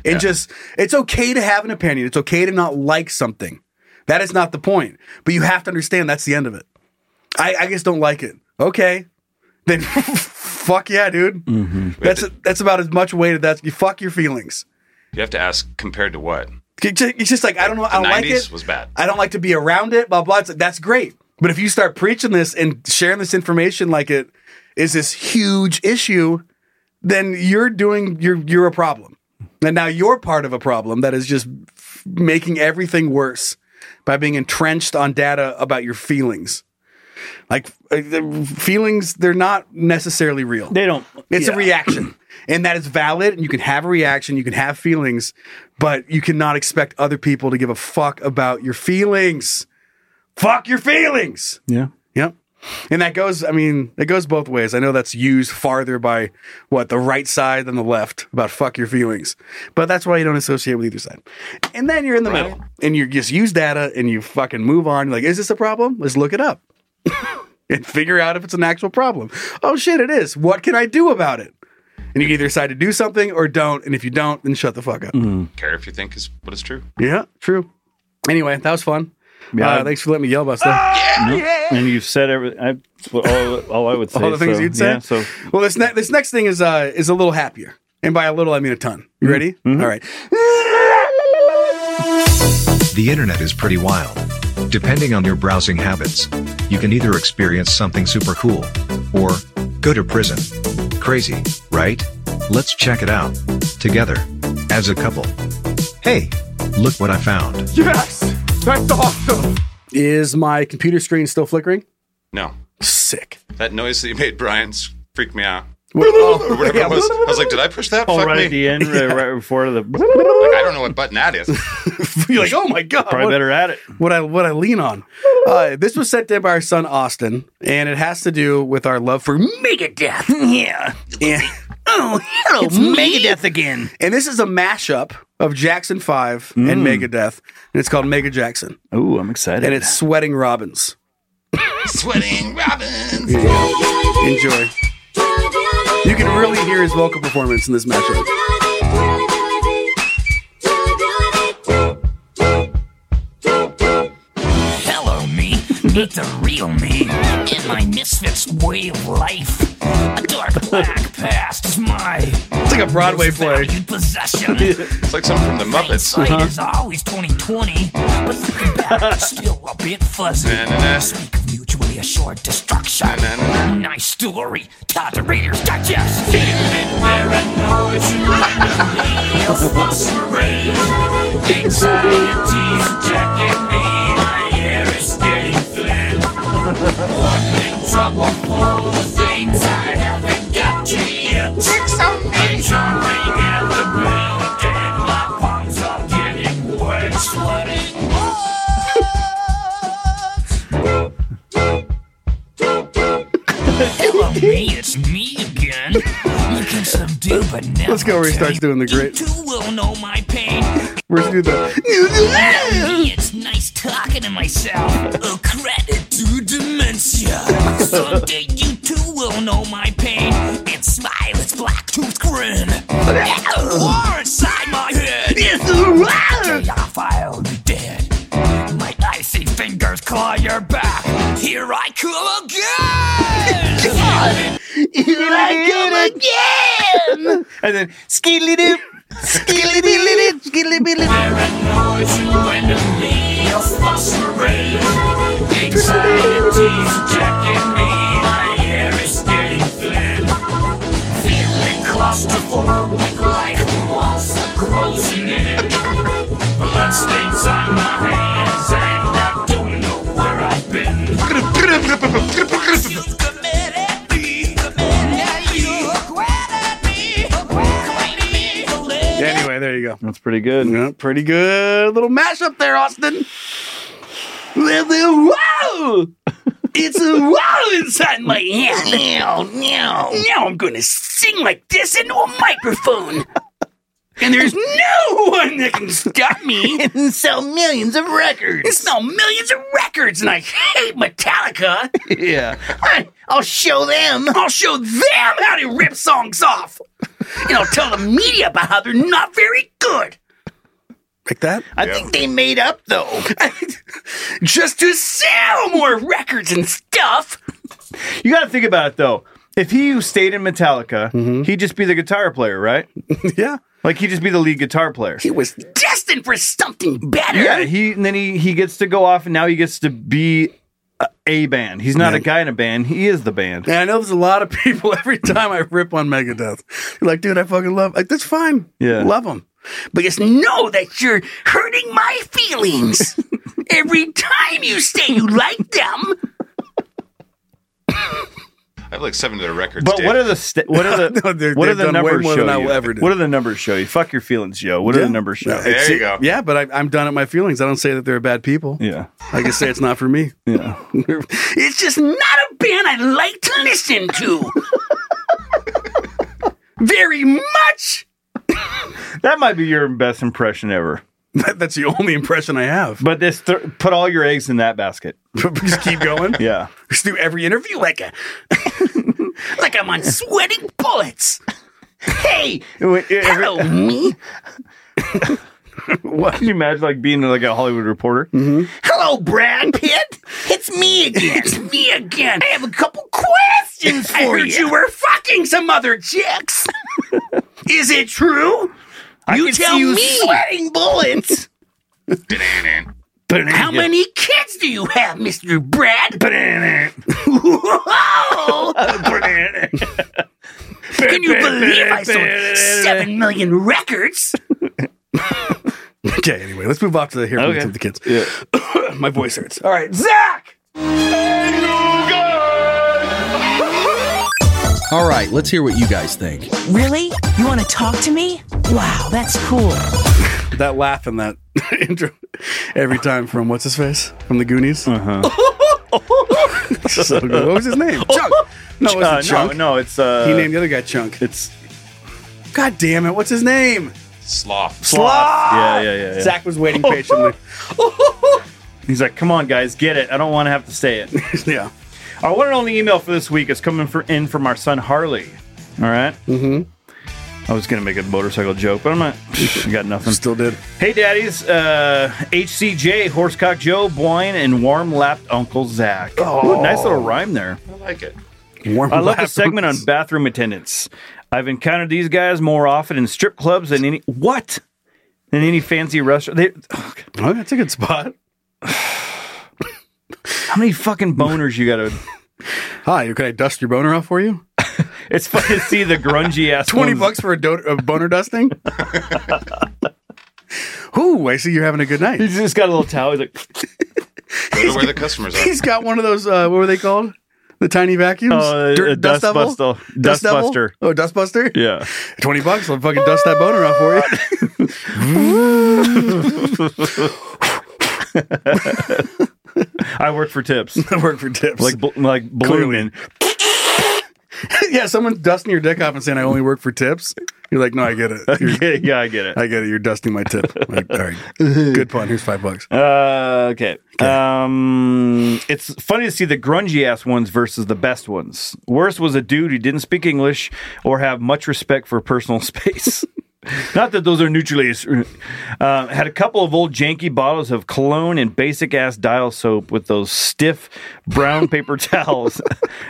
[SPEAKER 3] And just, it's okay to have an opinion. It's okay to not like something. That is not the point. But you have to understand that's the end of it. I, I just don't like it. Okay. Then fuck yeah, dude. That's that's about as much weight as that's you fuck your feelings.
[SPEAKER 6] You have to ask compared to what?
[SPEAKER 3] It's ju- it's just like I don't know. I don't
[SPEAKER 6] the
[SPEAKER 3] like
[SPEAKER 6] 90s
[SPEAKER 3] it.
[SPEAKER 6] was bad.
[SPEAKER 3] I don't like to be around it. Blah blah. It's like, that's great. But if you start preaching this and sharing this information like it is this huge issue, then you're doing you're you're a problem. And now you're part of a problem that is just f- making everything worse by being entrenched on data about your feelings. Like uh, the feelings, they're not necessarily real. They
[SPEAKER 5] don't.
[SPEAKER 3] It's a
[SPEAKER 5] yeah.
[SPEAKER 3] reaction, and that is valid. And you can have a reaction, you can have feelings, but you cannot expect other people to give a fuck about your feelings. Fuck your feelings.
[SPEAKER 5] Yeah.
[SPEAKER 3] Yep. And that goes, I mean, it goes both ways. I know that's used farther by what, the right side than the left about fuck your feelings. But that's why you don't associate with either side. And then you're in the middle and you just use data and you fucking move on. You're like, is this a problem? Let's look it up and figure out if it's an actual problem. Oh shit, it is. What can I do about it? And you either decide to do something or don't. And if you don't, then shut the fuck up.
[SPEAKER 6] Care if you think is what is true.
[SPEAKER 3] Yeah, true. Anyway, that was fun.
[SPEAKER 5] Yeah.
[SPEAKER 3] Uh, thanks for letting me yell about stuff.
[SPEAKER 5] And you've said everything. I, that's what- all, all I would say.
[SPEAKER 3] all the things
[SPEAKER 5] so,
[SPEAKER 3] you'd say.
[SPEAKER 5] Yeah, so
[SPEAKER 3] well, this ne- this next thing is uh is a little happier, and by a little I mean a ton. You ready? All right.
[SPEAKER 11] The internet is pretty wild. Depending on your browsing habits, you can either experience something super cool or go to prison. Crazy, right? Let's check it out together as a couple. Hey, look what I found.
[SPEAKER 3] Yes, that's awesome. Is my computer screen still flickering?
[SPEAKER 6] No.
[SPEAKER 3] Sick.
[SPEAKER 6] That noise that you made, Brian, s- freaked me out.
[SPEAKER 3] What-
[SPEAKER 6] Or
[SPEAKER 3] oh,
[SPEAKER 6] whatever
[SPEAKER 3] yeah.
[SPEAKER 6] it was. I was like, did I push that?
[SPEAKER 5] Oh,
[SPEAKER 6] Fuck
[SPEAKER 5] right
[SPEAKER 6] me.
[SPEAKER 5] at the end, right, right before the.
[SPEAKER 6] Like, I don't know what button that is.
[SPEAKER 3] You're like, oh my god,
[SPEAKER 5] Probably better at it.
[SPEAKER 3] What I what I lean on. Uh, this was sent in by our son Austin, and it has to do with our love for Megadeth. Yeah. And, oh, hello,
[SPEAKER 4] It's
[SPEAKER 3] Megadeth again. And this is a mashup of Jackson Five and Megadeth, and it's called Mega Jackson.
[SPEAKER 5] Ooh, I'm excited.
[SPEAKER 3] And it's Sweating Robins.
[SPEAKER 4] Sweating Robin.
[SPEAKER 3] Here you go. Enjoy. You can really hear his vocal performance in this mashup.
[SPEAKER 4] Hello, me. Meet the real me. In my misfits way of life. A dark black past is my
[SPEAKER 3] It's like a Broadway play.
[SPEAKER 4] possession.
[SPEAKER 6] It's like something from the Muppets.
[SPEAKER 4] Sight is always 2020, but looking back, it's still a bit fuzzy.
[SPEAKER 6] Na-na-na.
[SPEAKER 4] Speak of mutually assured destruction. Nice story. Todd the Reader's Digest. Feeling where I know it's real. Phosphorate. Anxiety's attacking me. My hair is getting thin. What in trouble for the things I have Hello, me. It's me again. Looking some dude, but never
[SPEAKER 3] Let's go where he starts doing the great.
[SPEAKER 4] too will know my pain.
[SPEAKER 3] Where's do the
[SPEAKER 4] Me, it's nice talking to myself. A credit to dementia. Someday you too will know my pain and smile its black tooth grin. It's the war inside my head.
[SPEAKER 3] It's the war.
[SPEAKER 4] Day off, I'll be dead. My icy fingers claw your back. Here I come again.
[SPEAKER 3] Here I come again.
[SPEAKER 5] And then skilly dip, skilly dip, skilly
[SPEAKER 4] Claustrophobic like walls are closing in. Blood stains on my hands, and I don't know where I've been.
[SPEAKER 3] Anyway, there you go.
[SPEAKER 5] That's pretty good.
[SPEAKER 3] Yeah, pretty good little mashup there, Austin. Wow! It's a wow inside my hand. Now, now, now I'm going to sing like this into a microphone. And there's no one that can stop me and sell millions of records. And sell millions of records, and I hate Metallica.
[SPEAKER 5] Yeah.
[SPEAKER 3] I, I'll show them. I'll show them how to rip songs off. And I'll tell the media about how they're not very good. Like that? I think they made up, though. Just to sell more records and stuff.
[SPEAKER 5] You got to think about it though. If he stayed in Metallica, he'd just be the guitar player, right?
[SPEAKER 3] yeah.
[SPEAKER 5] Like he'd just be the lead guitar player.
[SPEAKER 3] He was destined for something better.
[SPEAKER 5] Yeah, he and then he he gets to go off and now he gets to be a, a band. He's not a guy in a band. He is the band.
[SPEAKER 3] And I know there's a lot of people every time I rip on Megadeth. You're like, dude, I fucking love. Like, that's fine.
[SPEAKER 5] Yeah.
[SPEAKER 3] love them. But just know that you're hurting my feelings every time you say you like them.
[SPEAKER 6] I have like seven of their records.
[SPEAKER 5] But
[SPEAKER 6] dude.
[SPEAKER 5] what are the st- what are the
[SPEAKER 3] No, they're-
[SPEAKER 5] what are
[SPEAKER 3] they've
[SPEAKER 5] the
[SPEAKER 3] done way
[SPEAKER 5] numbers
[SPEAKER 3] more
[SPEAKER 5] show
[SPEAKER 3] than I
[SPEAKER 5] you?
[SPEAKER 3] will ever do.
[SPEAKER 5] What are the numbers show you? Fuck your feelings, Joe. What are
[SPEAKER 3] Yeah.
[SPEAKER 5] the numbers show?
[SPEAKER 3] No, it's-
[SPEAKER 6] There you go.
[SPEAKER 3] Yeah, but I, I'm done at my feelings. I don't say that they're bad people.
[SPEAKER 5] yeah,
[SPEAKER 3] I can say it's not for me.
[SPEAKER 5] yeah.
[SPEAKER 3] it's just not a band I like to listen to. Very much.
[SPEAKER 5] That might be your best impression ever.
[SPEAKER 3] That, that's the only impression I have.
[SPEAKER 5] But this th- put all your eggs in that basket.
[SPEAKER 3] just keep going.
[SPEAKER 5] Yeah.
[SPEAKER 3] Just do every interview like a like I'm on sweating bullets. Hey,
[SPEAKER 5] Every-
[SPEAKER 3] me.
[SPEAKER 5] what can you imagine like being like a Hollywood reporter?
[SPEAKER 3] Mm-hmm.
[SPEAKER 5] Uh,
[SPEAKER 3] Hello, Brad Pitt. It's me again. It's me again. I have a couple questions for you. I heard you. were fucking some other chicks. Is it true? you tell
[SPEAKER 4] you
[SPEAKER 3] me. Sweating bullets. How many kids do you have, Mr. Brad? Whoa! Can you believe I sold seven million records? okay, anyway, let's move off to the here
[SPEAKER 5] Okay.
[SPEAKER 3] of the kids.
[SPEAKER 5] Yeah.
[SPEAKER 3] My voice hurts. All right, Zach.
[SPEAKER 13] All right, let's hear what you guys think.
[SPEAKER 7] Really? You want to talk to me? Wow, that's cool.
[SPEAKER 3] That laugh in that intro every time from what's his face from the Goonies. Uh-huh. so good. What was his name? Chunk. No, it wasn't
[SPEAKER 5] Uh, no,
[SPEAKER 3] Chunk.
[SPEAKER 5] no, it's uh,
[SPEAKER 3] He named the other guy Chunk.
[SPEAKER 5] it's
[SPEAKER 3] God damn it! What's his name?
[SPEAKER 6] Sloth.
[SPEAKER 3] Sloth.
[SPEAKER 5] Yeah, yeah, yeah, yeah.
[SPEAKER 3] Zach was waiting patiently.
[SPEAKER 5] He's like, come on, guys, get it. I don't want to have to say it.
[SPEAKER 3] yeah.
[SPEAKER 5] Our one and only email for this week is coming for, in from our son Harley. All Mm-hmm. I was gonna make a motorcycle joke, but I'm not. I got nothing.
[SPEAKER 3] Still did.
[SPEAKER 5] Hey, daddies. Uh, HCJ, Horsecock Joe, Boyne, and warm lapped Uncle Zach. Ooh, nice little rhyme there.
[SPEAKER 6] I like it.
[SPEAKER 3] Warm
[SPEAKER 5] I love the
[SPEAKER 3] laugh.
[SPEAKER 5] segment on bathroom attendants. I've encountered these guys more often in strip clubs than any what than any fancy restaurant. They,
[SPEAKER 3] Oh, that's a good spot.
[SPEAKER 5] how many fucking boners you gotta?
[SPEAKER 3] Hi, can I dust your boner off for you?
[SPEAKER 5] It's fun to see the grungy ass.
[SPEAKER 3] Twenty
[SPEAKER 5] ones.
[SPEAKER 3] bucks for a, do- a boner dusting. Ooh, I see you're having a good night.
[SPEAKER 5] He's just got a little towel. He's like,
[SPEAKER 6] Go to where the customers are.
[SPEAKER 3] He's got one of those. Uh, what were they called? The tiny vacuums.
[SPEAKER 5] Uh,
[SPEAKER 3] Dirt-
[SPEAKER 5] a dust
[SPEAKER 3] devil?
[SPEAKER 5] bustle- dust
[SPEAKER 3] devil?
[SPEAKER 5] buster.
[SPEAKER 3] Oh, dust buster.
[SPEAKER 5] yeah.
[SPEAKER 3] Twenty bucks. I'll fucking dust that boner off for you.
[SPEAKER 5] I work for tips.
[SPEAKER 3] Work for tips.
[SPEAKER 5] like bl- like
[SPEAKER 3] Clearly.
[SPEAKER 5] balloon.
[SPEAKER 3] yeah, someone's dusting your dick off and saying, I only work for tips. You're like, no, I get it. You're-
[SPEAKER 5] yeah, I get it.
[SPEAKER 3] I get it. You're dusting my tip. Like, all right. Good pun. Here's five bucks.
[SPEAKER 5] Uh, okay. Um, it's funny to see the grungy ass ones versus the best ones. Worse was a dude who didn't speak English or have much respect for personal space. Not that those are neutrally. Uh, had a couple of old janky bottles of cologne and basic ass dial soap with those stiff brown paper towels.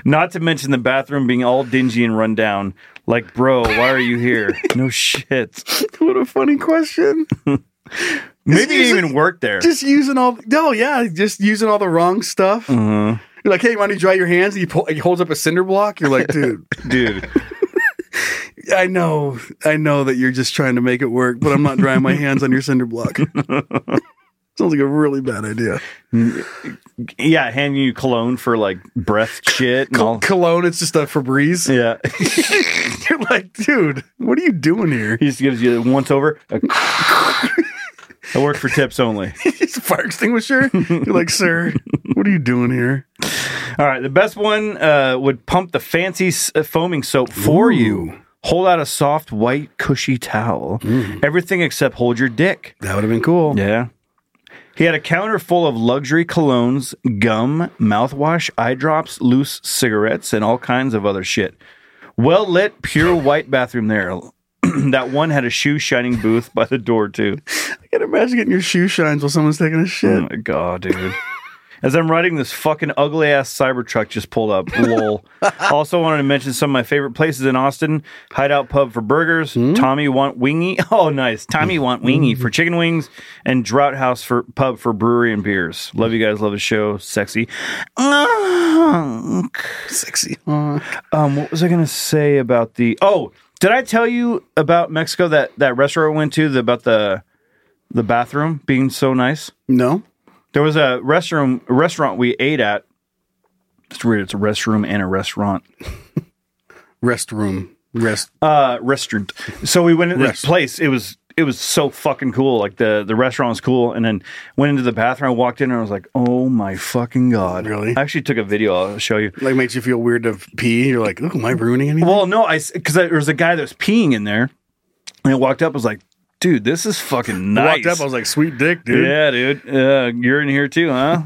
[SPEAKER 5] Not to mention the bathroom being all dingy and run down. Like, bro, why are you here? no shit.
[SPEAKER 3] What a funny question.
[SPEAKER 5] Maybe it even worked there.
[SPEAKER 3] Just using all, no, yeah, just using all the wrong stuff.
[SPEAKER 5] Mhm.
[SPEAKER 3] You're like, hey, why don't you dry your hands? He, pull, he holds up a cinder block. You're like, dude,
[SPEAKER 5] dude.
[SPEAKER 3] I know, I know that you're just trying to make it work, but I'm not drying my hands on your cinder block. Sounds like a really bad idea.
[SPEAKER 5] Yeah, handing you cologne for like breath shit. And all.
[SPEAKER 3] Cologne, it's just a Febreze.
[SPEAKER 5] Yeah.
[SPEAKER 3] You're like, dude, what are you doing here?
[SPEAKER 5] He just gives you a once over. a- I work for tips only.
[SPEAKER 3] It's a fire extinguisher. You're like, sir, what are you doing here?
[SPEAKER 5] All right, the best one uh, would pump the fancy s- uh, foaming soap for you. Hold out a soft, white, cushy towel. Everything except hold your dick.
[SPEAKER 3] That would have been cool.
[SPEAKER 5] Yeah. He had a counter full of luxury colognes, gum, mouthwash, eye drops, loose cigarettes, and all kinds of other shit. Well lit, pure white bathroom there. that one had a shoe shining booth by the door, too.
[SPEAKER 3] I can imagine getting your shoe shines while someone's taking a shit.
[SPEAKER 5] Oh my god, dude. As I'm writing this fucking ugly ass Cybertruck just pulled up. Lol. also wanted to mention some of my favorite places in Austin. Hideout Pub for burgers,
[SPEAKER 3] Hmm?
[SPEAKER 5] Tommy Want Wingy. Oh nice. Tommy Want Wingy for chicken wings and Drought House for pub for brewery and beers. Love you guys, love the show. Sexy.
[SPEAKER 3] Sexy.
[SPEAKER 5] Um, what was I gonna say about the? Oh, did I tell you about Mexico that that restaurant I went to the, about the the bathroom being so nice?
[SPEAKER 3] No,
[SPEAKER 5] there was a restroom restaurant we ate at. It's weird. It's a restroom and a restaurant.
[SPEAKER 3] Rest room. Rest.
[SPEAKER 5] Uh, restaurant. So we went into this
[SPEAKER 3] Rest.
[SPEAKER 5] place. It was it was so fucking cool. Like the the restaurant was cool, and then went into the bathroom. I walked in and I was like, oh my fucking god! Really? I actually took a video. I'll show you.
[SPEAKER 3] Like makes you feel weird to pee. You're like, oh, am I ruining anything?
[SPEAKER 5] Well, no, I because there was a guy that was peeing in there, and I walked up. I was like, dude, this is fucking
[SPEAKER 3] I
[SPEAKER 5] nice.
[SPEAKER 3] walked up, I was like, sweet dick, dude.
[SPEAKER 5] Yeah, dude. Uh, you're in here too, huh?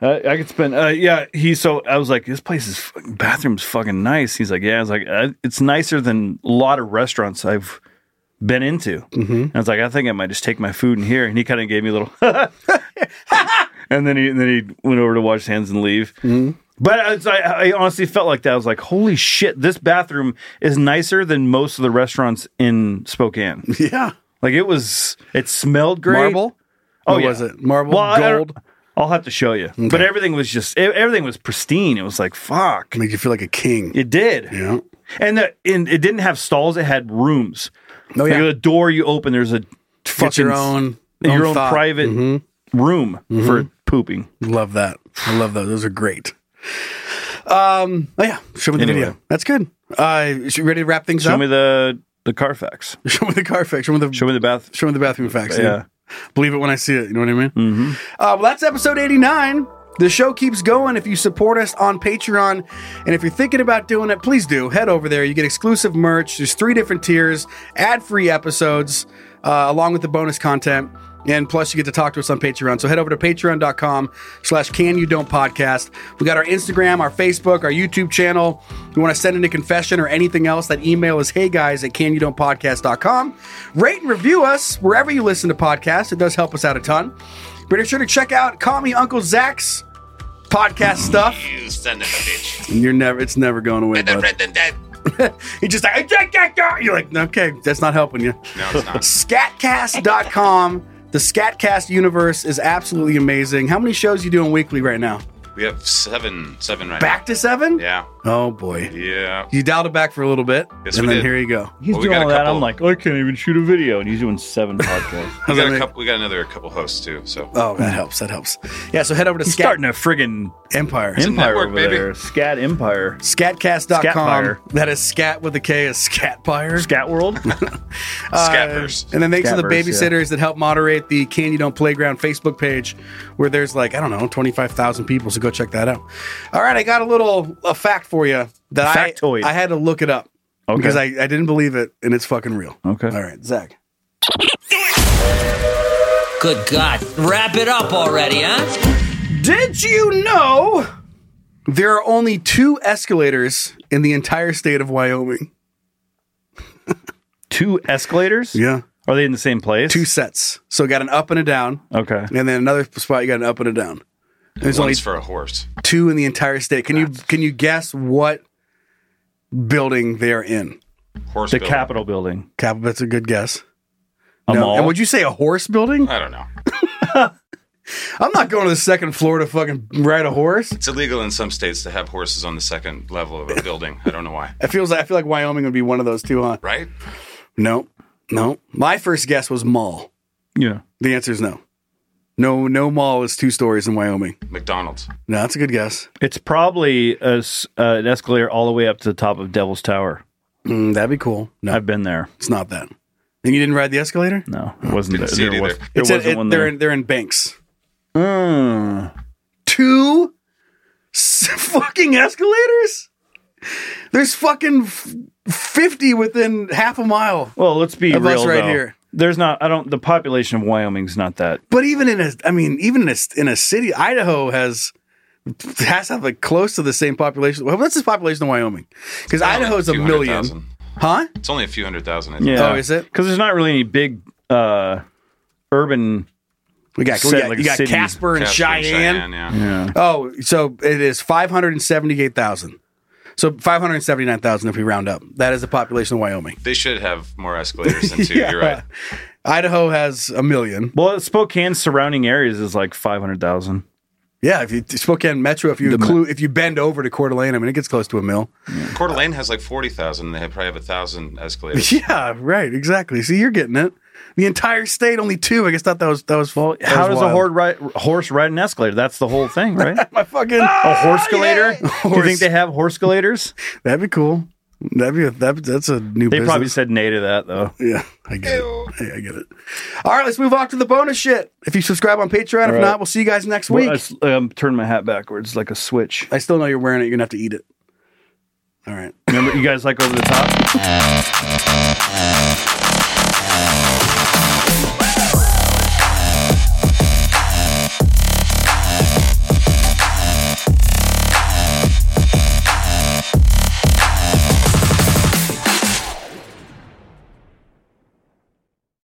[SPEAKER 5] I, I could spend. Uh, yeah, he. So I was like, this place is fucking, bathroom's fucking nice. He's like, yeah. I was like, uh, it's nicer than a lot of restaurants I've been into.
[SPEAKER 3] Mm-hmm.
[SPEAKER 5] And I was like, I think I might just take my food in here. And he kind of gave me a little, and then he and then he went over to wash his hands and leave.
[SPEAKER 3] Mm-hmm.
[SPEAKER 5] But I, was- I, I honestly felt like that. I was like, holy shit, this bathroom is nicer than most of the restaurants in Spokane.
[SPEAKER 3] Yeah.
[SPEAKER 5] Like it was, it smelled great.
[SPEAKER 3] Marble?
[SPEAKER 5] Oh,
[SPEAKER 3] What
[SPEAKER 5] yeah.
[SPEAKER 3] was it? Marble?
[SPEAKER 5] Well, I- I don't-
[SPEAKER 3] gold?
[SPEAKER 5] I'll have to show you. But everything was just e- everything was pristine. It was like fuck.
[SPEAKER 3] Made you feel like a king.
[SPEAKER 5] It did.
[SPEAKER 3] Yeah.
[SPEAKER 5] And the and it didn't have stalls. It had rooms.
[SPEAKER 3] Oh,
[SPEAKER 5] Like
[SPEAKER 3] yeah.
[SPEAKER 5] the door you open, there's a fucking
[SPEAKER 3] your own-
[SPEAKER 5] your
[SPEAKER 3] own
[SPEAKER 5] own
[SPEAKER 3] thought. Mm-hmm.
[SPEAKER 5] private room for pooping.
[SPEAKER 3] Love that. I love those. Those are great. Um. Oh yeah. Show me the
[SPEAKER 5] Anyway.
[SPEAKER 3] video. That's good. Uh. You ready to wrap things
[SPEAKER 5] Show
[SPEAKER 3] up?
[SPEAKER 5] me the the Carfax.
[SPEAKER 3] show me the car facts. Show me the.
[SPEAKER 5] Show me the bath.
[SPEAKER 3] Show me the bathroom facts. dude.
[SPEAKER 5] Yeah.
[SPEAKER 3] Believe it when I see it. You know what I mean?
[SPEAKER 5] Mm-hmm.
[SPEAKER 3] Uh, well, that's episode 89. The show keeps going if you support us on Patreon. And if you're thinking about doing it, please do. Head over there. You get exclusive merch. There's three different tiers, ad free episodes, uh, along with the bonus content. And plus, you get to talk to us on Patreon. So head over to patreon.com slash can you don't podcast. We got our Instagram, our Facebook, our YouTube channel. If you want to send in a confession or anything else, that email is hey guys at can you don't podcast.com. Rate and review us wherever you listen to podcasts. It does help us out a ton. But be sure to check out Call Me Uncle Zach's podcast stuff.
[SPEAKER 12] You son of a bitch.
[SPEAKER 3] And you're never it's never going away,
[SPEAKER 12] Better
[SPEAKER 3] bud.
[SPEAKER 12] bread than that.
[SPEAKER 3] You're just like you're like, okay, that's not helping you.
[SPEAKER 6] No, it's not.
[SPEAKER 3] Scatcast.com. The Scatcast universe is absolutely amazing. How many shows you doing weekly right now?
[SPEAKER 6] We have seven, seven right
[SPEAKER 3] Back to seven?
[SPEAKER 6] now. Yeah,
[SPEAKER 3] Oh boy.
[SPEAKER 6] yeah.
[SPEAKER 3] You dialed it back for a little bit.
[SPEAKER 6] Yes,
[SPEAKER 3] and
[SPEAKER 6] we
[SPEAKER 3] then
[SPEAKER 6] did.
[SPEAKER 3] here you go.
[SPEAKER 5] He's
[SPEAKER 6] Well, we
[SPEAKER 5] doing
[SPEAKER 6] got a
[SPEAKER 5] all that. I'm
[SPEAKER 6] couple-
[SPEAKER 5] like, I can't even shoot a video, and he's doing seven podcasts.
[SPEAKER 6] We
[SPEAKER 3] How's that
[SPEAKER 6] got a
[SPEAKER 3] make-
[SPEAKER 6] couple. We got another couple hosts too. So
[SPEAKER 3] Oh, that helps. That helps. Yeah, so head over to
[SPEAKER 5] He's
[SPEAKER 3] Scat
[SPEAKER 5] starting a friggin'
[SPEAKER 3] Empire.
[SPEAKER 6] a
[SPEAKER 5] empire
[SPEAKER 6] network,
[SPEAKER 5] over
[SPEAKER 6] baby.
[SPEAKER 5] there. Scat Empire.
[SPEAKER 3] Scatcast.com.
[SPEAKER 5] Scatfire.
[SPEAKER 3] That is scat with a K is scatpire.
[SPEAKER 5] Scat World.
[SPEAKER 6] scappers.
[SPEAKER 3] And then thanks to the
[SPEAKER 5] Scabbers, yeah.
[SPEAKER 3] babysitters that help moderate the Can You Don't Playground Facebook page, where there's like, I don't know, 25,000 people. So go check that out. All right, I got a little a fact for for you that
[SPEAKER 5] Factoid.
[SPEAKER 3] I I had to look it up
[SPEAKER 5] Okay.
[SPEAKER 3] because I, I didn't believe it, and it's fucking real.
[SPEAKER 5] Okay.
[SPEAKER 3] All right, Zach.
[SPEAKER 4] Good God. Wrap it up already, huh?
[SPEAKER 3] Did you know there are only two escalators in the entire state of Wyoming?
[SPEAKER 5] two escalators?
[SPEAKER 3] Yeah.
[SPEAKER 5] Are they in the same place?
[SPEAKER 3] Two sets. So got an up and a down.
[SPEAKER 5] Okay.
[SPEAKER 3] And then another spot you got an up and a down. There's
[SPEAKER 6] One's
[SPEAKER 3] only
[SPEAKER 6] for a horse.
[SPEAKER 3] two in the entire state. Can you can you guess what building they're in?
[SPEAKER 6] Horse
[SPEAKER 5] The
[SPEAKER 6] building.
[SPEAKER 5] Capitol building.
[SPEAKER 3] Cap, that's a good guess.
[SPEAKER 5] A
[SPEAKER 3] No.
[SPEAKER 5] mall?
[SPEAKER 3] And would you say a horse building?
[SPEAKER 6] I don't know.
[SPEAKER 3] I'm not going to the second floor to fucking ride a horse.
[SPEAKER 6] It's illegal in some states to have horses on the second level of a building. I don't know why.
[SPEAKER 3] It feels like I feel like Wyoming would be one of those two, huh?
[SPEAKER 6] Right?
[SPEAKER 3] No, no. My first guess was mall.
[SPEAKER 5] Yeah.
[SPEAKER 3] The answer is no. No, no mall is two stories in Wyoming.
[SPEAKER 6] McDonald's.
[SPEAKER 3] No, that's a good guess.
[SPEAKER 5] It's probably a s uh, an escalator all the way up to the top of Devil's Tower.
[SPEAKER 3] Mm, that'd be cool. No,
[SPEAKER 5] I've been there.
[SPEAKER 3] it's not that. And you didn't ride the escalator?
[SPEAKER 5] No, it wasn't
[SPEAKER 6] Hmm. Didn't see
[SPEAKER 5] there.
[SPEAKER 6] it
[SPEAKER 5] There, was,
[SPEAKER 6] either.
[SPEAKER 5] there
[SPEAKER 3] It's
[SPEAKER 5] wasn't
[SPEAKER 3] in- it-
[SPEAKER 5] one
[SPEAKER 3] they're
[SPEAKER 5] there.
[SPEAKER 3] in they're in banks.
[SPEAKER 5] Mm.
[SPEAKER 3] Two s- fucking escalators. There's fucking f- fifty within half a mile.
[SPEAKER 5] Well, let's be
[SPEAKER 3] Of us
[SPEAKER 5] real
[SPEAKER 3] right
[SPEAKER 5] though.
[SPEAKER 3] here.
[SPEAKER 5] There's not. I don't. The population of Wyoming's not that.
[SPEAKER 3] But even in a, I mean, even in a in a city, Idaho has has to have like close to the same population. Well, what's the population of Wyoming? Because Idaho's a million,
[SPEAKER 6] 200,000.
[SPEAKER 3] huh?
[SPEAKER 6] It's only a few hundred thousand. I think.
[SPEAKER 5] Yeah.
[SPEAKER 3] Oh, is it?
[SPEAKER 5] Because there's not really any big uh, urban.
[SPEAKER 3] We got we
[SPEAKER 5] set,
[SPEAKER 3] got,
[SPEAKER 5] like
[SPEAKER 3] you got
[SPEAKER 5] cities.
[SPEAKER 3] Casper and
[SPEAKER 6] Casper and
[SPEAKER 3] Cheyenne.
[SPEAKER 6] Cheyenne, yeah.
[SPEAKER 5] Yeah.
[SPEAKER 3] Oh, so it is five hundred and seventy eight thousand. So five hundred seventy nine thousand if we round up. That is the population of Wyoming.
[SPEAKER 6] They should have more escalators than two. You're right.
[SPEAKER 3] Idaho has a million.
[SPEAKER 5] Well, Spokane's surrounding areas is like five hundred thousand.
[SPEAKER 3] Yeah, if you Spokane Metro, if you include, if you bend over to Coeur d'Alene, I mean, it gets close to a mil.
[SPEAKER 6] Coeur d'Alene has like 40,000. They have probably have a thousand escalators.
[SPEAKER 3] Yeah, right, exactly. See, you're getting it. The entire state, only two. I guess thought that was that was. Well,
[SPEAKER 5] How does a horde ride, horse ride an escalator? That's the whole thing, right?
[SPEAKER 3] My fucking
[SPEAKER 5] a horse escalator? Do you
[SPEAKER 3] Oh, Horse.
[SPEAKER 5] think they have horse escalators?
[SPEAKER 3] Oh, that'd be cool. That'd be a, that. That's a new.
[SPEAKER 5] They
[SPEAKER 3] business.
[SPEAKER 5] probably said nay to that though.
[SPEAKER 3] Yeah, I get it. Hey, I get it. All right, let's move on to the bonus shit. If you subscribe on Patreon, if
[SPEAKER 5] right.
[SPEAKER 3] not, we'll see you guys next week.
[SPEAKER 5] Well, I s- um, turned my hat backwards like a switch.
[SPEAKER 3] I still know you're wearing it. You're gonna have to eat it. All right.
[SPEAKER 5] Remember, you guys like over the top.